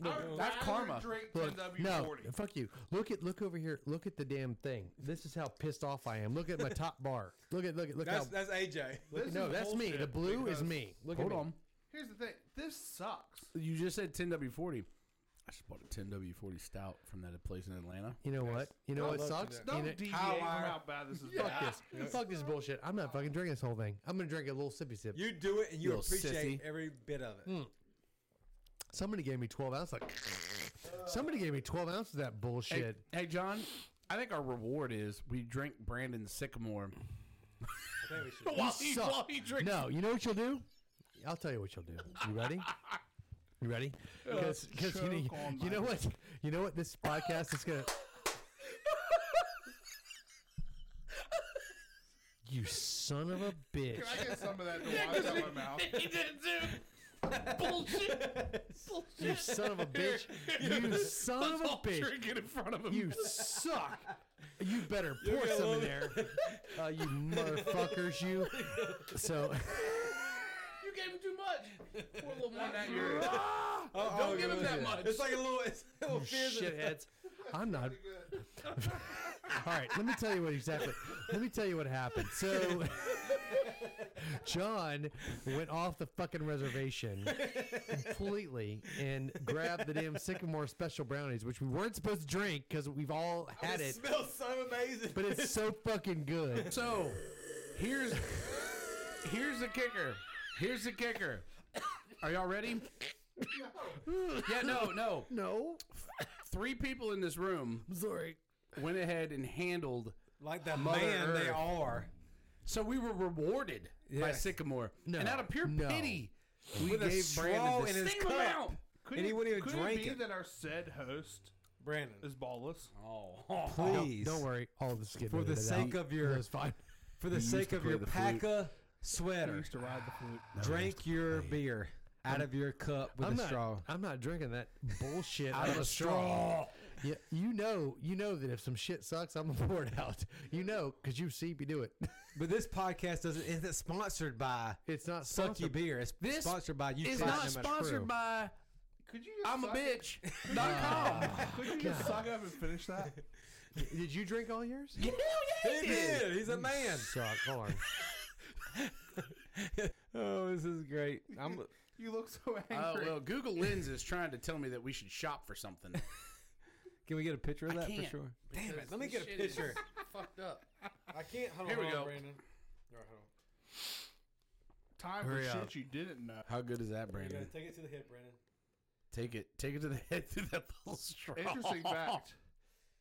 [SPEAKER 4] Look,
[SPEAKER 5] that's karma.
[SPEAKER 4] Drink
[SPEAKER 2] look,
[SPEAKER 4] 10W40.
[SPEAKER 2] no, fuck you. Look at look over here. Look at the damn thing. This is how pissed off I am. Look
[SPEAKER 4] (laughs)
[SPEAKER 2] at my top bar. Look at look at look
[SPEAKER 3] That's
[SPEAKER 2] how.
[SPEAKER 3] that's AJ.
[SPEAKER 2] look-
[SPEAKER 4] This
[SPEAKER 2] no,
[SPEAKER 4] is
[SPEAKER 2] that's me. The
[SPEAKER 4] bullshit
[SPEAKER 2] blue is
[SPEAKER 4] because-
[SPEAKER 2] me. Look
[SPEAKER 5] Hold
[SPEAKER 2] at me.
[SPEAKER 5] on.
[SPEAKER 4] Here's the thing. This sucks.
[SPEAKER 5] You just said 10W40. I just bought a 10W40 stout from that place in Atlanta.
[SPEAKER 2] You know what? You know
[SPEAKER 4] I'd
[SPEAKER 2] what
[SPEAKER 3] love to
[SPEAKER 2] sucks?
[SPEAKER 3] do
[SPEAKER 2] You
[SPEAKER 4] Don't
[SPEAKER 2] know,
[SPEAKER 4] deviate
[SPEAKER 3] how
[SPEAKER 4] from
[SPEAKER 3] I-
[SPEAKER 4] how bad this is.
[SPEAKER 2] fuck this. Fuck this bullshit. I'm not fucking drinking this whole thing. I'm gonna drink a little sippy sip.
[SPEAKER 3] You do it and you
[SPEAKER 5] Little
[SPEAKER 3] appreciate
[SPEAKER 5] sissy. Hmm.
[SPEAKER 3] every bit of it.
[SPEAKER 2] Somebody gave me 12 ounces. Like, somebody gave me 12 ounces of that
[SPEAKER 5] Hey,
[SPEAKER 2] bullshit.
[SPEAKER 5] hey, John, I think our reward is we drink Brandon Sycamore
[SPEAKER 3] I think we should.
[SPEAKER 5] (laughs) while,
[SPEAKER 2] You
[SPEAKER 5] he,
[SPEAKER 2] suck.
[SPEAKER 5] while he drinks.
[SPEAKER 2] No, you know what you'll do? I'll tell you what you'll do. You ready? You
[SPEAKER 5] (laughs)
[SPEAKER 2] ready? Because you, know-
[SPEAKER 4] choke on
[SPEAKER 2] you know
[SPEAKER 4] my-
[SPEAKER 2] what? You know what? This podcast is
[SPEAKER 5] (laughs)
[SPEAKER 2] gonna. you son of a bitch!
[SPEAKER 4] Can I get some of that to wash (laughs) out my
[SPEAKER 6] (laughs)
[SPEAKER 4] mouth?
[SPEAKER 5] he did too. Bullshit. Bullshit.
[SPEAKER 2] You son of a bitch! You son of
[SPEAKER 5] Let's
[SPEAKER 2] a
[SPEAKER 5] all
[SPEAKER 2] bitch!
[SPEAKER 5] drink it in front of him.
[SPEAKER 2] You suck! You better
[SPEAKER 3] You'll
[SPEAKER 2] pour
[SPEAKER 3] get a
[SPEAKER 2] some in
[SPEAKER 3] little-
[SPEAKER 2] there, uh, you motherfuckers! You.
[SPEAKER 5] (laughs)
[SPEAKER 2] So.
[SPEAKER 5] You gave him too much. Pour a little more than that. You're,
[SPEAKER 3] Oh,
[SPEAKER 5] Don't
[SPEAKER 3] oh,
[SPEAKER 5] give him
[SPEAKER 3] yeah.
[SPEAKER 5] that much.
[SPEAKER 3] It's like a little, it's a little fizz. in it. (laughs)
[SPEAKER 2] shitheads. I'm not. (laughs) All right, let me tell you what exactly. Let me tell you what happened. So, (laughs) John went off the fucking reservation completely and grabbed the damn sycamore special brownies, which we weren't supposed to drink because we've all had
[SPEAKER 3] It
[SPEAKER 2] it.
[SPEAKER 3] smells so amazing.
[SPEAKER 2] But it's so fucking good.
[SPEAKER 5] so, here's here's the kicker. Here's the kicker. Are y'all ready? Yeah, no, no.
[SPEAKER 2] No,
[SPEAKER 5] Three people in this room
[SPEAKER 2] I'm sorry.
[SPEAKER 5] went ahead and handled.
[SPEAKER 3] like the
[SPEAKER 5] Mother
[SPEAKER 3] man they
[SPEAKER 5] Earth.
[SPEAKER 3] are.
[SPEAKER 5] So we were rewarded by
[SPEAKER 3] Yeah.
[SPEAKER 5] Sycamore,
[SPEAKER 2] No,
[SPEAKER 5] and out of pure
[SPEAKER 2] no.
[SPEAKER 5] pity, we
[SPEAKER 3] With a
[SPEAKER 5] gave
[SPEAKER 3] straw
[SPEAKER 5] Brandon the
[SPEAKER 3] in his
[SPEAKER 5] same
[SPEAKER 3] cup.
[SPEAKER 5] amount.
[SPEAKER 4] Could
[SPEAKER 3] And he
[SPEAKER 4] it-
[SPEAKER 3] wouldn't even
[SPEAKER 4] could
[SPEAKER 3] drink
[SPEAKER 4] it be
[SPEAKER 3] it.
[SPEAKER 4] that our said host
[SPEAKER 3] Brandon,
[SPEAKER 4] is ballless?
[SPEAKER 5] Oh,
[SPEAKER 3] please,
[SPEAKER 2] Don't, don't worry. All of this is getting
[SPEAKER 3] For the
[SPEAKER 2] edited
[SPEAKER 3] sake
[SPEAKER 2] out.
[SPEAKER 3] of your-
[SPEAKER 2] No, it's fine.
[SPEAKER 3] for the sake
[SPEAKER 5] to
[SPEAKER 3] of
[SPEAKER 5] play
[SPEAKER 3] your
[SPEAKER 5] the flute.
[SPEAKER 3] Paca sweater,
[SPEAKER 4] to ride the flute.
[SPEAKER 3] drink your beer out of your cup with
[SPEAKER 2] I'm
[SPEAKER 3] a
[SPEAKER 2] not.
[SPEAKER 3] straw.
[SPEAKER 2] I'm not drinking that bullshit (laughs) out,
[SPEAKER 5] out
[SPEAKER 2] of a straw. Yeah, you know, you know that if some shit sucks, (laughs) I'm gonna pour it out. You know, because you see me do it. (laughs)
[SPEAKER 3] But this podcast doesn't isn't sponsored by
[SPEAKER 2] It's not
[SPEAKER 3] Suck You
[SPEAKER 2] sponsored.
[SPEAKER 3] Beer. It's
[SPEAKER 5] This
[SPEAKER 3] sponsored by you.
[SPEAKER 5] It's
[SPEAKER 3] Platinum
[SPEAKER 5] not
[SPEAKER 3] and Crew.
[SPEAKER 5] sponsored by
[SPEAKER 4] Could you? Just
[SPEAKER 5] I'm a
[SPEAKER 4] suck it-
[SPEAKER 5] bitch. dot com.
[SPEAKER 4] (laughs) Could you just suck up and finish (laughs) that?
[SPEAKER 2] (laughs) Did you drink all yours?
[SPEAKER 5] Yeah, yeah,
[SPEAKER 3] He did. He's
[SPEAKER 2] (laughs)
[SPEAKER 3] a man.
[SPEAKER 2] Suck. Hold on.
[SPEAKER 3] Oh, this is great. I'm.
[SPEAKER 4] You look so
[SPEAKER 5] Oh
[SPEAKER 4] angry.
[SPEAKER 5] well, Google Lens is trying to tell me that we should shop for something.
[SPEAKER 3] Can we get a picture of
[SPEAKER 5] I
[SPEAKER 3] that for
[SPEAKER 5] can't.
[SPEAKER 3] sure? Damn it!
[SPEAKER 5] Because
[SPEAKER 3] Let me
[SPEAKER 5] this
[SPEAKER 3] get a
[SPEAKER 5] shit is
[SPEAKER 3] picture.
[SPEAKER 5] Fucked up.
[SPEAKER 3] I can't. Hold
[SPEAKER 5] Here
[SPEAKER 3] on,
[SPEAKER 5] we
[SPEAKER 3] hold on,
[SPEAKER 5] go.
[SPEAKER 3] Brandon. All right, hold on.
[SPEAKER 4] Time
[SPEAKER 2] Hurry
[SPEAKER 4] for
[SPEAKER 2] up.
[SPEAKER 4] shit you didn't know.
[SPEAKER 5] How good is that,
[SPEAKER 3] You
[SPEAKER 5] Brandon?
[SPEAKER 3] gotta take it to the hip, Brandon.
[SPEAKER 5] Take it, take it to the (laughs) head through that little straw.
[SPEAKER 4] Interesting (laughs) fact.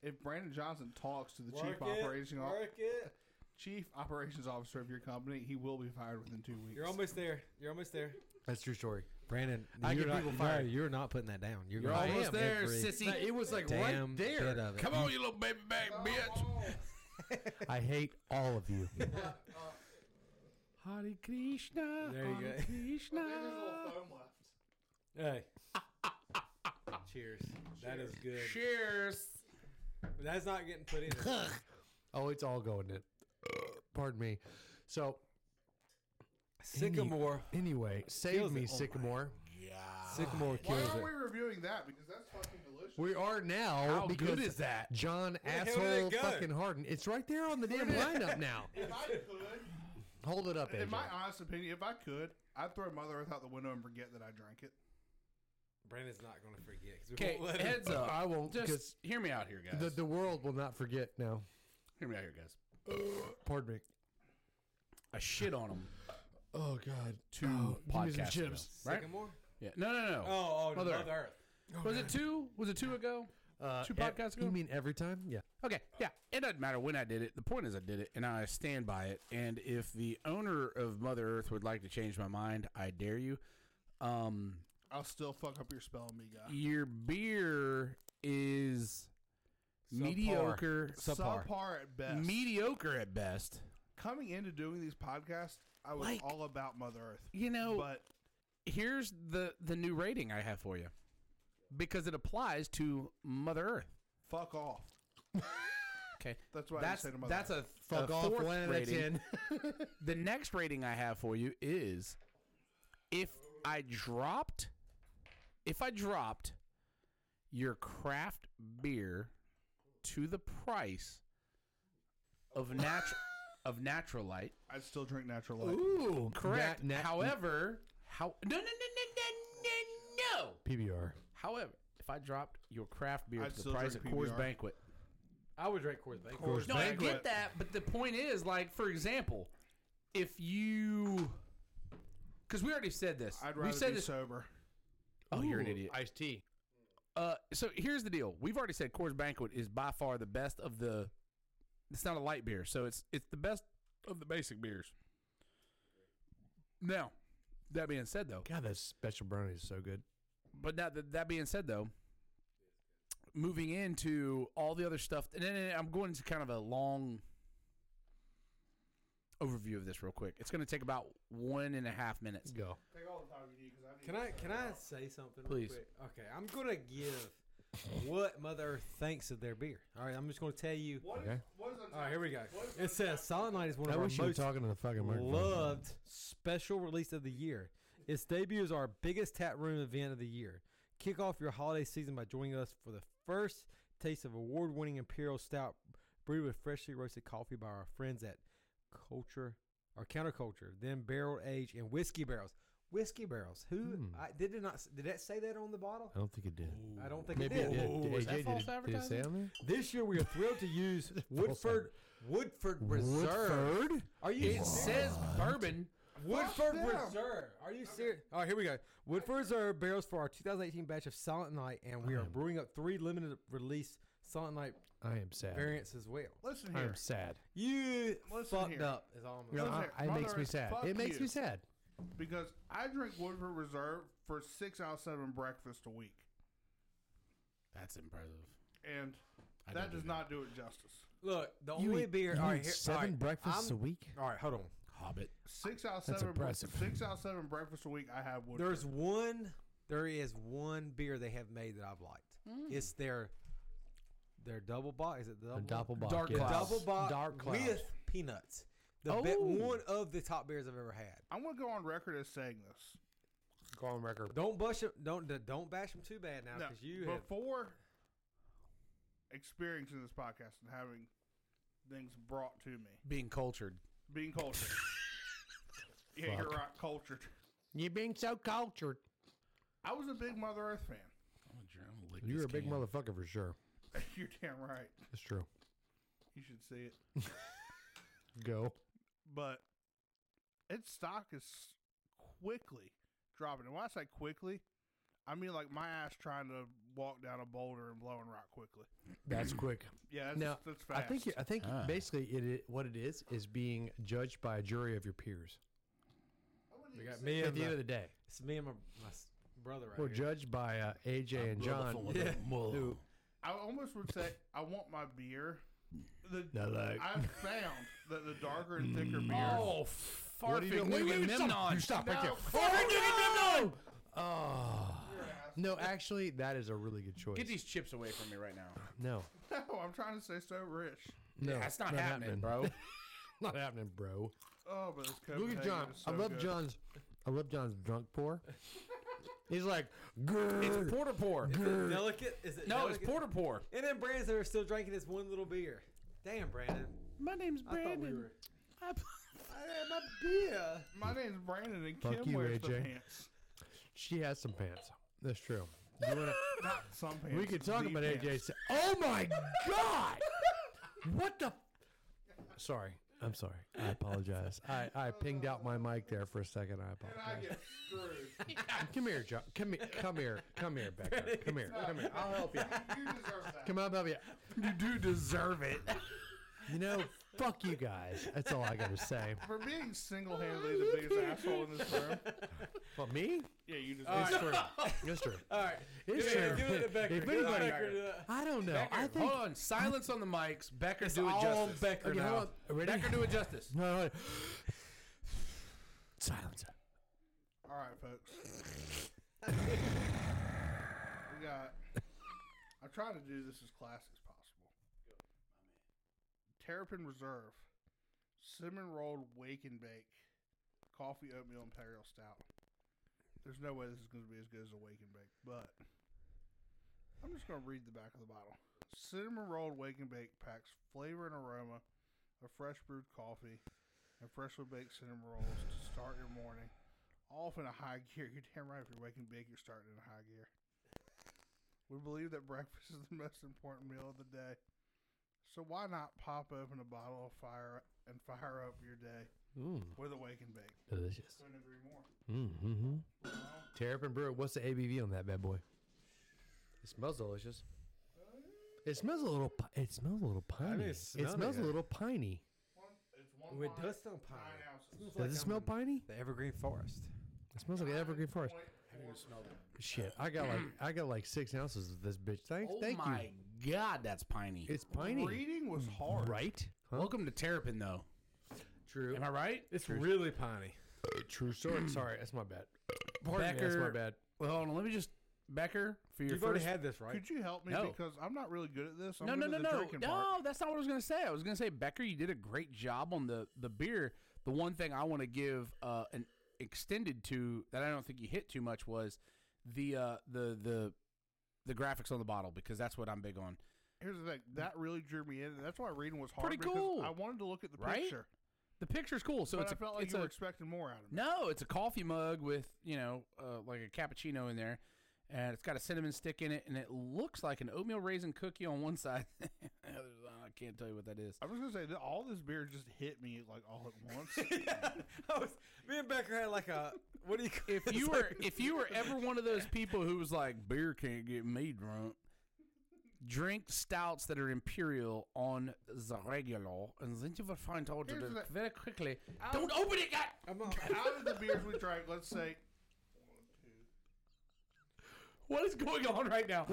[SPEAKER 4] If Brandon Johnson talks to the chief
[SPEAKER 3] Work it,
[SPEAKER 4] operating o-
[SPEAKER 3] Work it.
[SPEAKER 4] chief operations officer of your company, he will be fired within two weeks.
[SPEAKER 3] You're almost there. You're almost there.
[SPEAKER 2] That's true story.
[SPEAKER 6] Brandon,
[SPEAKER 2] I
[SPEAKER 6] you're
[SPEAKER 2] get
[SPEAKER 6] not,
[SPEAKER 2] people
[SPEAKER 6] no,
[SPEAKER 2] fired.
[SPEAKER 6] you're not putting that down. You're,
[SPEAKER 5] You're
[SPEAKER 6] gonna-
[SPEAKER 5] almost
[SPEAKER 6] I am
[SPEAKER 5] there,
[SPEAKER 6] every
[SPEAKER 5] sissy.
[SPEAKER 2] No, it was like
[SPEAKER 6] Damn
[SPEAKER 2] right there.
[SPEAKER 6] bit of
[SPEAKER 5] (laughs)
[SPEAKER 6] it.
[SPEAKER 5] Come on, you little baby back bitch.
[SPEAKER 2] I hate all of you. (laughs)
[SPEAKER 5] Hare Krishna.
[SPEAKER 3] There you
[SPEAKER 5] Hare
[SPEAKER 3] go. (laughs)
[SPEAKER 5] Krishna.
[SPEAKER 3] Hey. (laughs) Cheers. That is good.
[SPEAKER 5] Cheers.
[SPEAKER 3] But that's not getting put in.
[SPEAKER 2] oh, it's all going in. Pardon me. So
[SPEAKER 3] Sycamore.
[SPEAKER 2] anyway, save
[SPEAKER 3] Kills
[SPEAKER 2] me,
[SPEAKER 3] it. Oh my
[SPEAKER 2] Sycamore.
[SPEAKER 3] Ah, Sycamore
[SPEAKER 4] Why
[SPEAKER 3] kills
[SPEAKER 4] are
[SPEAKER 3] it.
[SPEAKER 4] we reviewing that? Because that's fucking delicious.
[SPEAKER 2] We are now
[SPEAKER 5] How
[SPEAKER 2] because
[SPEAKER 5] good is that?
[SPEAKER 2] John
[SPEAKER 3] hell did it
[SPEAKER 2] asshole
[SPEAKER 3] go?
[SPEAKER 2] fucking Harden. It's right there on the damn lineup
[SPEAKER 5] (laughs)
[SPEAKER 2] now.
[SPEAKER 4] if I (laughs) could,
[SPEAKER 2] Hold it up,
[SPEAKER 4] in
[SPEAKER 2] AJ.
[SPEAKER 4] my honest opinion, if I could, I'd throw Mother Earth out the window and forget that I drank it.
[SPEAKER 3] Brandon's not gonna forget. 'cause we
[SPEAKER 5] Okay,
[SPEAKER 3] won't let him.
[SPEAKER 5] heads up.
[SPEAKER 2] Uh, I won't because
[SPEAKER 5] Just hear me out here, guys.
[SPEAKER 2] the, the world will not forget now.
[SPEAKER 5] hear me out here, guys.
[SPEAKER 2] Pardon me.
[SPEAKER 5] I shit on them
[SPEAKER 2] Oh God.
[SPEAKER 5] two
[SPEAKER 2] Oh, give me some
[SPEAKER 5] podcasts ago,
[SPEAKER 2] chips.
[SPEAKER 5] right?
[SPEAKER 3] Sycamore.
[SPEAKER 5] Yeah. No, no, no.
[SPEAKER 3] Oh, oh,
[SPEAKER 5] Mother
[SPEAKER 3] Mother,
[SPEAKER 5] Earth.
[SPEAKER 3] Earth.
[SPEAKER 5] was it two? Was it two ago?
[SPEAKER 2] Uh,
[SPEAKER 5] Two
[SPEAKER 2] e-
[SPEAKER 5] podcasts ago?
[SPEAKER 2] You mean every time? Yeah.
[SPEAKER 5] Okay, yeah, it doesn't matter when I did it. The point is, I did it, and I stand by it. And if the owner of Mother Earth would like to change my mind, I dare you. Um,
[SPEAKER 4] I'll still fuck up your spelling, me guy.
[SPEAKER 5] your beer is
[SPEAKER 3] Subpar.
[SPEAKER 5] mediocre, subpar,
[SPEAKER 4] Subpar at best.
[SPEAKER 5] mediocre at best.
[SPEAKER 4] Coming into doing these podcasts, I was
[SPEAKER 5] Like-
[SPEAKER 4] all about Mother Earth,
[SPEAKER 5] You know,
[SPEAKER 4] but
[SPEAKER 5] here's the the new rating I have for you because it applies to Mother Earth.
[SPEAKER 4] fuck off.
[SPEAKER 5] Okay,
[SPEAKER 4] That's what
[SPEAKER 5] that's
[SPEAKER 4] I didn't say to Mother
[SPEAKER 5] that's
[SPEAKER 4] Earth.
[SPEAKER 5] a
[SPEAKER 2] Fuck
[SPEAKER 5] a
[SPEAKER 2] off.
[SPEAKER 5] Uh, fourth
[SPEAKER 2] One out of
[SPEAKER 5] rating. (laughs)
[SPEAKER 2] ten.
[SPEAKER 5] The next rating I have for you is if I dropped if I dropped your craft beer to the price of natural of natural light.
[SPEAKER 4] I'd still drink natural light.
[SPEAKER 2] Ooh.
[SPEAKER 5] Correct.
[SPEAKER 2] Nat- nat-
[SPEAKER 5] However, how no no no no no no no.
[SPEAKER 2] PBR.
[SPEAKER 5] However, if I dropped your craft beer
[SPEAKER 4] I'd
[SPEAKER 5] to the
[SPEAKER 4] still
[SPEAKER 5] price of
[SPEAKER 4] drink
[SPEAKER 5] Coors
[SPEAKER 4] PBR.
[SPEAKER 5] Banquet.
[SPEAKER 3] I would drink Coors Banquet.
[SPEAKER 4] Coors
[SPEAKER 5] No, I
[SPEAKER 4] Banquet.
[SPEAKER 5] get that, but the point is, like, for example, if you, because we already said this,
[SPEAKER 4] I'd
[SPEAKER 5] we
[SPEAKER 4] rather
[SPEAKER 5] said
[SPEAKER 4] be
[SPEAKER 5] this.
[SPEAKER 4] sober.
[SPEAKER 5] Oh, you're an idiot.
[SPEAKER 2] Iced tea.
[SPEAKER 5] Uh, so here's the deal. We've already said Coors Banquet is by far the best of the. It's not a light beer, so it's it's the best of the basic beers. Now, that being said, though,
[SPEAKER 2] God, that special brownie is so good.
[SPEAKER 5] but now that that being said, though, moving into all the other stuff, and then I'm going into kind of a long overview of this real quick. It's going to take about one and a half minutes.
[SPEAKER 2] Go.
[SPEAKER 4] Take all the time you need because I need
[SPEAKER 3] Can I can I say something?
[SPEAKER 5] Please.
[SPEAKER 3] Real quick? Okay, I'm gonna give what Mother Earth thinks of their beer. All right, I'm just gonna tell you.
[SPEAKER 4] What is-
[SPEAKER 2] Okay.
[SPEAKER 4] what is on
[SPEAKER 3] All right, here we go.
[SPEAKER 4] What is
[SPEAKER 3] It says Silent Night is one
[SPEAKER 2] I
[SPEAKER 3] of our
[SPEAKER 2] wish you were
[SPEAKER 3] most
[SPEAKER 2] talking to the fucking microphone.
[SPEAKER 3] loved special release of the year. Its debut is our biggest tap room event of the year. Kick off your holiday season by joining us for the first taste of award-winning Imperial Stout brewed with freshly roasted coffee by our friends at Culture or Counterculture, then barrel aged in whiskey barrels. Whiskey barrels. Who
[SPEAKER 2] Hmm.
[SPEAKER 3] I, did it not? s- Did that say that on the bottle?
[SPEAKER 2] I don't think it did.
[SPEAKER 3] I don't think
[SPEAKER 2] Maybe
[SPEAKER 3] it did.
[SPEAKER 5] Ooh,
[SPEAKER 2] did.
[SPEAKER 5] was that
[SPEAKER 2] AJ,
[SPEAKER 5] false
[SPEAKER 2] did, it, did it say on there?
[SPEAKER 3] This year we are thrilled to (laughs) use Woodford Woodford Reserve.
[SPEAKER 2] Woodford?
[SPEAKER 3] Are you
[SPEAKER 5] It says bourbon.
[SPEAKER 3] Woodford
[SPEAKER 4] them.
[SPEAKER 3] Reserve. Are you serious? All right, here we go. Woodford Reserve barrels for our 2018 batch of Silent Night, and we are brewing up three limited release Silent Night
[SPEAKER 2] I am sad.
[SPEAKER 3] variants as well.
[SPEAKER 4] Listen
[SPEAKER 2] I
[SPEAKER 4] here.
[SPEAKER 2] am sad.
[SPEAKER 3] You
[SPEAKER 4] Listen
[SPEAKER 3] fucked
[SPEAKER 4] here.
[SPEAKER 3] up. Is all I'm
[SPEAKER 2] No,
[SPEAKER 3] gonna
[SPEAKER 4] Listen
[SPEAKER 2] I-
[SPEAKER 4] here,
[SPEAKER 2] I- it makes
[SPEAKER 4] mother,
[SPEAKER 2] me sad.
[SPEAKER 4] fuck
[SPEAKER 2] It makes
[SPEAKER 4] you.
[SPEAKER 2] me sad.
[SPEAKER 4] because I drink Woodford Reserve for six out of seven breakfast a week,
[SPEAKER 5] That's impressive.
[SPEAKER 4] and
[SPEAKER 5] I
[SPEAKER 4] that
[SPEAKER 5] don't
[SPEAKER 4] does
[SPEAKER 5] do
[SPEAKER 4] not do it justice.
[SPEAKER 3] Look, the
[SPEAKER 2] You
[SPEAKER 3] only
[SPEAKER 2] eat-
[SPEAKER 3] beer.
[SPEAKER 2] you
[SPEAKER 3] all
[SPEAKER 2] eat
[SPEAKER 3] right, here,
[SPEAKER 2] seven
[SPEAKER 3] all right,
[SPEAKER 2] breakfasts
[SPEAKER 3] I'm-
[SPEAKER 2] a week.
[SPEAKER 3] All right, hold on.
[SPEAKER 5] Hobbit.
[SPEAKER 4] Six out of
[SPEAKER 2] That's
[SPEAKER 4] seven.
[SPEAKER 2] impressive.
[SPEAKER 4] Six out of seven breakfast a week. I have Woodford.
[SPEAKER 3] There's one. There is one beer they have made that I've liked. It's their their double box. Is it the
[SPEAKER 2] A
[SPEAKER 3] double?
[SPEAKER 2] doppelbock.
[SPEAKER 5] Dark
[SPEAKER 2] yes.
[SPEAKER 5] cloud.
[SPEAKER 3] Double box
[SPEAKER 2] Dark cloud.
[SPEAKER 3] with peanuts. The be- one of the top beers I've ever had.
[SPEAKER 4] I'm gonna go on record as saying this.
[SPEAKER 2] Go on record.
[SPEAKER 3] Don't bush it. Don't don't bash them too bad now
[SPEAKER 4] Now,
[SPEAKER 3] because you have
[SPEAKER 4] before experiencing this podcast and having things brought to me,
[SPEAKER 5] Being cultured.
[SPEAKER 4] being
[SPEAKER 2] (laughs)
[SPEAKER 4] cultured. yeah, you're right. Cultured.
[SPEAKER 2] You're being so cultured.
[SPEAKER 4] I was a big Mother Earth fan. (laughs)
[SPEAKER 5] I'm gonna lick
[SPEAKER 2] You're
[SPEAKER 5] this
[SPEAKER 2] a big
[SPEAKER 5] can.
[SPEAKER 2] motherfucker for sure.
[SPEAKER 4] You're damn right.
[SPEAKER 2] It's true.
[SPEAKER 4] You should see it.
[SPEAKER 2] Go.
[SPEAKER 4] But its stock is quickly dropping. And when I say quickly, I mean like my ass trying to walk down a boulder and blowing rock quickly.
[SPEAKER 2] That's quick.
[SPEAKER 4] Yeah, that's,
[SPEAKER 2] Now,
[SPEAKER 4] that's
[SPEAKER 2] I
[SPEAKER 4] fast.
[SPEAKER 2] think you I think
[SPEAKER 5] Ah.
[SPEAKER 2] basically it, it what it is is being judged by a jury of your peers.
[SPEAKER 3] We got me
[SPEAKER 2] At
[SPEAKER 3] and
[SPEAKER 2] the end
[SPEAKER 3] my,
[SPEAKER 2] of the day,
[SPEAKER 3] it's me and my, my s- brother right
[SPEAKER 2] we're
[SPEAKER 3] here.
[SPEAKER 2] judged by uh, AJ and John. (laughs)
[SPEAKER 5] Yeah.
[SPEAKER 2] who-
[SPEAKER 4] I almost would say I want my beer. The,
[SPEAKER 2] Now, like-
[SPEAKER 4] I've found that the darker and thicker beer. (laughs)
[SPEAKER 5] Oh,
[SPEAKER 2] What are you
[SPEAKER 5] farting.
[SPEAKER 2] doing?
[SPEAKER 5] Wait, wait, wait,
[SPEAKER 2] Memnon.
[SPEAKER 5] stop.
[SPEAKER 2] You stop right there.
[SPEAKER 4] No.
[SPEAKER 5] Farting, Memnon!
[SPEAKER 2] Oh. No, actually, that is a really good choice.
[SPEAKER 5] Get these chips away from me right now.
[SPEAKER 2] no,
[SPEAKER 4] No, Oh, I'm trying to stay so rich.
[SPEAKER 2] no,
[SPEAKER 5] That's not, happening,
[SPEAKER 2] (laughs)
[SPEAKER 5] bro.
[SPEAKER 2] Not happening, bro.
[SPEAKER 4] Oh, but this
[SPEAKER 2] Look
[SPEAKER 4] Copenhagen
[SPEAKER 2] at John.
[SPEAKER 4] is so
[SPEAKER 2] I love
[SPEAKER 4] good.
[SPEAKER 2] John's. I love John's drunk pour. He's like,
[SPEAKER 5] it's
[SPEAKER 2] "Grrr."
[SPEAKER 5] porter pour.
[SPEAKER 3] Delicate? Is it
[SPEAKER 5] No, it's
[SPEAKER 3] delicate?
[SPEAKER 5] porter pour.
[SPEAKER 3] And then Brandon's over still drinking his one little beer. Damn, Brandon.
[SPEAKER 5] My name's
[SPEAKER 3] I thought we were. I had my beer.
[SPEAKER 4] My name's Brandon, and
[SPEAKER 2] Fuck
[SPEAKER 4] Kim
[SPEAKER 2] you,
[SPEAKER 4] wears the
[SPEAKER 2] AJ.
[SPEAKER 4] pants.
[SPEAKER 2] she has some pants. That's true. You wanna-
[SPEAKER 4] Not some pants.
[SPEAKER 2] we could talk
[SPEAKER 4] the
[SPEAKER 2] about AJ.
[SPEAKER 4] pants.
[SPEAKER 2] Sa- oh my God! What the? Sorry, I'm sorry. I apologize. I, I pinged out my mic there for a second. I
[SPEAKER 4] And I
[SPEAKER 2] apologize.
[SPEAKER 4] get screwed.
[SPEAKER 2] (laughs) Come here, John. Come here. Come here. Come here, Becca. Come here. Come here. I'll help you.
[SPEAKER 4] you deserve that.
[SPEAKER 2] Come on, help you.
[SPEAKER 5] You do deserve it.
[SPEAKER 2] You know, fuck you guys. That's all I gotta say.
[SPEAKER 4] For being
[SPEAKER 2] Oh,
[SPEAKER 4] single-handedly the biggest asshole in this room.
[SPEAKER 2] But me?
[SPEAKER 4] Yeah, you deserve
[SPEAKER 2] It's
[SPEAKER 4] it.
[SPEAKER 2] true. It's true.
[SPEAKER 3] All right.
[SPEAKER 2] It's
[SPEAKER 3] Give it,
[SPEAKER 2] true.
[SPEAKER 3] give it to Becker.
[SPEAKER 2] If
[SPEAKER 3] Give it to
[SPEAKER 2] anybody-
[SPEAKER 3] Becker. to-
[SPEAKER 2] I don't know.
[SPEAKER 5] Becker,
[SPEAKER 2] I think.
[SPEAKER 5] hold on. Silence on the mics. Becker,
[SPEAKER 3] It's
[SPEAKER 5] do it
[SPEAKER 3] all on
[SPEAKER 5] justice.
[SPEAKER 3] Becker
[SPEAKER 2] Okay,
[SPEAKER 3] now.
[SPEAKER 2] hold on. Ready?
[SPEAKER 5] Becker, do it justice.
[SPEAKER 2] (laughs) No, no, no. Silence.
[SPEAKER 4] All right, folks. we got. I'm trying to do this as classic as possible. Terrapin Reserve, cinnamon rolled wake and bake, coffee oatmeal imperial stout. There's no way this is going to be as good as a wake and bake, but I'm just going to read the back of the bottle. Cinnamon rolled wake and bake packs flavor and aroma of fresh brewed coffee and freshly baked cinnamon rolls to start your morning off in a high gear. (laughs) You're damn right. If you're waking big, you're starting in a high gear. We believe that breakfast is the most important meal of the day. So why not pop open a bottle of fire and fire up your day
[SPEAKER 2] Mm,
[SPEAKER 4] with a wake and bake?
[SPEAKER 2] delicious.
[SPEAKER 4] Couldn't agree more.
[SPEAKER 2] Mm-hmm. Terrapin Brewer. What's the ABV on that bad boy? It smells delicious. It smells a little. pi- It smells a little piney.
[SPEAKER 3] didn't
[SPEAKER 2] It
[SPEAKER 3] smell it
[SPEAKER 2] smells a
[SPEAKER 3] yet.
[SPEAKER 2] little piney.
[SPEAKER 4] One, it's one
[SPEAKER 3] With
[SPEAKER 4] pint,
[SPEAKER 3] dust on
[SPEAKER 4] nine
[SPEAKER 3] pine.
[SPEAKER 4] ounces.
[SPEAKER 2] Does it smell
[SPEAKER 3] I'm in
[SPEAKER 2] piney?
[SPEAKER 3] The evergreen forest.
[SPEAKER 2] It smells like an evergreen forest.
[SPEAKER 4] Point four percent.
[SPEAKER 2] Shit, I got like I got like six ounces of this bitch. Thank,
[SPEAKER 5] Oh
[SPEAKER 2] thank
[SPEAKER 5] my
[SPEAKER 2] you.
[SPEAKER 5] God, that's piney.
[SPEAKER 2] It's piney,
[SPEAKER 4] Reading was hard.
[SPEAKER 2] right?
[SPEAKER 5] Welcome to Terrapin, though.
[SPEAKER 3] True.
[SPEAKER 5] Am I right?
[SPEAKER 3] It's really piney.
[SPEAKER 2] True (clears throat) story. Sorry, that's my bad.
[SPEAKER 5] Pardon me, that's my
[SPEAKER 2] bad.
[SPEAKER 5] Well, hold on. Let me just Becker for your
[SPEAKER 3] You've already
[SPEAKER 5] first.
[SPEAKER 3] had this, right?
[SPEAKER 4] Could you help me
[SPEAKER 5] No.
[SPEAKER 4] because I'm not really good at this. I'm
[SPEAKER 5] no,
[SPEAKER 4] good
[SPEAKER 5] no,
[SPEAKER 4] at
[SPEAKER 5] no,
[SPEAKER 4] the
[SPEAKER 5] no,
[SPEAKER 4] drinking part.
[SPEAKER 5] no. That's not what I was gonna say. I was gonna say Becker, you did a great job on the the beer. The one thing I want to give uh, an extended to that I don't think you hit too much was the uh, the the the graphics on the bottle because that's what I'm big on.
[SPEAKER 4] Here's the thing that really drew me in. and That's why reading was hard.
[SPEAKER 5] Pretty
[SPEAKER 4] because
[SPEAKER 5] cool.
[SPEAKER 4] I wanted to look at the
[SPEAKER 5] Right?
[SPEAKER 4] picture,
[SPEAKER 5] The picture's cool, so
[SPEAKER 4] but
[SPEAKER 5] it's
[SPEAKER 4] I
[SPEAKER 5] a,
[SPEAKER 4] felt like
[SPEAKER 5] it's
[SPEAKER 4] you
[SPEAKER 5] a
[SPEAKER 4] were expecting more out of me.
[SPEAKER 5] No, it's a coffee mug with you know uh, like a cappuccino in there, and it's got a cinnamon stick in it, and it looks like an oatmeal raisin cookie on one (laughs) side. I can't tell you what that is.
[SPEAKER 4] I was gonna say that all this beer just hit me like all at (laughs) once.
[SPEAKER 3] (laughs) I was, me and Becker had like a what do you? call-
[SPEAKER 5] (laughs) If
[SPEAKER 3] it's
[SPEAKER 5] you were
[SPEAKER 3] like-
[SPEAKER 5] if you were ever one of those people who was like beer can't get me drunk, drink stouts that are imperial on the regular, and then you will find out that
[SPEAKER 4] Here's
[SPEAKER 5] it
[SPEAKER 4] the-
[SPEAKER 5] very quickly.
[SPEAKER 4] Out-
[SPEAKER 5] Don't open it, God.
[SPEAKER 3] I'm not-
[SPEAKER 4] out of the beers we drank, let's say
[SPEAKER 5] What is going on right now?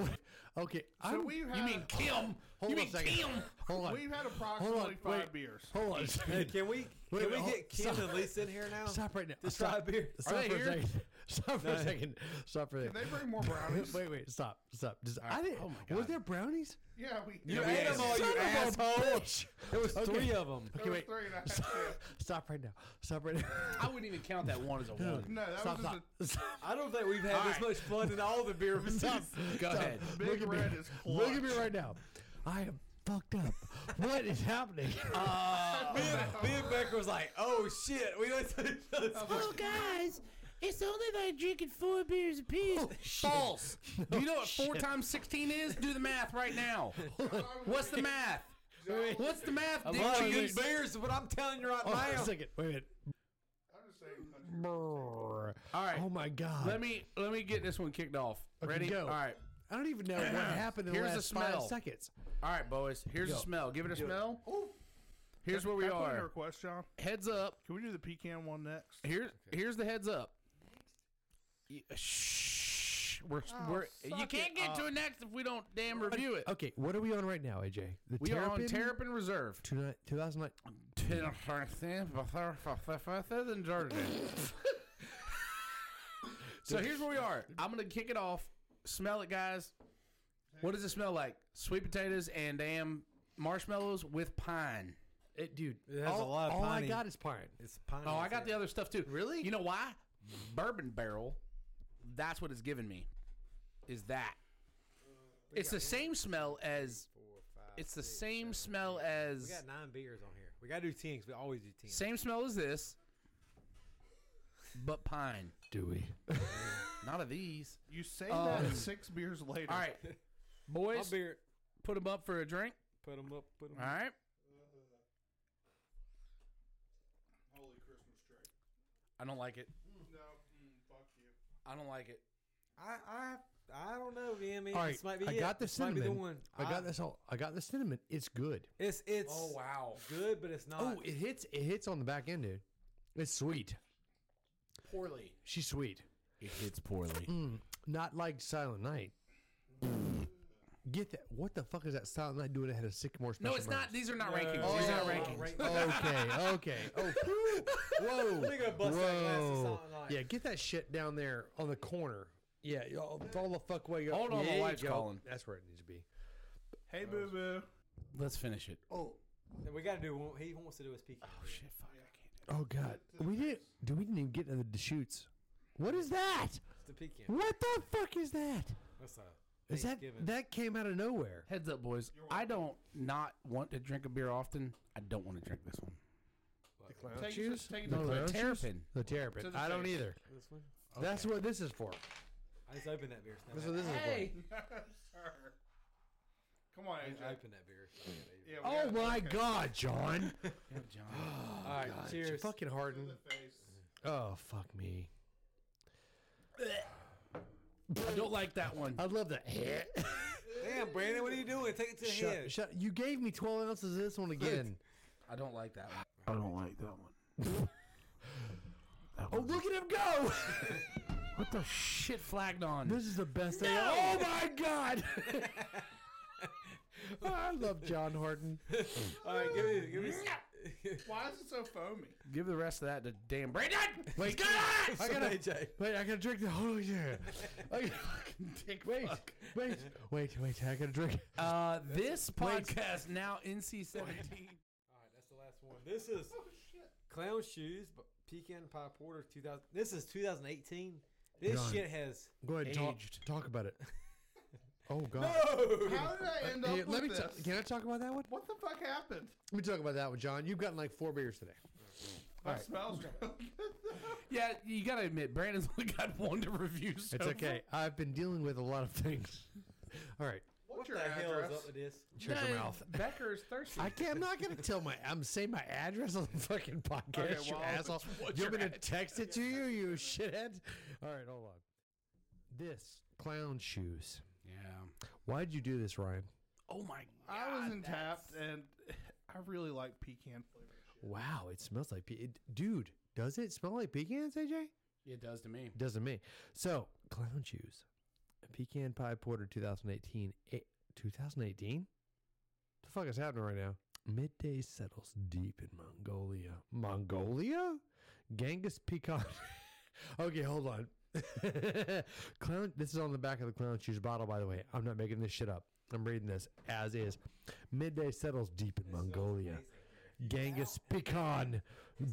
[SPEAKER 2] Okay,
[SPEAKER 4] so
[SPEAKER 2] I'm,
[SPEAKER 4] we've had
[SPEAKER 5] You mean Kim?
[SPEAKER 2] hold
[SPEAKER 5] you
[SPEAKER 2] on a
[SPEAKER 5] mean
[SPEAKER 2] second.
[SPEAKER 5] Kim?
[SPEAKER 2] Hold on,
[SPEAKER 4] we've had approximately
[SPEAKER 2] Hold on,
[SPEAKER 4] five
[SPEAKER 2] wait.
[SPEAKER 4] beers.
[SPEAKER 2] hold on. a
[SPEAKER 3] Hey,
[SPEAKER 2] second.
[SPEAKER 3] can we
[SPEAKER 2] Wait,
[SPEAKER 3] can we
[SPEAKER 2] wait, hold-
[SPEAKER 3] get Ken
[SPEAKER 2] stop.
[SPEAKER 3] and Lisa in here now?
[SPEAKER 2] Stop right now.
[SPEAKER 3] Just try
[SPEAKER 2] stop.
[SPEAKER 3] a beer.
[SPEAKER 2] Stop
[SPEAKER 5] they
[SPEAKER 2] for a
[SPEAKER 5] here?
[SPEAKER 2] second. (laughs) Stop for a
[SPEAKER 3] No.
[SPEAKER 2] second. Stop for a
[SPEAKER 4] Can they
[SPEAKER 2] second.
[SPEAKER 4] bring more
[SPEAKER 2] (laughs)
[SPEAKER 4] brownies?
[SPEAKER 2] Wait, wait, stop, stop. Just, I
[SPEAKER 5] right.
[SPEAKER 2] didn't,
[SPEAKER 5] Oh my
[SPEAKER 2] Was
[SPEAKER 5] God.
[SPEAKER 2] there brownies?
[SPEAKER 4] Yeah, we.
[SPEAKER 3] You
[SPEAKER 4] we
[SPEAKER 3] ate
[SPEAKER 4] had
[SPEAKER 3] them all,
[SPEAKER 4] some.
[SPEAKER 3] you
[SPEAKER 2] Son of a
[SPEAKER 3] asshole.
[SPEAKER 2] bitch. (laughs)
[SPEAKER 3] There was
[SPEAKER 2] Okay.
[SPEAKER 3] three of them.
[SPEAKER 4] There
[SPEAKER 2] Okay,
[SPEAKER 4] was
[SPEAKER 2] wait.
[SPEAKER 4] three and I had
[SPEAKER 2] Stop,
[SPEAKER 4] two.
[SPEAKER 2] stop right now. Stop right now.
[SPEAKER 5] I wouldn't even count that one as a one.
[SPEAKER 4] No, that
[SPEAKER 2] Stop,
[SPEAKER 4] was just
[SPEAKER 2] stop. (laughs) Stop.
[SPEAKER 3] I don't think we've had this much fun in all the beer (laughs) receipts.
[SPEAKER 5] Go
[SPEAKER 2] Stop.
[SPEAKER 5] ahead.
[SPEAKER 4] a big
[SPEAKER 2] Look at me.
[SPEAKER 4] red is
[SPEAKER 2] Look at me
[SPEAKER 4] clutch.
[SPEAKER 2] right now. I am fucked up. what is
[SPEAKER 5] (laughs)
[SPEAKER 2] happening?
[SPEAKER 3] Me and, me and Becker was like, "Oh shit, we don't."
[SPEAKER 2] oh, guys,
[SPEAKER 5] It's only like drinking four beers apiece. (laughs) False. Do you know what four times sixteen is? Do the math right now. What's the math? What's the math?
[SPEAKER 1] A
[SPEAKER 5] Dick?
[SPEAKER 1] lot of
[SPEAKER 5] You-
[SPEAKER 1] these beers is what I'm telling you right
[SPEAKER 3] Oh,
[SPEAKER 2] Hold on
[SPEAKER 1] now.
[SPEAKER 2] a second. Wait a minute.
[SPEAKER 4] I'm just saying.
[SPEAKER 2] Brrr.
[SPEAKER 5] All right.
[SPEAKER 2] Oh my god.
[SPEAKER 5] Let me let me get this one kicked off.
[SPEAKER 2] Okay,
[SPEAKER 5] Ready?
[SPEAKER 2] go.
[SPEAKER 5] All right.
[SPEAKER 2] I don't even know
[SPEAKER 5] (clears throat)
[SPEAKER 2] what happened in
[SPEAKER 5] Here's
[SPEAKER 2] the
[SPEAKER 5] the
[SPEAKER 2] last five
[SPEAKER 5] smell.
[SPEAKER 2] seconds.
[SPEAKER 5] All right, boys. Here's a
[SPEAKER 2] Go.
[SPEAKER 5] smell. Give it a smell.
[SPEAKER 4] Ooh.
[SPEAKER 5] Here's where we
[SPEAKER 4] Can I put in a
[SPEAKER 5] are.
[SPEAKER 4] request, John?
[SPEAKER 5] Heads up.
[SPEAKER 4] Can we do the pecan one next?
[SPEAKER 5] Here's here's the heads up. Y- uh, Shh. We're, we're you can't get to it next if we don't damn review it.
[SPEAKER 2] Okay, what are we on right now, AJ? The
[SPEAKER 5] We are on Terrapin Reserve.
[SPEAKER 2] Terrapin. 2009.
[SPEAKER 5] (laughs) so here's where we are. I'm gonna kick it off. Smell it, guys. What does it smell like? Sweet potatoes and damn marshmallows with pine.
[SPEAKER 2] It, dude,
[SPEAKER 3] It has a
[SPEAKER 2] all,
[SPEAKER 3] lot of
[SPEAKER 2] all I
[SPEAKER 3] piney.
[SPEAKER 2] got is pine.
[SPEAKER 3] It's pine.
[SPEAKER 5] Oh, I got the other stuff too.
[SPEAKER 2] Really?
[SPEAKER 5] You know why? Bourbon barrel. That's what it's giving me. Is that? It's the same smell as.
[SPEAKER 6] Four, five,
[SPEAKER 5] It's the
[SPEAKER 6] six,
[SPEAKER 5] same
[SPEAKER 6] seven,
[SPEAKER 5] smell
[SPEAKER 6] eight. We
[SPEAKER 5] as.
[SPEAKER 6] got nine beers on here. We gotta do ten 'cause we always do ten.
[SPEAKER 5] Same smell as this. But pine.
[SPEAKER 2] Do we?
[SPEAKER 5] Not of these.
[SPEAKER 4] You say
[SPEAKER 5] Uh,
[SPEAKER 2] um,
[SPEAKER 4] that six beers later.
[SPEAKER 5] All (laughs) right,
[SPEAKER 6] My
[SPEAKER 5] boys.
[SPEAKER 6] beer.
[SPEAKER 5] Put them up for a drink.
[SPEAKER 6] Put them up. Put them.
[SPEAKER 5] All right.
[SPEAKER 4] Holy Christmas tree.
[SPEAKER 5] I don't like it.
[SPEAKER 4] No, mm, fuck you.
[SPEAKER 5] I don't like it.
[SPEAKER 6] I I I don't know, man.
[SPEAKER 2] All
[SPEAKER 6] This might be
[SPEAKER 2] I
[SPEAKER 6] it.
[SPEAKER 2] got the
[SPEAKER 6] This might be
[SPEAKER 2] cinnamon.
[SPEAKER 6] the one.
[SPEAKER 2] I
[SPEAKER 3] Ah.
[SPEAKER 2] got this all. I got the cinnamon. It's good.
[SPEAKER 6] It's it's
[SPEAKER 5] Oh, wow.
[SPEAKER 6] good, but it's not.
[SPEAKER 3] Uh,
[SPEAKER 2] Oh, it hits. It hits on the back end, dude. It's sweet.
[SPEAKER 5] Poorly.
[SPEAKER 2] She's sweet.
[SPEAKER 5] It hits poorly.
[SPEAKER 2] Mm, not like Silent Night. Get that? What the fuck is that Silent Night doing? It had a sycamore.
[SPEAKER 5] No,
[SPEAKER 2] Special
[SPEAKER 5] it's not.
[SPEAKER 2] Burns?
[SPEAKER 5] These are not
[SPEAKER 6] No,
[SPEAKER 5] rankings.
[SPEAKER 6] no,
[SPEAKER 5] These
[SPEAKER 6] no,
[SPEAKER 5] are not
[SPEAKER 6] no, no,
[SPEAKER 5] rankings.
[SPEAKER 6] Uh, rank-
[SPEAKER 2] okay, okay. Oh, whew.
[SPEAKER 6] (laughs)
[SPEAKER 2] whoa,
[SPEAKER 6] We're gonna bust that glass of
[SPEAKER 2] Oh. whoa.
[SPEAKER 6] Silent Night.
[SPEAKER 2] Yeah, get that shit down there on the corner. Yeah, y'all- all the fuck way. up.
[SPEAKER 5] Hold on, my
[SPEAKER 2] There you
[SPEAKER 5] wife's
[SPEAKER 2] go.
[SPEAKER 5] calling.
[SPEAKER 2] That's where it needs to be.
[SPEAKER 4] Hey, boo boo.
[SPEAKER 5] Let's finish it.
[SPEAKER 2] Oh,
[SPEAKER 6] And we gotta do one. He wants to do his pecan.
[SPEAKER 5] Oh shit! Fuck! I can't.
[SPEAKER 2] oh God, we didn't. Do we didn't even get into the shoots? What is that?
[SPEAKER 6] It's the pecan.
[SPEAKER 2] What the fuck is that?
[SPEAKER 6] That's a
[SPEAKER 2] Is that
[SPEAKER 6] Thanksgiving.
[SPEAKER 2] that came out of nowhere?
[SPEAKER 5] Heads up, boys. I don't not want to drink a beer often. I don't want to drink this one.
[SPEAKER 4] Take
[SPEAKER 2] juice?
[SPEAKER 4] It, take it
[SPEAKER 2] No,
[SPEAKER 4] to
[SPEAKER 5] Oh,
[SPEAKER 4] the
[SPEAKER 2] the
[SPEAKER 4] plate.
[SPEAKER 5] Terrapin.
[SPEAKER 2] The terrapin.
[SPEAKER 4] the
[SPEAKER 2] I don't
[SPEAKER 4] face.
[SPEAKER 2] either.
[SPEAKER 6] this one.
[SPEAKER 2] That's what this is for.
[SPEAKER 6] I just opened that beer. so now
[SPEAKER 2] That's
[SPEAKER 6] I-
[SPEAKER 2] what this is
[SPEAKER 4] Sir. (laughs) Come on,
[SPEAKER 6] I
[SPEAKER 4] AJ.
[SPEAKER 6] opened that beer. so I gotta eat it.
[SPEAKER 4] Yeah, we
[SPEAKER 2] for. Oh
[SPEAKER 4] got-
[SPEAKER 2] my
[SPEAKER 4] okay.
[SPEAKER 2] God,
[SPEAKER 4] (laughs)
[SPEAKER 2] John.
[SPEAKER 5] Yeah, John.
[SPEAKER 6] All right, cheers.
[SPEAKER 2] Fucking
[SPEAKER 4] To
[SPEAKER 2] Harden.
[SPEAKER 4] the face.
[SPEAKER 2] Oh fuck me.
[SPEAKER 5] (gasps) I don't like that one.
[SPEAKER 2] I'd love to.
[SPEAKER 6] Damn, Brandon, what are you doing? Take it to
[SPEAKER 2] (laughs)
[SPEAKER 6] the
[SPEAKER 2] shut,
[SPEAKER 6] head.
[SPEAKER 2] shut. You gave me twelve ounces of this one again.
[SPEAKER 5] I don't like that one.
[SPEAKER 4] I don't like that one.
[SPEAKER 2] Oh look at him go! (laughs)
[SPEAKER 5] What the shit flagged on?
[SPEAKER 2] this is the best thing. Oh my God. (laughs)
[SPEAKER 6] (laughs)
[SPEAKER 2] I love John Harden.
[SPEAKER 6] All right, give me, give me. Some. (laughs)
[SPEAKER 4] Why is it so foamy?
[SPEAKER 5] Give the rest of that to damn Brandon.
[SPEAKER 2] Wait,
[SPEAKER 5] Get
[SPEAKER 2] (laughs)
[SPEAKER 5] it! (laughs)
[SPEAKER 2] I gotta.
[SPEAKER 6] AJ.
[SPEAKER 2] Wait, I gotta drink the. Oh
[SPEAKER 4] (laughs)
[SPEAKER 2] yeah. I gotta-
[SPEAKER 5] Dick
[SPEAKER 2] wait,
[SPEAKER 5] fuck.
[SPEAKER 2] wait, wait, wait. I gotta drink.
[SPEAKER 5] Uh, this podcast now NC seventeen.
[SPEAKER 6] All right, that's the last one. This is Clown Shoes, but Pecan Pie Porter 2000. This is 2018. This
[SPEAKER 2] Done.
[SPEAKER 6] shit has.
[SPEAKER 2] Go ahead, and talk,
[SPEAKER 5] Aged.
[SPEAKER 2] talk about (laughs) it. Oh God.
[SPEAKER 4] How did I end up
[SPEAKER 2] Hey,
[SPEAKER 4] with
[SPEAKER 2] let me.
[SPEAKER 4] this?
[SPEAKER 2] ta- can I talk about that one?
[SPEAKER 4] what the fuck happened?
[SPEAKER 2] Let me talk about that one, John. You've gotten like four beers today.
[SPEAKER 4] My smells real good.
[SPEAKER 5] Yeah, you gotta admit Brandon's (laughs) only got one to review. So
[SPEAKER 2] It's okay. I've been dealing with a lot of things. (laughs) All right,
[SPEAKER 4] (laughs) What's
[SPEAKER 6] What
[SPEAKER 4] your
[SPEAKER 6] the hell is
[SPEAKER 4] address?
[SPEAKER 6] up with this?
[SPEAKER 2] shut your mouth.
[SPEAKER 5] Becker's thirsty.
[SPEAKER 2] I can't. I'm not gonna tell my. I'm saying my address on the fucking podcast.
[SPEAKER 4] Okay,
[SPEAKER 2] you
[SPEAKER 4] well,
[SPEAKER 2] asshole.
[SPEAKER 5] what's
[SPEAKER 2] You
[SPEAKER 5] your
[SPEAKER 2] want me to
[SPEAKER 5] address?
[SPEAKER 2] text it to you? You shithead. All right, hold on. This clown shoes.
[SPEAKER 5] Yeah.
[SPEAKER 2] Why'd you do this, Ryan?
[SPEAKER 5] Oh my
[SPEAKER 4] (laughs)
[SPEAKER 5] god.
[SPEAKER 4] I was in
[SPEAKER 5] that's-
[SPEAKER 4] tapped, and (laughs) I really like pecan flavor.
[SPEAKER 2] Wow, it smells like pe- it, dude. Does it smell like pecans, AJ?
[SPEAKER 5] It does to me.
[SPEAKER 2] Doesn't me. So clown shoes, pecan pie porter 2018. Eh, 2018. The fuck is happening right now? Midday settles deep in Mongolia. Mongolia? Genghis pecan. (laughs) okay, hold on. (laughs) clown. This is on the back of the clown shoes bottle, by the way. I'm not making this shit up. I'm reading this as is. Midday settles deep in Mongolia. Genghis Pecan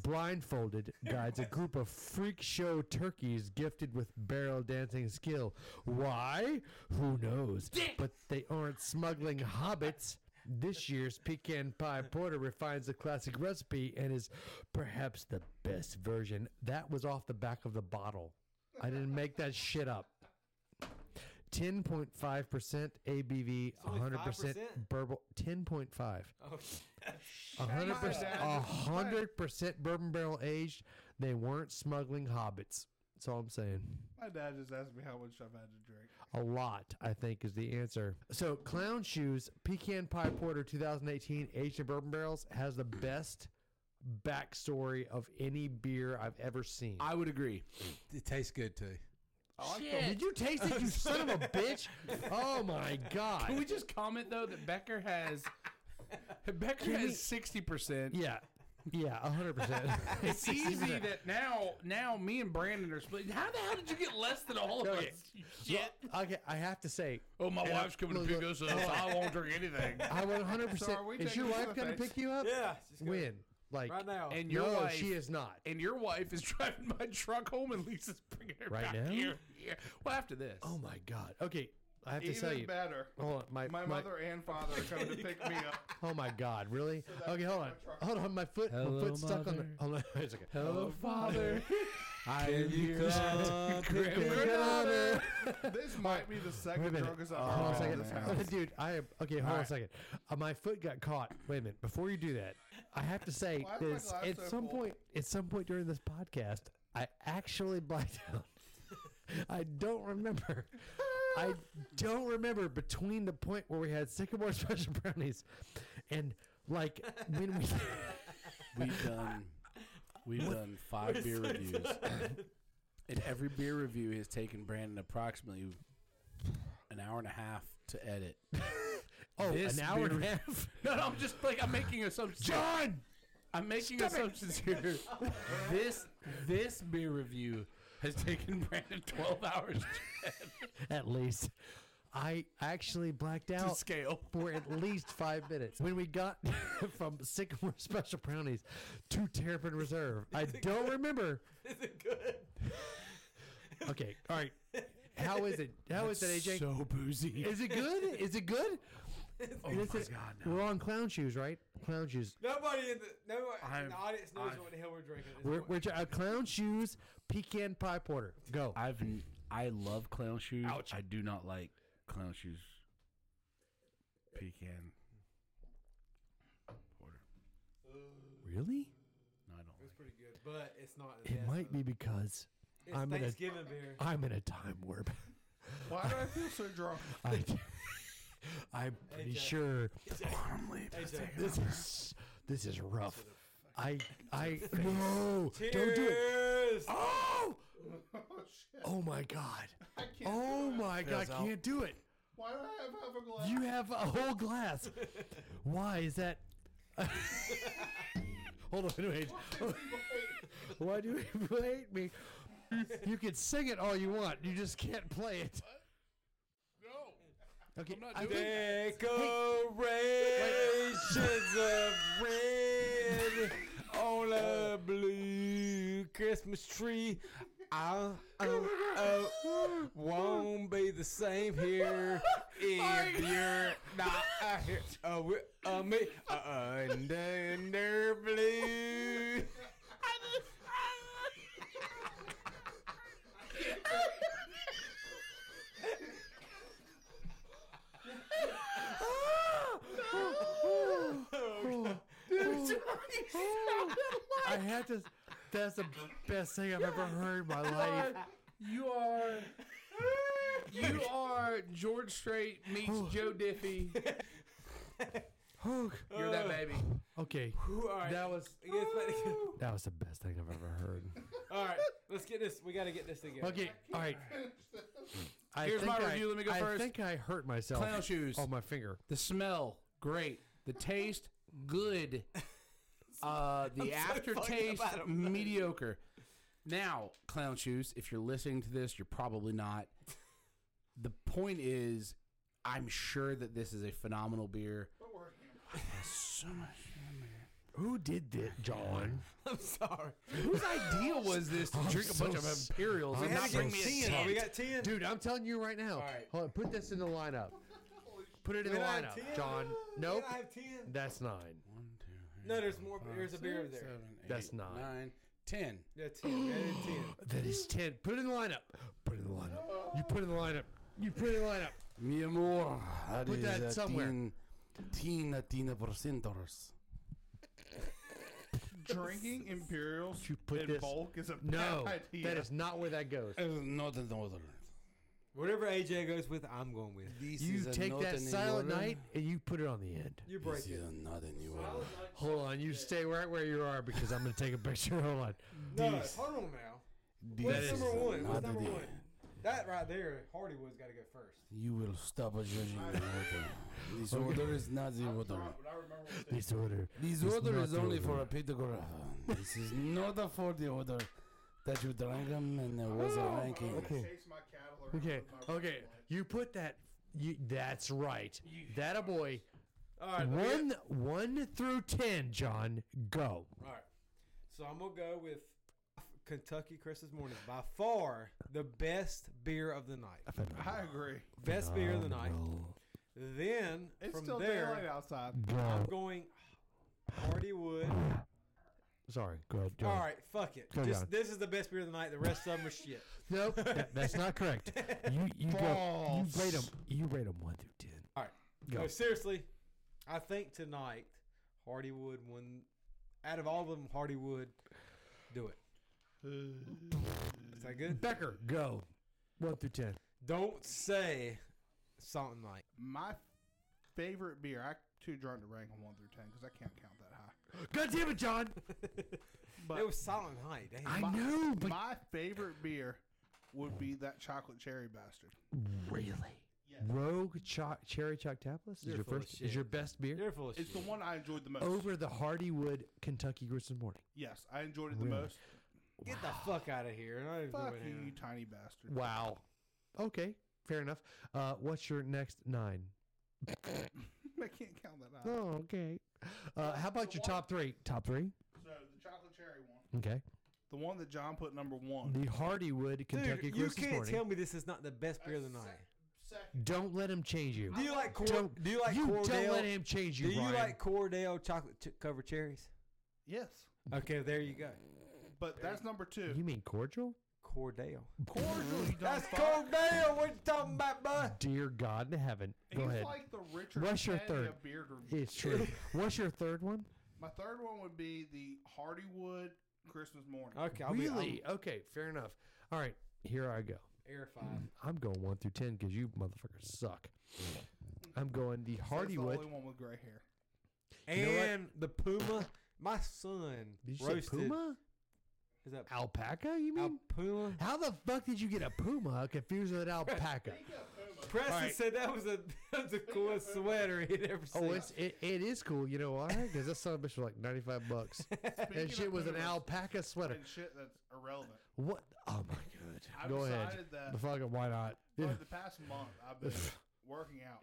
[SPEAKER 2] blindfolded guides a group of freak show turkeys gifted with barrel dancing skill. Why? Who knows? But they aren't smuggling hobbits. This year's pecan pie porter refines the classic recipe and is perhaps the best version. That was off the back of the bottle. I didn't make that shit up. 10.5% ABV,
[SPEAKER 6] It's only
[SPEAKER 2] 100%
[SPEAKER 6] 5%?
[SPEAKER 2] bourbon. 10.5.
[SPEAKER 6] Oh,
[SPEAKER 2] A hundred
[SPEAKER 4] Shut
[SPEAKER 2] percent,
[SPEAKER 4] up.
[SPEAKER 2] a hundred percent bourbon barrel aged. They weren't smuggling hobbits. That's all I'm saying.
[SPEAKER 4] My dad just asked me how much I've had to drink.
[SPEAKER 2] A lot, I think, is the answer. So, Clown Shoes Pecan Pie Porter 2018 aged in bourbon barrels has the best backstory of any beer I've ever seen.
[SPEAKER 5] I would agree.
[SPEAKER 3] It tastes good too.
[SPEAKER 2] Did you taste it, you son of a bitch? Oh my god!
[SPEAKER 5] Can we just comment though that Becker has (laughs) Becker
[SPEAKER 2] Can we-
[SPEAKER 5] has sixty percent.
[SPEAKER 2] yeah, yeah, a hundred percent.
[SPEAKER 5] It's easy that now now me and Brandon are split. How the hell did you get less than all of us?
[SPEAKER 2] Okay.
[SPEAKER 5] you Shit.
[SPEAKER 2] Okay, I have to say,
[SPEAKER 5] Oh, my
[SPEAKER 2] And I-
[SPEAKER 5] wife's coming
[SPEAKER 2] look,
[SPEAKER 5] to pick
[SPEAKER 2] look,
[SPEAKER 5] us up. I won't drink anything. (laughs)
[SPEAKER 2] I would 100.
[SPEAKER 4] So
[SPEAKER 2] percent
[SPEAKER 4] are we
[SPEAKER 2] Is your
[SPEAKER 4] taking
[SPEAKER 2] wife gonna
[SPEAKER 4] selfies?
[SPEAKER 2] pick you up?
[SPEAKER 6] yeah. just go
[SPEAKER 2] When? Like
[SPEAKER 6] Right now.
[SPEAKER 5] And your
[SPEAKER 2] no,
[SPEAKER 5] wife,
[SPEAKER 2] she is not.
[SPEAKER 5] and your wife is (laughs) driving my truck home, and Lisa's bringing her
[SPEAKER 2] Right
[SPEAKER 5] back
[SPEAKER 2] now?
[SPEAKER 5] here. Yeah. Well, after this.
[SPEAKER 2] Oh my god. Okay, I have to tell
[SPEAKER 4] Even
[SPEAKER 2] you.
[SPEAKER 4] better.
[SPEAKER 2] Hold on, my,
[SPEAKER 4] My
[SPEAKER 2] my-
[SPEAKER 4] mother and father are coming to
[SPEAKER 6] (laughs)
[SPEAKER 4] pick me up.
[SPEAKER 2] (laughs) Oh my god, (laughs) really? okay, hold on. Hold on, my foot.
[SPEAKER 3] Hello,
[SPEAKER 2] my foot's stuck on the.
[SPEAKER 3] mother.
[SPEAKER 2] Hold on, (laughs) it's okay.
[SPEAKER 3] Hello, Father.
[SPEAKER 2] I
[SPEAKER 3] Can you come pick
[SPEAKER 2] Good
[SPEAKER 3] me up?
[SPEAKER 2] honor. (laughs)
[SPEAKER 4] This might be the
[SPEAKER 2] Wait a
[SPEAKER 4] second
[SPEAKER 2] minute.
[SPEAKER 4] drunkest I've
[SPEAKER 2] hold on a
[SPEAKER 4] ever been in
[SPEAKER 2] second,
[SPEAKER 4] this house.
[SPEAKER 2] Oh, dude. I am okay. Hold on a second. Uh, my foot got caught. Wait a minute. Before you do that, I have to say
[SPEAKER 4] Why is my
[SPEAKER 2] this,
[SPEAKER 4] glass
[SPEAKER 2] at
[SPEAKER 4] so
[SPEAKER 2] some
[SPEAKER 4] full?
[SPEAKER 2] point, at some point during this podcast, I actually blacked (laughs) out. I don't remember. I don't remember between the point where we had Sycamore Special Brownies and like when (laughs) we.
[SPEAKER 5] We've done we've done five beer reviews. (laughs) and every beer review has taken Brandon approximately an hour and a half to edit.
[SPEAKER 2] Oh,
[SPEAKER 5] This
[SPEAKER 2] an hour and a
[SPEAKER 5] beer-
[SPEAKER 2] half.
[SPEAKER 5] (laughs) No, no, I'm just like I'm making assumptions.
[SPEAKER 2] John!
[SPEAKER 5] I'm making assumptions here. (laughs) This this beer review has taken Brandon 12 hours to
[SPEAKER 2] At least. I actually blacked
[SPEAKER 5] (laughs)
[SPEAKER 2] out.
[SPEAKER 5] scale.
[SPEAKER 2] for at least five minutes. When we got (laughs) from Sycamore Special Brownies to Terrapin Reserve, I (laughs) don't remember.
[SPEAKER 6] Is it good?
[SPEAKER 2] Okay, all right. How is it? How is it, AJ?
[SPEAKER 5] So boozy.
[SPEAKER 2] is it good? Is it good?
[SPEAKER 5] oh my
[SPEAKER 2] This
[SPEAKER 5] god.
[SPEAKER 2] is-
[SPEAKER 5] no.
[SPEAKER 2] We're on clown shoes, right? Clown shoes.
[SPEAKER 6] Nobody in the nobody in
[SPEAKER 5] I've-
[SPEAKER 6] the audience knows
[SPEAKER 5] I've-
[SPEAKER 6] what the hell we're drinking. at this
[SPEAKER 2] We're,
[SPEAKER 6] point.
[SPEAKER 2] we're uh, clown shoes, pecan pie porter. Go.
[SPEAKER 5] I've n- I love clown shoes. I do not like clown shoes. Pecan. Porter.
[SPEAKER 2] Really?
[SPEAKER 5] No, I don't.
[SPEAKER 6] It's pretty good, but it's not. the
[SPEAKER 2] It
[SPEAKER 6] best
[SPEAKER 2] might
[SPEAKER 6] of
[SPEAKER 2] be because
[SPEAKER 6] It's
[SPEAKER 2] I'm gonna-
[SPEAKER 6] Thanksgiving beer.
[SPEAKER 2] I'm in a time warp. (laughs)
[SPEAKER 4] Why do I feel so drunk? (laughs)
[SPEAKER 2] I, I'm pretty
[SPEAKER 6] AJ.
[SPEAKER 2] sure
[SPEAKER 5] Normally,
[SPEAKER 6] Hey, Jay.
[SPEAKER 2] this is this is rough. I I no. Don't do it.
[SPEAKER 6] Cheers!
[SPEAKER 2] Oh!
[SPEAKER 4] oh shit!
[SPEAKER 2] Oh my god.
[SPEAKER 4] I can't.
[SPEAKER 2] Oh
[SPEAKER 4] do it.
[SPEAKER 2] my god, I can't do it.
[SPEAKER 4] Why do I have half a glass?
[SPEAKER 2] You have a whole glass. Why is that? (laughs) Hold on, wait. (laughs) Why do people hate me? You can sing it all you want, you just can't play it. No. Okay, i think,
[SPEAKER 6] Decorations of red on a blue Christmas tree. I uh, uh, won't be the same here if you're not out here. Uh, with, uh, me uh, under blue.
[SPEAKER 2] I had to. That's the best thing I've ever heard in my life.
[SPEAKER 5] You are. You are George Strait meets (sighs) Joe Diffie.
[SPEAKER 2] Oh,
[SPEAKER 5] You're that baby.
[SPEAKER 2] Okay,
[SPEAKER 6] All right,
[SPEAKER 2] that was
[SPEAKER 6] I guess that-
[SPEAKER 2] that was the best thing I've ever heard.
[SPEAKER 6] all right, let's get this. We gotta get this together.
[SPEAKER 2] Okay, all
[SPEAKER 5] (laughs)
[SPEAKER 2] right. I
[SPEAKER 5] Here's my
[SPEAKER 2] think I-
[SPEAKER 5] review, let me go
[SPEAKER 2] I
[SPEAKER 5] first.
[SPEAKER 2] think I hurt myself.
[SPEAKER 5] Clown shoes.
[SPEAKER 2] on my finger.
[SPEAKER 5] The smell, great. The taste, good. Uh, the aftertaste, mediocre. Now, clown shoes, if you're listening to this, you're probably not. The point is, I'm sure that this is a phenomenal beer. So much.
[SPEAKER 2] Who did this, John?
[SPEAKER 6] I'm sorry.
[SPEAKER 5] Whose idea was this to
[SPEAKER 2] I'm
[SPEAKER 5] drink a
[SPEAKER 2] so
[SPEAKER 5] bunch
[SPEAKER 2] s-
[SPEAKER 5] of Imperials
[SPEAKER 2] I'm
[SPEAKER 5] and not
[SPEAKER 2] so
[SPEAKER 5] bring me a
[SPEAKER 2] sad.
[SPEAKER 5] cent?
[SPEAKER 6] We got ten.
[SPEAKER 2] Dude, I'm telling you right now.
[SPEAKER 6] All right.
[SPEAKER 5] (laughs)
[SPEAKER 2] Hold on, put this in the lineup. Put it in the
[SPEAKER 3] Wait, I have
[SPEAKER 2] lineup.
[SPEAKER 3] 10?
[SPEAKER 2] John.
[SPEAKER 3] Wait,
[SPEAKER 2] Nope.
[SPEAKER 3] I have ten.
[SPEAKER 2] That's nine.
[SPEAKER 5] One, two, three,
[SPEAKER 3] No, there's
[SPEAKER 5] four,
[SPEAKER 3] more.
[SPEAKER 5] five,
[SPEAKER 3] There's a beer over
[SPEAKER 5] six,
[SPEAKER 3] there.
[SPEAKER 5] seven,
[SPEAKER 2] That's
[SPEAKER 5] eight,
[SPEAKER 2] nine.
[SPEAKER 5] nine, ten.
[SPEAKER 3] Yeah, ten. Man, ten.
[SPEAKER 2] That is ten. Put it in the lineup. Put it in the lineup. You put it in the lineup. You put it in the
[SPEAKER 5] (laughs)
[SPEAKER 2] lineup.
[SPEAKER 5] Mi amor, that
[SPEAKER 2] Put
[SPEAKER 5] is
[SPEAKER 2] that
[SPEAKER 5] a
[SPEAKER 2] somewhere.
[SPEAKER 5] Teen, teen, teen percenters.
[SPEAKER 4] Drinking Imperials
[SPEAKER 2] You put
[SPEAKER 4] in
[SPEAKER 2] this.
[SPEAKER 4] bulk is a
[SPEAKER 2] No,
[SPEAKER 4] bad idea.
[SPEAKER 2] that is not where that goes.
[SPEAKER 5] It's not an order.
[SPEAKER 3] Whatever AJ goes with, I'm going with.
[SPEAKER 5] This
[SPEAKER 2] You
[SPEAKER 5] is a
[SPEAKER 2] take
[SPEAKER 5] not
[SPEAKER 2] that
[SPEAKER 5] an
[SPEAKER 2] silent
[SPEAKER 5] order.
[SPEAKER 2] night and you put it on the end.
[SPEAKER 3] You break
[SPEAKER 5] This
[SPEAKER 3] it.
[SPEAKER 5] is not a new order.
[SPEAKER 2] Hold on, you stay right where you are because I'm going to take a picture. (laughs) Hold on.
[SPEAKER 3] No,
[SPEAKER 5] This-
[SPEAKER 3] hold on now.
[SPEAKER 5] This
[SPEAKER 3] What's
[SPEAKER 5] is
[SPEAKER 3] number one? What's
[SPEAKER 5] another
[SPEAKER 3] number
[SPEAKER 5] day.
[SPEAKER 3] one? That right there, Hardywood's got to go first.
[SPEAKER 5] You will stop
[SPEAKER 3] (laughs)
[SPEAKER 5] judging the order. This order is not the order.
[SPEAKER 2] This order.
[SPEAKER 5] This
[SPEAKER 2] It's
[SPEAKER 5] order
[SPEAKER 2] not
[SPEAKER 5] is
[SPEAKER 2] the
[SPEAKER 5] only
[SPEAKER 2] order.
[SPEAKER 5] for a pictograph. This is not a for the order that you drank them and there was a
[SPEAKER 3] Ah,
[SPEAKER 5] ranking.
[SPEAKER 2] Okay, okay. You put that. You, that's right. That a boy.
[SPEAKER 3] All right, let me
[SPEAKER 2] one, one through ten, John. Go.
[SPEAKER 3] All right. So I'm going to go with Kentucky Christmas Morning. By far, the best beer of the night.
[SPEAKER 4] I agree.
[SPEAKER 3] Best beer of the night. Then,
[SPEAKER 4] It's
[SPEAKER 3] from
[SPEAKER 4] still daylight
[SPEAKER 3] there,
[SPEAKER 4] outside.
[SPEAKER 3] I'm
[SPEAKER 2] Go.
[SPEAKER 3] going Hardywood.
[SPEAKER 2] Sorry. Go ahead, John.
[SPEAKER 3] All right, fuck it.
[SPEAKER 2] Go, John.
[SPEAKER 3] Just, this is the best beer of the night. The rest of them are shit.
[SPEAKER 2] Nope. that- that's not correct. You you go. You rate them. You rate them one through ten.
[SPEAKER 3] All right.
[SPEAKER 2] Go.
[SPEAKER 3] No, seriously, I think tonight Hardywood won. Out of all of them, Hardywood, do it. Is that good?
[SPEAKER 2] Becker, go. One through ten.
[SPEAKER 3] Don't say something like
[SPEAKER 4] My favorite beer. I too drunk to rank them one through ten because I can't count that high.
[SPEAKER 2] God damn it, John.
[SPEAKER 4] But-
[SPEAKER 3] it was Silent Night. Damn.
[SPEAKER 2] I know, but
[SPEAKER 4] My favorite beer would be that chocolate cherry bastard.
[SPEAKER 2] really. Rogue cho- cherry choc tapas is
[SPEAKER 3] You're
[SPEAKER 2] your
[SPEAKER 3] full of
[SPEAKER 2] first. Is
[SPEAKER 3] shit.
[SPEAKER 2] your best beer
[SPEAKER 3] You're full of
[SPEAKER 4] It's the
[SPEAKER 3] shit.
[SPEAKER 4] one I enjoyed the most.
[SPEAKER 2] over the Hardywood Kentucky Christmas morning.
[SPEAKER 4] Yes, I enjoyed it the
[SPEAKER 2] Really?
[SPEAKER 4] most.
[SPEAKER 3] Get the fuck out of here. I don't
[SPEAKER 4] Fuck
[SPEAKER 3] even know
[SPEAKER 4] you, you
[SPEAKER 3] what
[SPEAKER 4] tiny bastard. (laughs)
[SPEAKER 2] Wow. Okay, fair enough. Uh, what's your next nine?
[SPEAKER 4] I can't count that high.
[SPEAKER 2] Oh, okay. Uh, how about your top three? Top three.
[SPEAKER 4] So the chocolate cherry one,
[SPEAKER 2] Okay.
[SPEAKER 4] the one that John put number one.
[SPEAKER 2] The Hardywood Kentucky
[SPEAKER 3] Dude, you
[SPEAKER 2] Christmas
[SPEAKER 3] can't
[SPEAKER 2] morning.
[SPEAKER 3] tell me this is not the best beer of the night.
[SPEAKER 2] Don't let him change you.
[SPEAKER 3] Do you like cor-
[SPEAKER 2] Don't-
[SPEAKER 3] Do you like
[SPEAKER 2] you
[SPEAKER 3] Cordell?
[SPEAKER 2] don't let him change you,
[SPEAKER 3] do you
[SPEAKER 2] Ryan.
[SPEAKER 3] like Cordell chocolate ch- covered cherries?
[SPEAKER 4] Yes,
[SPEAKER 3] Okay, there you go.
[SPEAKER 4] but that's number two.
[SPEAKER 2] You mean cordial?
[SPEAKER 3] Cordell.
[SPEAKER 4] Cordial, you dumb
[SPEAKER 3] That's
[SPEAKER 4] fuck.
[SPEAKER 3] Cordell. What you talking about, bud?
[SPEAKER 2] Dear God in heaven.
[SPEAKER 4] He's
[SPEAKER 2] Go ahead.
[SPEAKER 4] like the Richard
[SPEAKER 2] What's your
[SPEAKER 4] Petty of
[SPEAKER 2] third?
[SPEAKER 4] beard review.
[SPEAKER 2] It's true. What's your third one?
[SPEAKER 4] My third one would be the Hardywood Christmas
[SPEAKER 2] Uh,
[SPEAKER 4] morning.
[SPEAKER 3] Okay, I'll
[SPEAKER 2] really? okay, fair enough. All right, here I go.
[SPEAKER 3] be Air Five.
[SPEAKER 2] I'm going one through ten because you motherfuckers suck. I'm going the
[SPEAKER 4] That's the
[SPEAKER 2] Hardywood.
[SPEAKER 4] only one with gray hair.
[SPEAKER 3] And
[SPEAKER 2] know what?
[SPEAKER 3] the Puma. My son
[SPEAKER 2] Did you
[SPEAKER 3] roasted.
[SPEAKER 2] say puma?
[SPEAKER 3] Is that
[SPEAKER 2] Alpaca? You mean?
[SPEAKER 3] Al- Puma?
[SPEAKER 2] How the fuck did you get a puma (laughs) confused with an alpaca?
[SPEAKER 3] Preston
[SPEAKER 2] All right.
[SPEAKER 3] said that was a (laughs) that was the coolest sweater he'd ever seen.
[SPEAKER 2] Oh,
[SPEAKER 3] (laughs)
[SPEAKER 2] it's it, it is cool. You know why? Because that son of a bitch was like ninety five bucks.
[SPEAKER 4] (laughs) Speaking
[SPEAKER 2] that shit
[SPEAKER 4] of
[SPEAKER 2] was an
[SPEAKER 4] boomers
[SPEAKER 2] alpaca sweater.
[SPEAKER 4] And shit that's irrelevant.
[SPEAKER 2] What? Oh my god.
[SPEAKER 4] I've
[SPEAKER 2] Go ahead.
[SPEAKER 4] decided that-
[SPEAKER 2] The fucking why not?
[SPEAKER 4] Over the past month, I've been working out.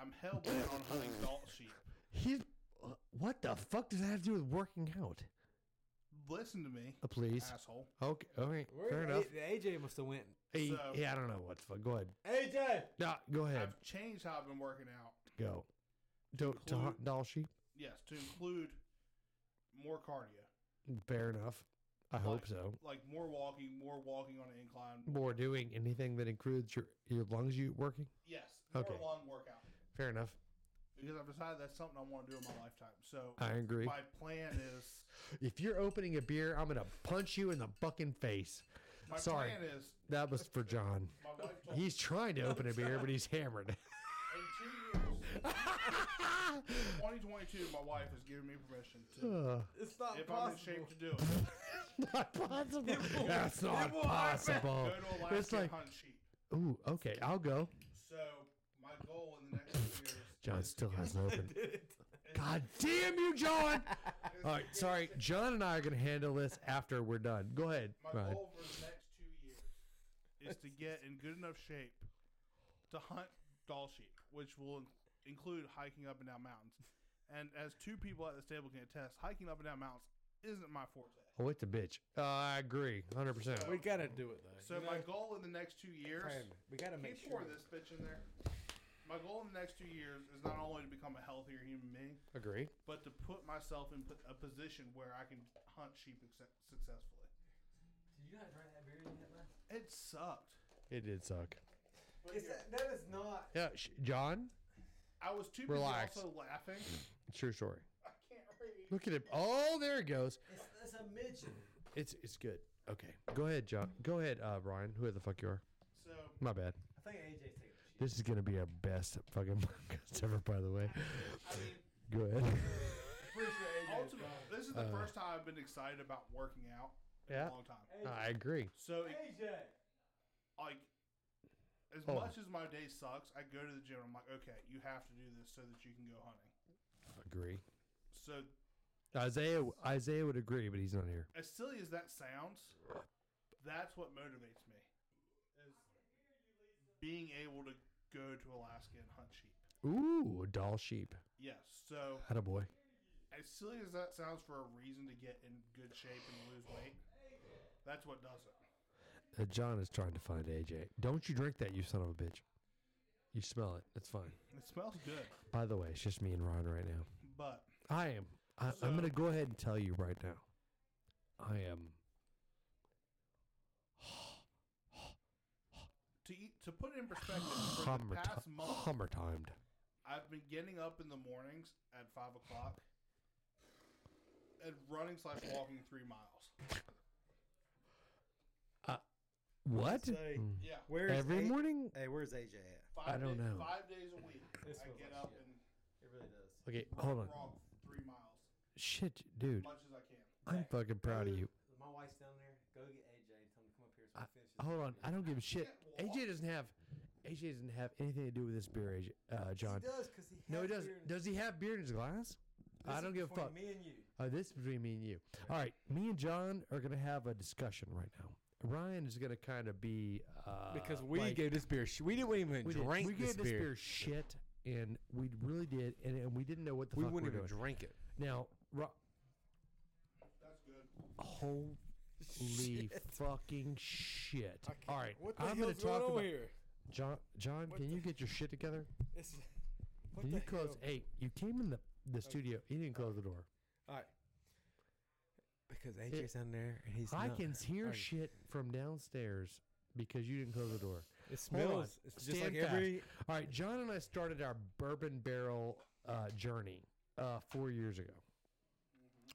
[SPEAKER 4] I'm hell bent on hunting adult sheep.
[SPEAKER 2] (laughs) He's. uh, What the fuck does that have to do with working out?
[SPEAKER 4] Listen to me,
[SPEAKER 2] Uh, please.
[SPEAKER 4] asshole.
[SPEAKER 2] Okay. All right.
[SPEAKER 3] Where-
[SPEAKER 2] Fair enough.
[SPEAKER 3] A- AJ must have went.
[SPEAKER 2] Hey,
[SPEAKER 4] So-
[SPEAKER 2] yeah, I don't know what the fuck. Go ahead.
[SPEAKER 3] AJ.
[SPEAKER 2] No, go ahead.
[SPEAKER 4] I've changed how I've been working out.
[SPEAKER 2] go. To, to
[SPEAKER 4] Include-
[SPEAKER 2] hunt doll sheep.
[SPEAKER 4] Yes, to include more cardio.
[SPEAKER 2] Fair enough. I hope so.
[SPEAKER 4] Like more walking, more walking on an incline.
[SPEAKER 2] More doing anything that includes your your lungs. You working?
[SPEAKER 4] Yes, more
[SPEAKER 2] Okay.
[SPEAKER 4] long workout.
[SPEAKER 2] Fair enough.
[SPEAKER 4] Because I've decided that's something I want to do in my lifetime. So
[SPEAKER 2] I agree.
[SPEAKER 4] my plan is
[SPEAKER 2] If you're opening a beer, I'm gonna punch you in the fucking face.
[SPEAKER 4] my
[SPEAKER 2] Sorry.
[SPEAKER 4] plan is
[SPEAKER 2] That was for John.
[SPEAKER 4] my wife told me
[SPEAKER 2] He's trying to open a beer, but he's hammered. (laughs)
[SPEAKER 4] in two years, 2022, my wife has given me permission to,
[SPEAKER 2] Uh,
[SPEAKER 3] It's not
[SPEAKER 4] if I'm in
[SPEAKER 3] possible. (laughs)
[SPEAKER 4] shape to do it,
[SPEAKER 2] not possible. That's not
[SPEAKER 3] will happen.
[SPEAKER 2] possible.
[SPEAKER 4] go to
[SPEAKER 2] Oh. It's
[SPEAKER 4] Alaska
[SPEAKER 2] like,
[SPEAKER 4] and hunt sheep.
[SPEAKER 2] ooh, okay, I'll go.
[SPEAKER 4] So my goal in the next few years,
[SPEAKER 2] John
[SPEAKER 4] is
[SPEAKER 2] still
[SPEAKER 4] to get-
[SPEAKER 2] hasn't opened. God damn you, (laughs) John! All right, sorry. John and I are going to handle this after we're done. Go ahead.
[SPEAKER 4] My
[SPEAKER 2] Ryan.
[SPEAKER 4] goal for the next two years is to get in good enough shape to hunt doll sheep, which will in- include hiking up and down mountains. And as two people at this table can attest, hiking up and down mountains isn't my forte.
[SPEAKER 2] Oh, it's a bitch. Uh, I agree, 100%.
[SPEAKER 3] We gotta do it though.
[SPEAKER 4] So
[SPEAKER 3] You
[SPEAKER 4] my
[SPEAKER 3] know,
[SPEAKER 4] goal in the next two years,
[SPEAKER 3] Brandon, we gotta
[SPEAKER 4] can you
[SPEAKER 3] make sure.
[SPEAKER 4] pour this bitch in there? My goal in the next two years is not only to become a healthier human being,
[SPEAKER 2] Agree.
[SPEAKER 4] but to put myself in p- a position where I can hunt sheep exce- successfully.
[SPEAKER 6] Did you not drink that beer you had last?
[SPEAKER 4] It sucked.
[SPEAKER 2] It did suck.
[SPEAKER 4] But
[SPEAKER 6] Is
[SPEAKER 4] yeah,
[SPEAKER 6] that, that is not.
[SPEAKER 2] Yeah, sh- John.
[SPEAKER 4] I was too busy
[SPEAKER 2] Relax.
[SPEAKER 4] also laughing.
[SPEAKER 2] True story.
[SPEAKER 4] (laughs) I can't read.
[SPEAKER 2] Look at it. Oh, there it goes.
[SPEAKER 6] It's, it's a midget.
[SPEAKER 2] It's it's good. Okay. Go ahead, John. Go ahead, uh, Brian. Who the fuck you are?
[SPEAKER 4] So
[SPEAKER 2] My bad.
[SPEAKER 6] I think AJ's taking a shit.
[SPEAKER 2] This is gonna be our best fucking (laughs) podcast ever. By the way.
[SPEAKER 6] I mean,
[SPEAKER 2] Go ahead.
[SPEAKER 6] pretty sure AJ's
[SPEAKER 4] ultimately,
[SPEAKER 6] gone.
[SPEAKER 4] this is the
[SPEAKER 2] Uh,
[SPEAKER 4] first time I've been excited about working out in
[SPEAKER 2] (laughs) Yeah.
[SPEAKER 4] a long time.
[SPEAKER 2] I agree.
[SPEAKER 4] So it-
[SPEAKER 6] AJ. AJ.
[SPEAKER 4] like as
[SPEAKER 2] Oh.
[SPEAKER 4] much as my day sucks, I go to the gym. I'm like, okay, you have to do this so that you can go hunting.
[SPEAKER 2] Agree.
[SPEAKER 4] So
[SPEAKER 2] Isaiah Isaiah would agree, but he's not here.
[SPEAKER 4] as silly as that sounds, that's what motivates me. Is being able to go to Alaska and hunt sheep.
[SPEAKER 2] Ooh, doll sheep.
[SPEAKER 4] Yes. So
[SPEAKER 2] Attaboy.
[SPEAKER 4] as silly as that sounds for a reason to get in good shape and lose weight, that's what does it.
[SPEAKER 2] Uh, John is trying to find AJ. Don't you drink that, you son of a bitch. You smell it. It's fine.
[SPEAKER 4] It smells good,
[SPEAKER 2] By the way, it's just me and Ron right now.
[SPEAKER 4] but
[SPEAKER 2] I am. I, I'm
[SPEAKER 4] So-
[SPEAKER 2] going to go ahead and tell you right now. I am.
[SPEAKER 4] to eat, to put it in perspective, for the
[SPEAKER 2] Hummer,
[SPEAKER 4] past
[SPEAKER 2] ti-
[SPEAKER 4] month,
[SPEAKER 2] hummer timed.
[SPEAKER 4] I've been getting up in the mornings at five o'clock and running slash walking three miles.
[SPEAKER 2] What?
[SPEAKER 6] say-
[SPEAKER 2] Mm.
[SPEAKER 4] Yeah,
[SPEAKER 6] Where's
[SPEAKER 2] Every
[SPEAKER 6] A-
[SPEAKER 2] morning?
[SPEAKER 6] Hey, where's AJ at?
[SPEAKER 4] five
[SPEAKER 2] I don't
[SPEAKER 4] day-
[SPEAKER 2] know.
[SPEAKER 4] Five days a week,
[SPEAKER 6] This
[SPEAKER 4] I
[SPEAKER 6] feels
[SPEAKER 4] get
[SPEAKER 6] like
[SPEAKER 4] up
[SPEAKER 6] shit.
[SPEAKER 4] and
[SPEAKER 6] It really does.
[SPEAKER 2] Okay, hold on.
[SPEAKER 4] walk three miles
[SPEAKER 2] Shit,
[SPEAKER 4] as
[SPEAKER 2] dude.
[SPEAKER 4] much as I can.
[SPEAKER 2] I'm fucking proud of you.
[SPEAKER 6] My wife's down there. Go get AJ and tell him to come up here so
[SPEAKER 2] I-
[SPEAKER 6] we finish this
[SPEAKER 2] Hold on. I
[SPEAKER 6] beer.
[SPEAKER 2] don't give a shit.
[SPEAKER 4] can't walk.
[SPEAKER 2] AJ doesn't have. AJ doesn't have anything to do with this beer, AJ, uh, John.
[SPEAKER 6] He does because he has
[SPEAKER 2] No, he
[SPEAKER 6] beer in-
[SPEAKER 2] doesn't. Does he have beer in his glass?
[SPEAKER 6] this
[SPEAKER 2] I
[SPEAKER 6] is
[SPEAKER 2] don't give a
[SPEAKER 6] between
[SPEAKER 2] fuck.
[SPEAKER 6] Me and you.
[SPEAKER 2] Uh, this is between me and you. All right, me and John are gonna have a discussion right now. Ryan is gonna kind of be uh,
[SPEAKER 3] because we
[SPEAKER 2] like-
[SPEAKER 3] gave this beer. sh- We didn't even
[SPEAKER 2] we did-
[SPEAKER 3] drink
[SPEAKER 2] we
[SPEAKER 3] this,
[SPEAKER 2] gave this
[SPEAKER 3] beer.
[SPEAKER 2] shit, and we really did, and, and we didn't know what the
[SPEAKER 3] We
[SPEAKER 2] fuck
[SPEAKER 3] wouldn't
[SPEAKER 2] we were
[SPEAKER 3] even
[SPEAKER 2] doing.
[SPEAKER 3] drink it.
[SPEAKER 2] Now, Ro-
[SPEAKER 4] That's good.
[SPEAKER 3] (laughs)
[SPEAKER 2] holy
[SPEAKER 6] (laughs)
[SPEAKER 2] fucking shit! All right,
[SPEAKER 3] What the
[SPEAKER 2] I'm gonna
[SPEAKER 3] hell's going
[SPEAKER 2] talk
[SPEAKER 3] on
[SPEAKER 2] about
[SPEAKER 3] here?
[SPEAKER 2] John. John,
[SPEAKER 3] What
[SPEAKER 2] can
[SPEAKER 3] the-
[SPEAKER 2] you get your shit together?
[SPEAKER 3] (laughs)
[SPEAKER 6] It's, what
[SPEAKER 2] Can
[SPEAKER 6] the
[SPEAKER 2] you close?
[SPEAKER 6] hell?
[SPEAKER 2] Hey, you came in the the studio. You didn't close the door.
[SPEAKER 6] Because AJ's down there and he's.
[SPEAKER 2] I
[SPEAKER 6] not.
[SPEAKER 2] can hear
[SPEAKER 6] Okay.
[SPEAKER 2] shit from downstairs because you didn't close the door.
[SPEAKER 3] It
[SPEAKER 2] Hold on.
[SPEAKER 3] smells. It's just
[SPEAKER 2] Stand
[SPEAKER 3] like
[SPEAKER 2] fast.
[SPEAKER 3] every.
[SPEAKER 2] All right, John and I started our bourbon barrel uh, journey uh, four years ago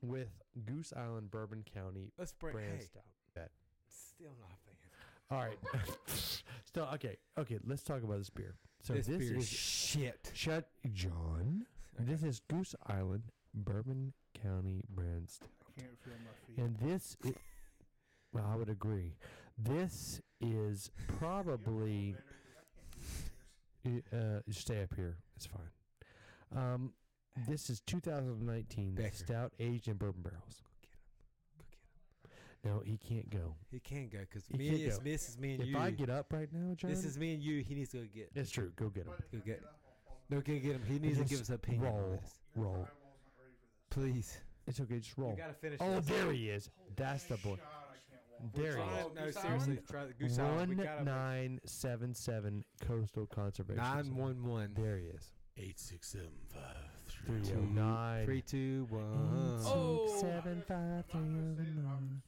[SPEAKER 2] with Goose Island Bourbon County
[SPEAKER 6] Let's break.
[SPEAKER 2] brand
[SPEAKER 6] Hey,
[SPEAKER 2] stout.
[SPEAKER 6] still not thinking.
[SPEAKER 2] All right, (laughs) so okay, okay, let's talk about this beer. So this,
[SPEAKER 3] this, beer
[SPEAKER 2] is
[SPEAKER 3] is shit.
[SPEAKER 2] shut, John. This is Goose Island Bourbon County brand stout,
[SPEAKER 4] I can't feel my feet.
[SPEAKER 2] and this. i well, I would agree. This is probably. Y- Uh, just stay up here. It's fine. Um, this is 2019
[SPEAKER 3] Becker.
[SPEAKER 2] stout aged in bourbon barrels.
[SPEAKER 6] get him. Go get him.
[SPEAKER 2] No, he can't go.
[SPEAKER 6] He can go because
[SPEAKER 2] He
[SPEAKER 6] me
[SPEAKER 2] can
[SPEAKER 6] and it's-
[SPEAKER 2] go.
[SPEAKER 6] this is me and
[SPEAKER 2] If
[SPEAKER 6] you.
[SPEAKER 2] I get up right now, John,
[SPEAKER 6] this is me and you. He needs to go get.
[SPEAKER 2] it's true. Go get him.
[SPEAKER 6] Go get. No, go get him. He needs to give
[SPEAKER 2] Just
[SPEAKER 6] us an opinion. on
[SPEAKER 2] roll.
[SPEAKER 6] this.
[SPEAKER 2] Roll.
[SPEAKER 6] Please.
[SPEAKER 2] It's okay. Just
[SPEAKER 6] You
[SPEAKER 2] roll.
[SPEAKER 6] gotta finish.
[SPEAKER 2] Oh,
[SPEAKER 6] this.
[SPEAKER 2] there he is. That's the boy. There he
[SPEAKER 6] Try
[SPEAKER 2] is.
[SPEAKER 6] it. Oh, No,
[SPEAKER 3] Goose
[SPEAKER 6] seriously.
[SPEAKER 3] Island?
[SPEAKER 6] Try the goose island. We gotta.
[SPEAKER 2] One nine seven seven Coastal Conservation.
[SPEAKER 6] Nine
[SPEAKER 2] Zone.
[SPEAKER 6] one one.
[SPEAKER 2] There he is.
[SPEAKER 5] Eight six seven five
[SPEAKER 2] Three
[SPEAKER 5] three.
[SPEAKER 2] oh nine.
[SPEAKER 6] Three, two, one.
[SPEAKER 2] Oh.
[SPEAKER 5] Oh.
[SPEAKER 2] Seven five three oh nine.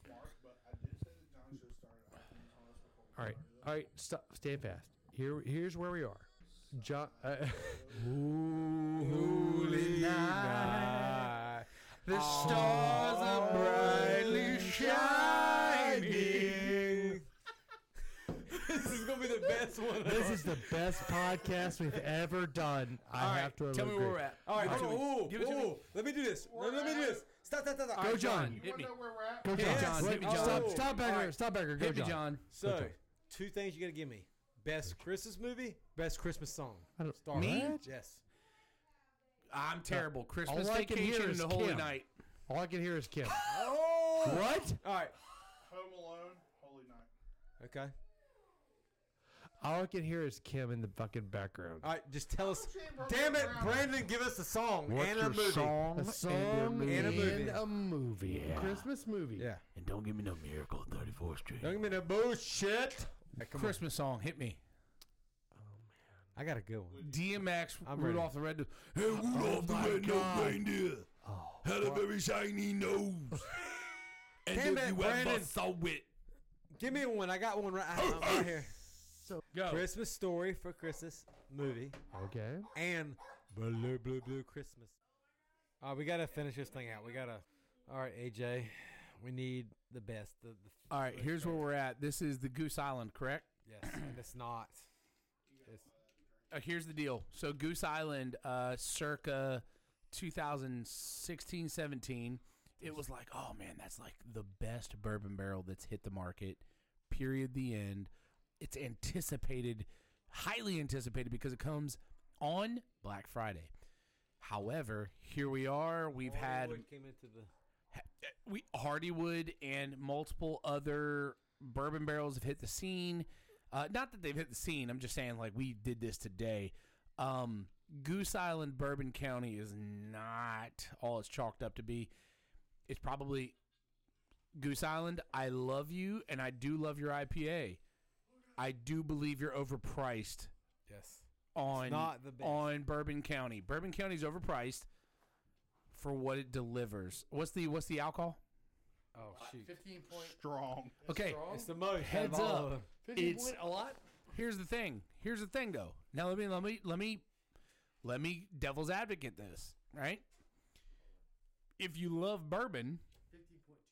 [SPEAKER 2] All right, all right. Stop. Stand fast. Here, here's where we are. John. Uh,
[SPEAKER 3] Holy night, the stars are brightly shining.
[SPEAKER 6] (laughs) this is gonna be the best one.
[SPEAKER 2] this is the best podcast we've ever done. I
[SPEAKER 3] All right,
[SPEAKER 2] have to
[SPEAKER 5] Tell me
[SPEAKER 2] agree.
[SPEAKER 5] where we're at.
[SPEAKER 6] All right,
[SPEAKER 5] Give it to
[SPEAKER 6] hold on.
[SPEAKER 5] me.
[SPEAKER 6] Ooh,
[SPEAKER 5] Give it to
[SPEAKER 6] ooh,
[SPEAKER 5] me.
[SPEAKER 6] Let me do this. No, let me do this. Stop, stop, stop, stop.
[SPEAKER 2] Go,
[SPEAKER 5] right,
[SPEAKER 2] John.
[SPEAKER 5] Hit me.
[SPEAKER 2] Go,
[SPEAKER 5] Hit
[SPEAKER 2] John.
[SPEAKER 5] me, John. Hit me, John.
[SPEAKER 2] Stop, stop, Becker.
[SPEAKER 6] All right.
[SPEAKER 2] Stop, Becker. Go,
[SPEAKER 5] Hit me,
[SPEAKER 2] John.
[SPEAKER 5] John.
[SPEAKER 6] So, two things you gotta give me: best Christmas movie, best Christmas song.
[SPEAKER 2] I don't-
[SPEAKER 6] Star
[SPEAKER 5] Me?
[SPEAKER 6] Wars. Yes.
[SPEAKER 5] I'm terrible. Christmas
[SPEAKER 2] all I can hear
[SPEAKER 5] vacation and
[SPEAKER 2] is
[SPEAKER 5] the Holy
[SPEAKER 2] Kim.
[SPEAKER 5] Night.
[SPEAKER 2] All I can hear is Kim.
[SPEAKER 6] Oh.
[SPEAKER 2] what?
[SPEAKER 6] All right.
[SPEAKER 4] Home Alone, Holy Night.
[SPEAKER 6] Okay.
[SPEAKER 2] All I can hear is Kim in the fucking background.
[SPEAKER 3] Oh,
[SPEAKER 6] All right. Just tell us.
[SPEAKER 4] Shane Brandon
[SPEAKER 6] Damn it,
[SPEAKER 4] Brown.
[SPEAKER 6] Brandon! Give us a song and a movie.
[SPEAKER 2] A song
[SPEAKER 6] movie.
[SPEAKER 2] and a movie.
[SPEAKER 6] Yeah.
[SPEAKER 2] Christmas movie.
[SPEAKER 6] Yeah.
[SPEAKER 5] And don't give me no miracle at 34th Street.
[SPEAKER 6] Don't give me the bullshit.
[SPEAKER 5] Christmas song. Hit me.
[SPEAKER 3] I got a good one.
[SPEAKER 6] DMX,
[SPEAKER 3] I'm ready.
[SPEAKER 6] Rudolph the Red. Hey, Rudolph the Red Nosed Reindeer had a very shiny nose. and
[SPEAKER 3] Damn
[SPEAKER 6] if
[SPEAKER 3] it,
[SPEAKER 6] you ever
[SPEAKER 3] Brandon.
[SPEAKER 6] saw it,
[SPEAKER 3] Give me one. I got one right, I'm right here.
[SPEAKER 6] go.
[SPEAKER 3] Christmas Story for Christmas movie
[SPEAKER 2] Okay.
[SPEAKER 3] and Blue Blue Blue Christmas. All right, Uh, we gotta finish this thing out. We gotta. All right, AJ, we need the best. The, the
[SPEAKER 6] All right, here's where we're at. This is the Goose Island, correct?
[SPEAKER 3] yes, and it's not. It's,
[SPEAKER 6] Uh, here's the deal. So Goose Island, uh, circa 2016, 17, it was like, oh man, that's like the best bourbon barrel that's hit the market. Period. The end. It's anticipated, highly anticipated, because it comes on Black Friday. However, here we are. We've had
[SPEAKER 3] Hollywood came into the.
[SPEAKER 6] ha- we Hardywood and multiple other bourbon barrels have hit the scene. Uh, not that they've hit the scene. I'm just saying, like we did this today. Um, Goose Island Bourbon County is not all it's chalked up to be. It's probably Goose Island. I love you, and I do love your IPA. I do believe you're overpriced
[SPEAKER 3] Yes.
[SPEAKER 6] on
[SPEAKER 3] not the best.
[SPEAKER 6] on Bourbon County. Bourbon County's overpriced for what it delivers. What's the what's the alcohol?
[SPEAKER 3] Oh shoot.
[SPEAKER 2] Fifteen
[SPEAKER 4] Strong.
[SPEAKER 6] Okay,
[SPEAKER 3] It's the most. out of
[SPEAKER 6] Heads
[SPEAKER 3] all of
[SPEAKER 6] up.
[SPEAKER 3] them.
[SPEAKER 6] It's-
[SPEAKER 2] a lot.
[SPEAKER 6] here's the thing. Here's the thing though. Now let me let me let me let me devil's advocate this, right? If you love bourbon,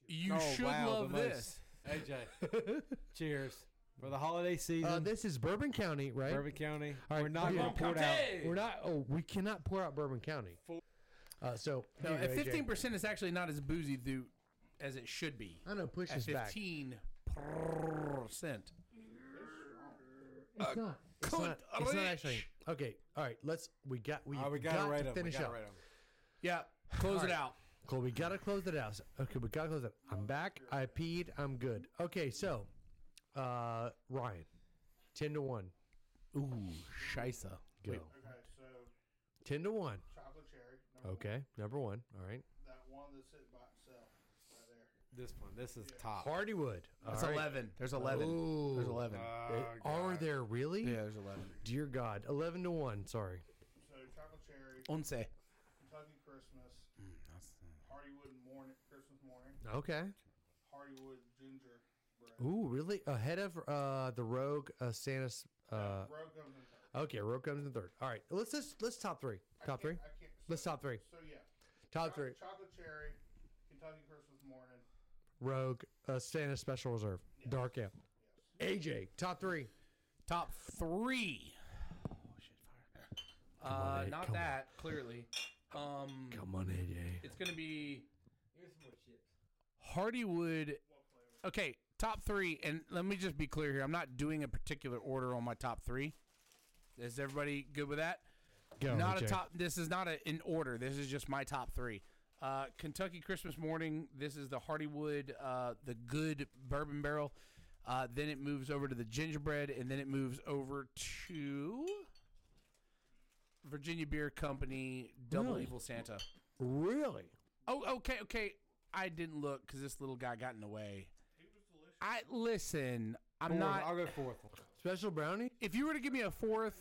[SPEAKER 6] you
[SPEAKER 3] Oh,
[SPEAKER 6] should
[SPEAKER 3] wow, the
[SPEAKER 6] love
[SPEAKER 3] most.
[SPEAKER 6] this.
[SPEAKER 3] AJ,
[SPEAKER 2] (laughs)
[SPEAKER 3] cheers for the holiday season.
[SPEAKER 2] Uh, this is Bourbon County, right?
[SPEAKER 3] Bourbon County.
[SPEAKER 2] All right,
[SPEAKER 3] We're not
[SPEAKER 2] yeah.
[SPEAKER 3] going to pour it out.
[SPEAKER 2] We're not. Oh, we cannot pour out Bourbon County. Uh, so
[SPEAKER 6] No,
[SPEAKER 2] here you
[SPEAKER 6] at
[SPEAKER 2] go, AJ.
[SPEAKER 6] fifteen percent, it's actually not as boozy through as it should be.
[SPEAKER 2] I know. Push
[SPEAKER 6] At
[SPEAKER 2] this back.
[SPEAKER 6] fifteen percent,
[SPEAKER 2] It's not. It's
[SPEAKER 6] cunt
[SPEAKER 2] not, it's not
[SPEAKER 6] rich.
[SPEAKER 2] actually. Okay. All right. Let's. We got. We,
[SPEAKER 3] All right, Oh, we
[SPEAKER 2] got
[SPEAKER 3] gotta rate
[SPEAKER 2] to
[SPEAKER 3] 'em. We
[SPEAKER 2] finish
[SPEAKER 3] gotta
[SPEAKER 2] up.
[SPEAKER 3] rate 'em.
[SPEAKER 6] yeah, close
[SPEAKER 2] Alright.
[SPEAKER 6] it out.
[SPEAKER 2] Cool. We gotta close it out. So- Okay. We gotta close it. I'm back. I peed. I'm good. Okay. So, uh, Ryan, ten to one.
[SPEAKER 6] Ooh, shisa.
[SPEAKER 2] Go.
[SPEAKER 4] Okay, so
[SPEAKER 2] Ten to one.
[SPEAKER 4] chocolate cherry. Number
[SPEAKER 2] Okay. Number one. All right.
[SPEAKER 4] one, that one that's sitting by itself, right there.
[SPEAKER 3] This one. This is top.
[SPEAKER 2] Hardywood.
[SPEAKER 6] That's
[SPEAKER 2] All right.
[SPEAKER 6] eleven. There's eleven.
[SPEAKER 2] Ooh.
[SPEAKER 6] There's eleven.
[SPEAKER 3] Oh,
[SPEAKER 2] Uh, Are there really?
[SPEAKER 6] yeah, there's eleven.
[SPEAKER 2] Dear God. Eleven to one. Sorry.
[SPEAKER 4] So chocolate cherry,
[SPEAKER 6] Once.
[SPEAKER 4] Kentucky Christmas, Hardywood morning, Christmas morning,
[SPEAKER 2] Okay.
[SPEAKER 4] Hardywood ginger bread.
[SPEAKER 2] Ooh, really? Ahead of uh, the Rogue uh, Santa's. Uh,
[SPEAKER 4] Rogue comes in third.
[SPEAKER 2] okay, Rogue comes in third. All right, let's just let's top three. Top three.
[SPEAKER 4] I can't.
[SPEAKER 2] Let's top three.
[SPEAKER 4] So yeah,
[SPEAKER 2] Top
[SPEAKER 4] cho-
[SPEAKER 2] three.
[SPEAKER 4] chocolate cherry, Kentucky Christmas morning.
[SPEAKER 2] Rogue, uh, Santa Special Reserve, Dark Ale. AJ, top three.
[SPEAKER 6] Top three.
[SPEAKER 2] Come on,
[SPEAKER 6] Uh,
[SPEAKER 2] Ed,
[SPEAKER 6] not
[SPEAKER 2] come on.
[SPEAKER 6] that clearly. Um,
[SPEAKER 2] on, AJ.
[SPEAKER 6] it's gonna be. Hardywood. Okay, top three, and let me just be clear here. I'm not doing a particular order on my top three. Is everybody good with that?
[SPEAKER 2] Go.
[SPEAKER 6] not
[SPEAKER 2] AJ.
[SPEAKER 6] a top. This is not a, in order. This is just my top three. Uh, Kentucky Christmas Morning. This is the Hardywood, uh, the good bourbon barrel. Uh, then it moves over to the gingerbread, and then it moves over to Virginia Beer Company Double
[SPEAKER 2] Really?
[SPEAKER 6] Evil Santa.
[SPEAKER 2] Really?
[SPEAKER 6] Oh, okay, okay. I didn't look because this little guy got in the way. I listen. I'm
[SPEAKER 3] Fourth.
[SPEAKER 6] not.
[SPEAKER 3] I'll go fourth. one.
[SPEAKER 2] Special brownie.
[SPEAKER 6] If you were to give me a fourth,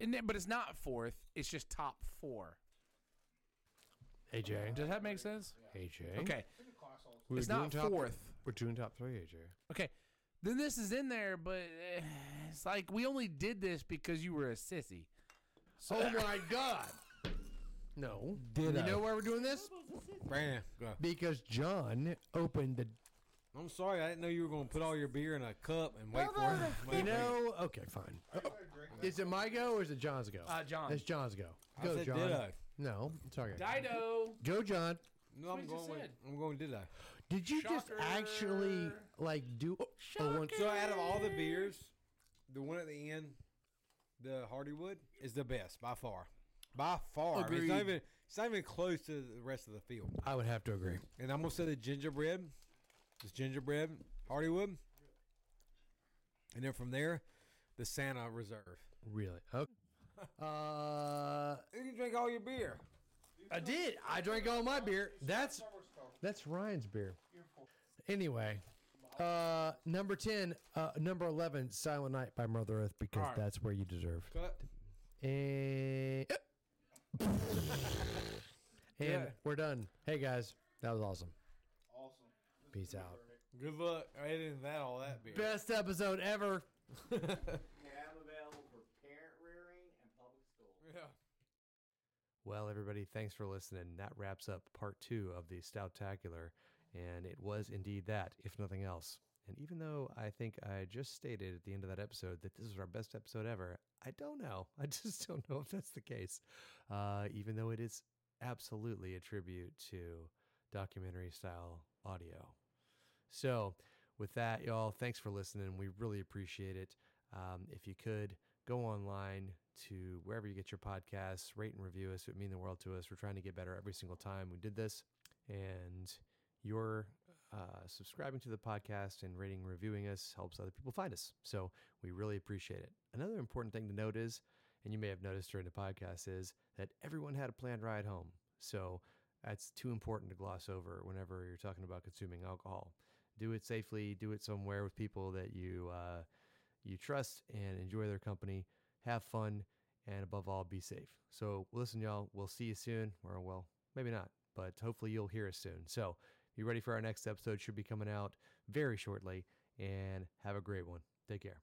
[SPEAKER 6] and then, but it's not fourth. It's just top four.
[SPEAKER 2] AJ.
[SPEAKER 6] Does that make sense?
[SPEAKER 2] AJ.
[SPEAKER 6] Okay.
[SPEAKER 2] We're
[SPEAKER 6] it's
[SPEAKER 2] doing
[SPEAKER 6] not
[SPEAKER 2] top-
[SPEAKER 6] fourth.
[SPEAKER 2] We're doing top three, AJ.
[SPEAKER 6] Okay. Then this is in there, but eh, it's like we only did this because you were a sissy.
[SPEAKER 2] oh my God. No. You know why we're doing this?
[SPEAKER 3] Brandon, go.
[SPEAKER 2] Because John opened the
[SPEAKER 3] I'm sorry. I didn't know you were going to put all your beer in a cup and (laughs) wait for it.
[SPEAKER 2] You know, okay, fine. Is it my go or is it John's go?
[SPEAKER 6] Uh, John.
[SPEAKER 2] It's John's go.
[SPEAKER 3] I
[SPEAKER 2] Go,
[SPEAKER 3] said
[SPEAKER 2] John.
[SPEAKER 3] ditto.
[SPEAKER 2] No, it's okay.
[SPEAKER 6] Dido.
[SPEAKER 2] Go, John.
[SPEAKER 3] No, I'm
[SPEAKER 6] That's what you
[SPEAKER 3] going. With,
[SPEAKER 6] said.
[SPEAKER 3] I'm going ditto.
[SPEAKER 2] Did you just actually
[SPEAKER 6] Shocker.
[SPEAKER 2] like do? Oh, one,
[SPEAKER 3] So out of all the beers, the one at the end, the Hardywood, is the best by far. By far, I mean, it's not
[SPEAKER 6] Agreed.
[SPEAKER 3] even it's not even close to the rest of the field.
[SPEAKER 2] I would have to agree.
[SPEAKER 3] And I'm gonna say the gingerbread, this gingerbread Hardywood, and then from there, the Santa Reserve.
[SPEAKER 2] Really?
[SPEAKER 6] (laughs)
[SPEAKER 2] Okay. Uh,
[SPEAKER 3] You can drink all your beer.
[SPEAKER 2] I did. I drank all my beer. That's that's Ryan's beer. Anyway,
[SPEAKER 6] Uh, number ten, uh, number eleven, Silent Night by Mother Earth, because
[SPEAKER 3] All right.
[SPEAKER 6] that's where you deserve.
[SPEAKER 3] Cut.
[SPEAKER 6] And,
[SPEAKER 3] (laughs)
[SPEAKER 6] and
[SPEAKER 3] Yeah.
[SPEAKER 6] we're done. Hey guys, that was awesome.
[SPEAKER 7] Awesome.
[SPEAKER 6] Peace out.
[SPEAKER 3] Good luck. I didn't that all that beer.
[SPEAKER 6] Best episode ever.
[SPEAKER 3] Yeah.
[SPEAKER 2] Well, everybody, thanks for listening. That wraps up part two of the Stoutacular, and it was indeed that, if nothing else. And even though I think I just stated at the end of that episode that this is our best episode ever, I don't know. (laughs) I just don't know if that's the case. Uh, even though it is absolutely a tribute to documentary style audio. So, with that, y'all, thanks for listening. We really appreciate it. Um, if you could, go online to wherever you get your podcasts, rate and review us. It would mean the world to us. We're trying to get better every single time we did this. And your uh, subscribing to the podcast and rating and reviewing us helps other people find us. So we really appreciate it. Another important thing to note is, and you may have noticed during the podcast, is that everyone had a planned ride home. So that's too important to gloss over whenever you're talking about consuming alcohol. Do it safely, do it somewhere with people that you. Uh, you trust and enjoy their company. Have fun, and above all, be safe. So, listen, y'all, we'll see you soon. Or, well, maybe not, but hopefully you'll hear us soon. So, be ready for our next episode, should be coming out very shortly, and have a great one. Take care.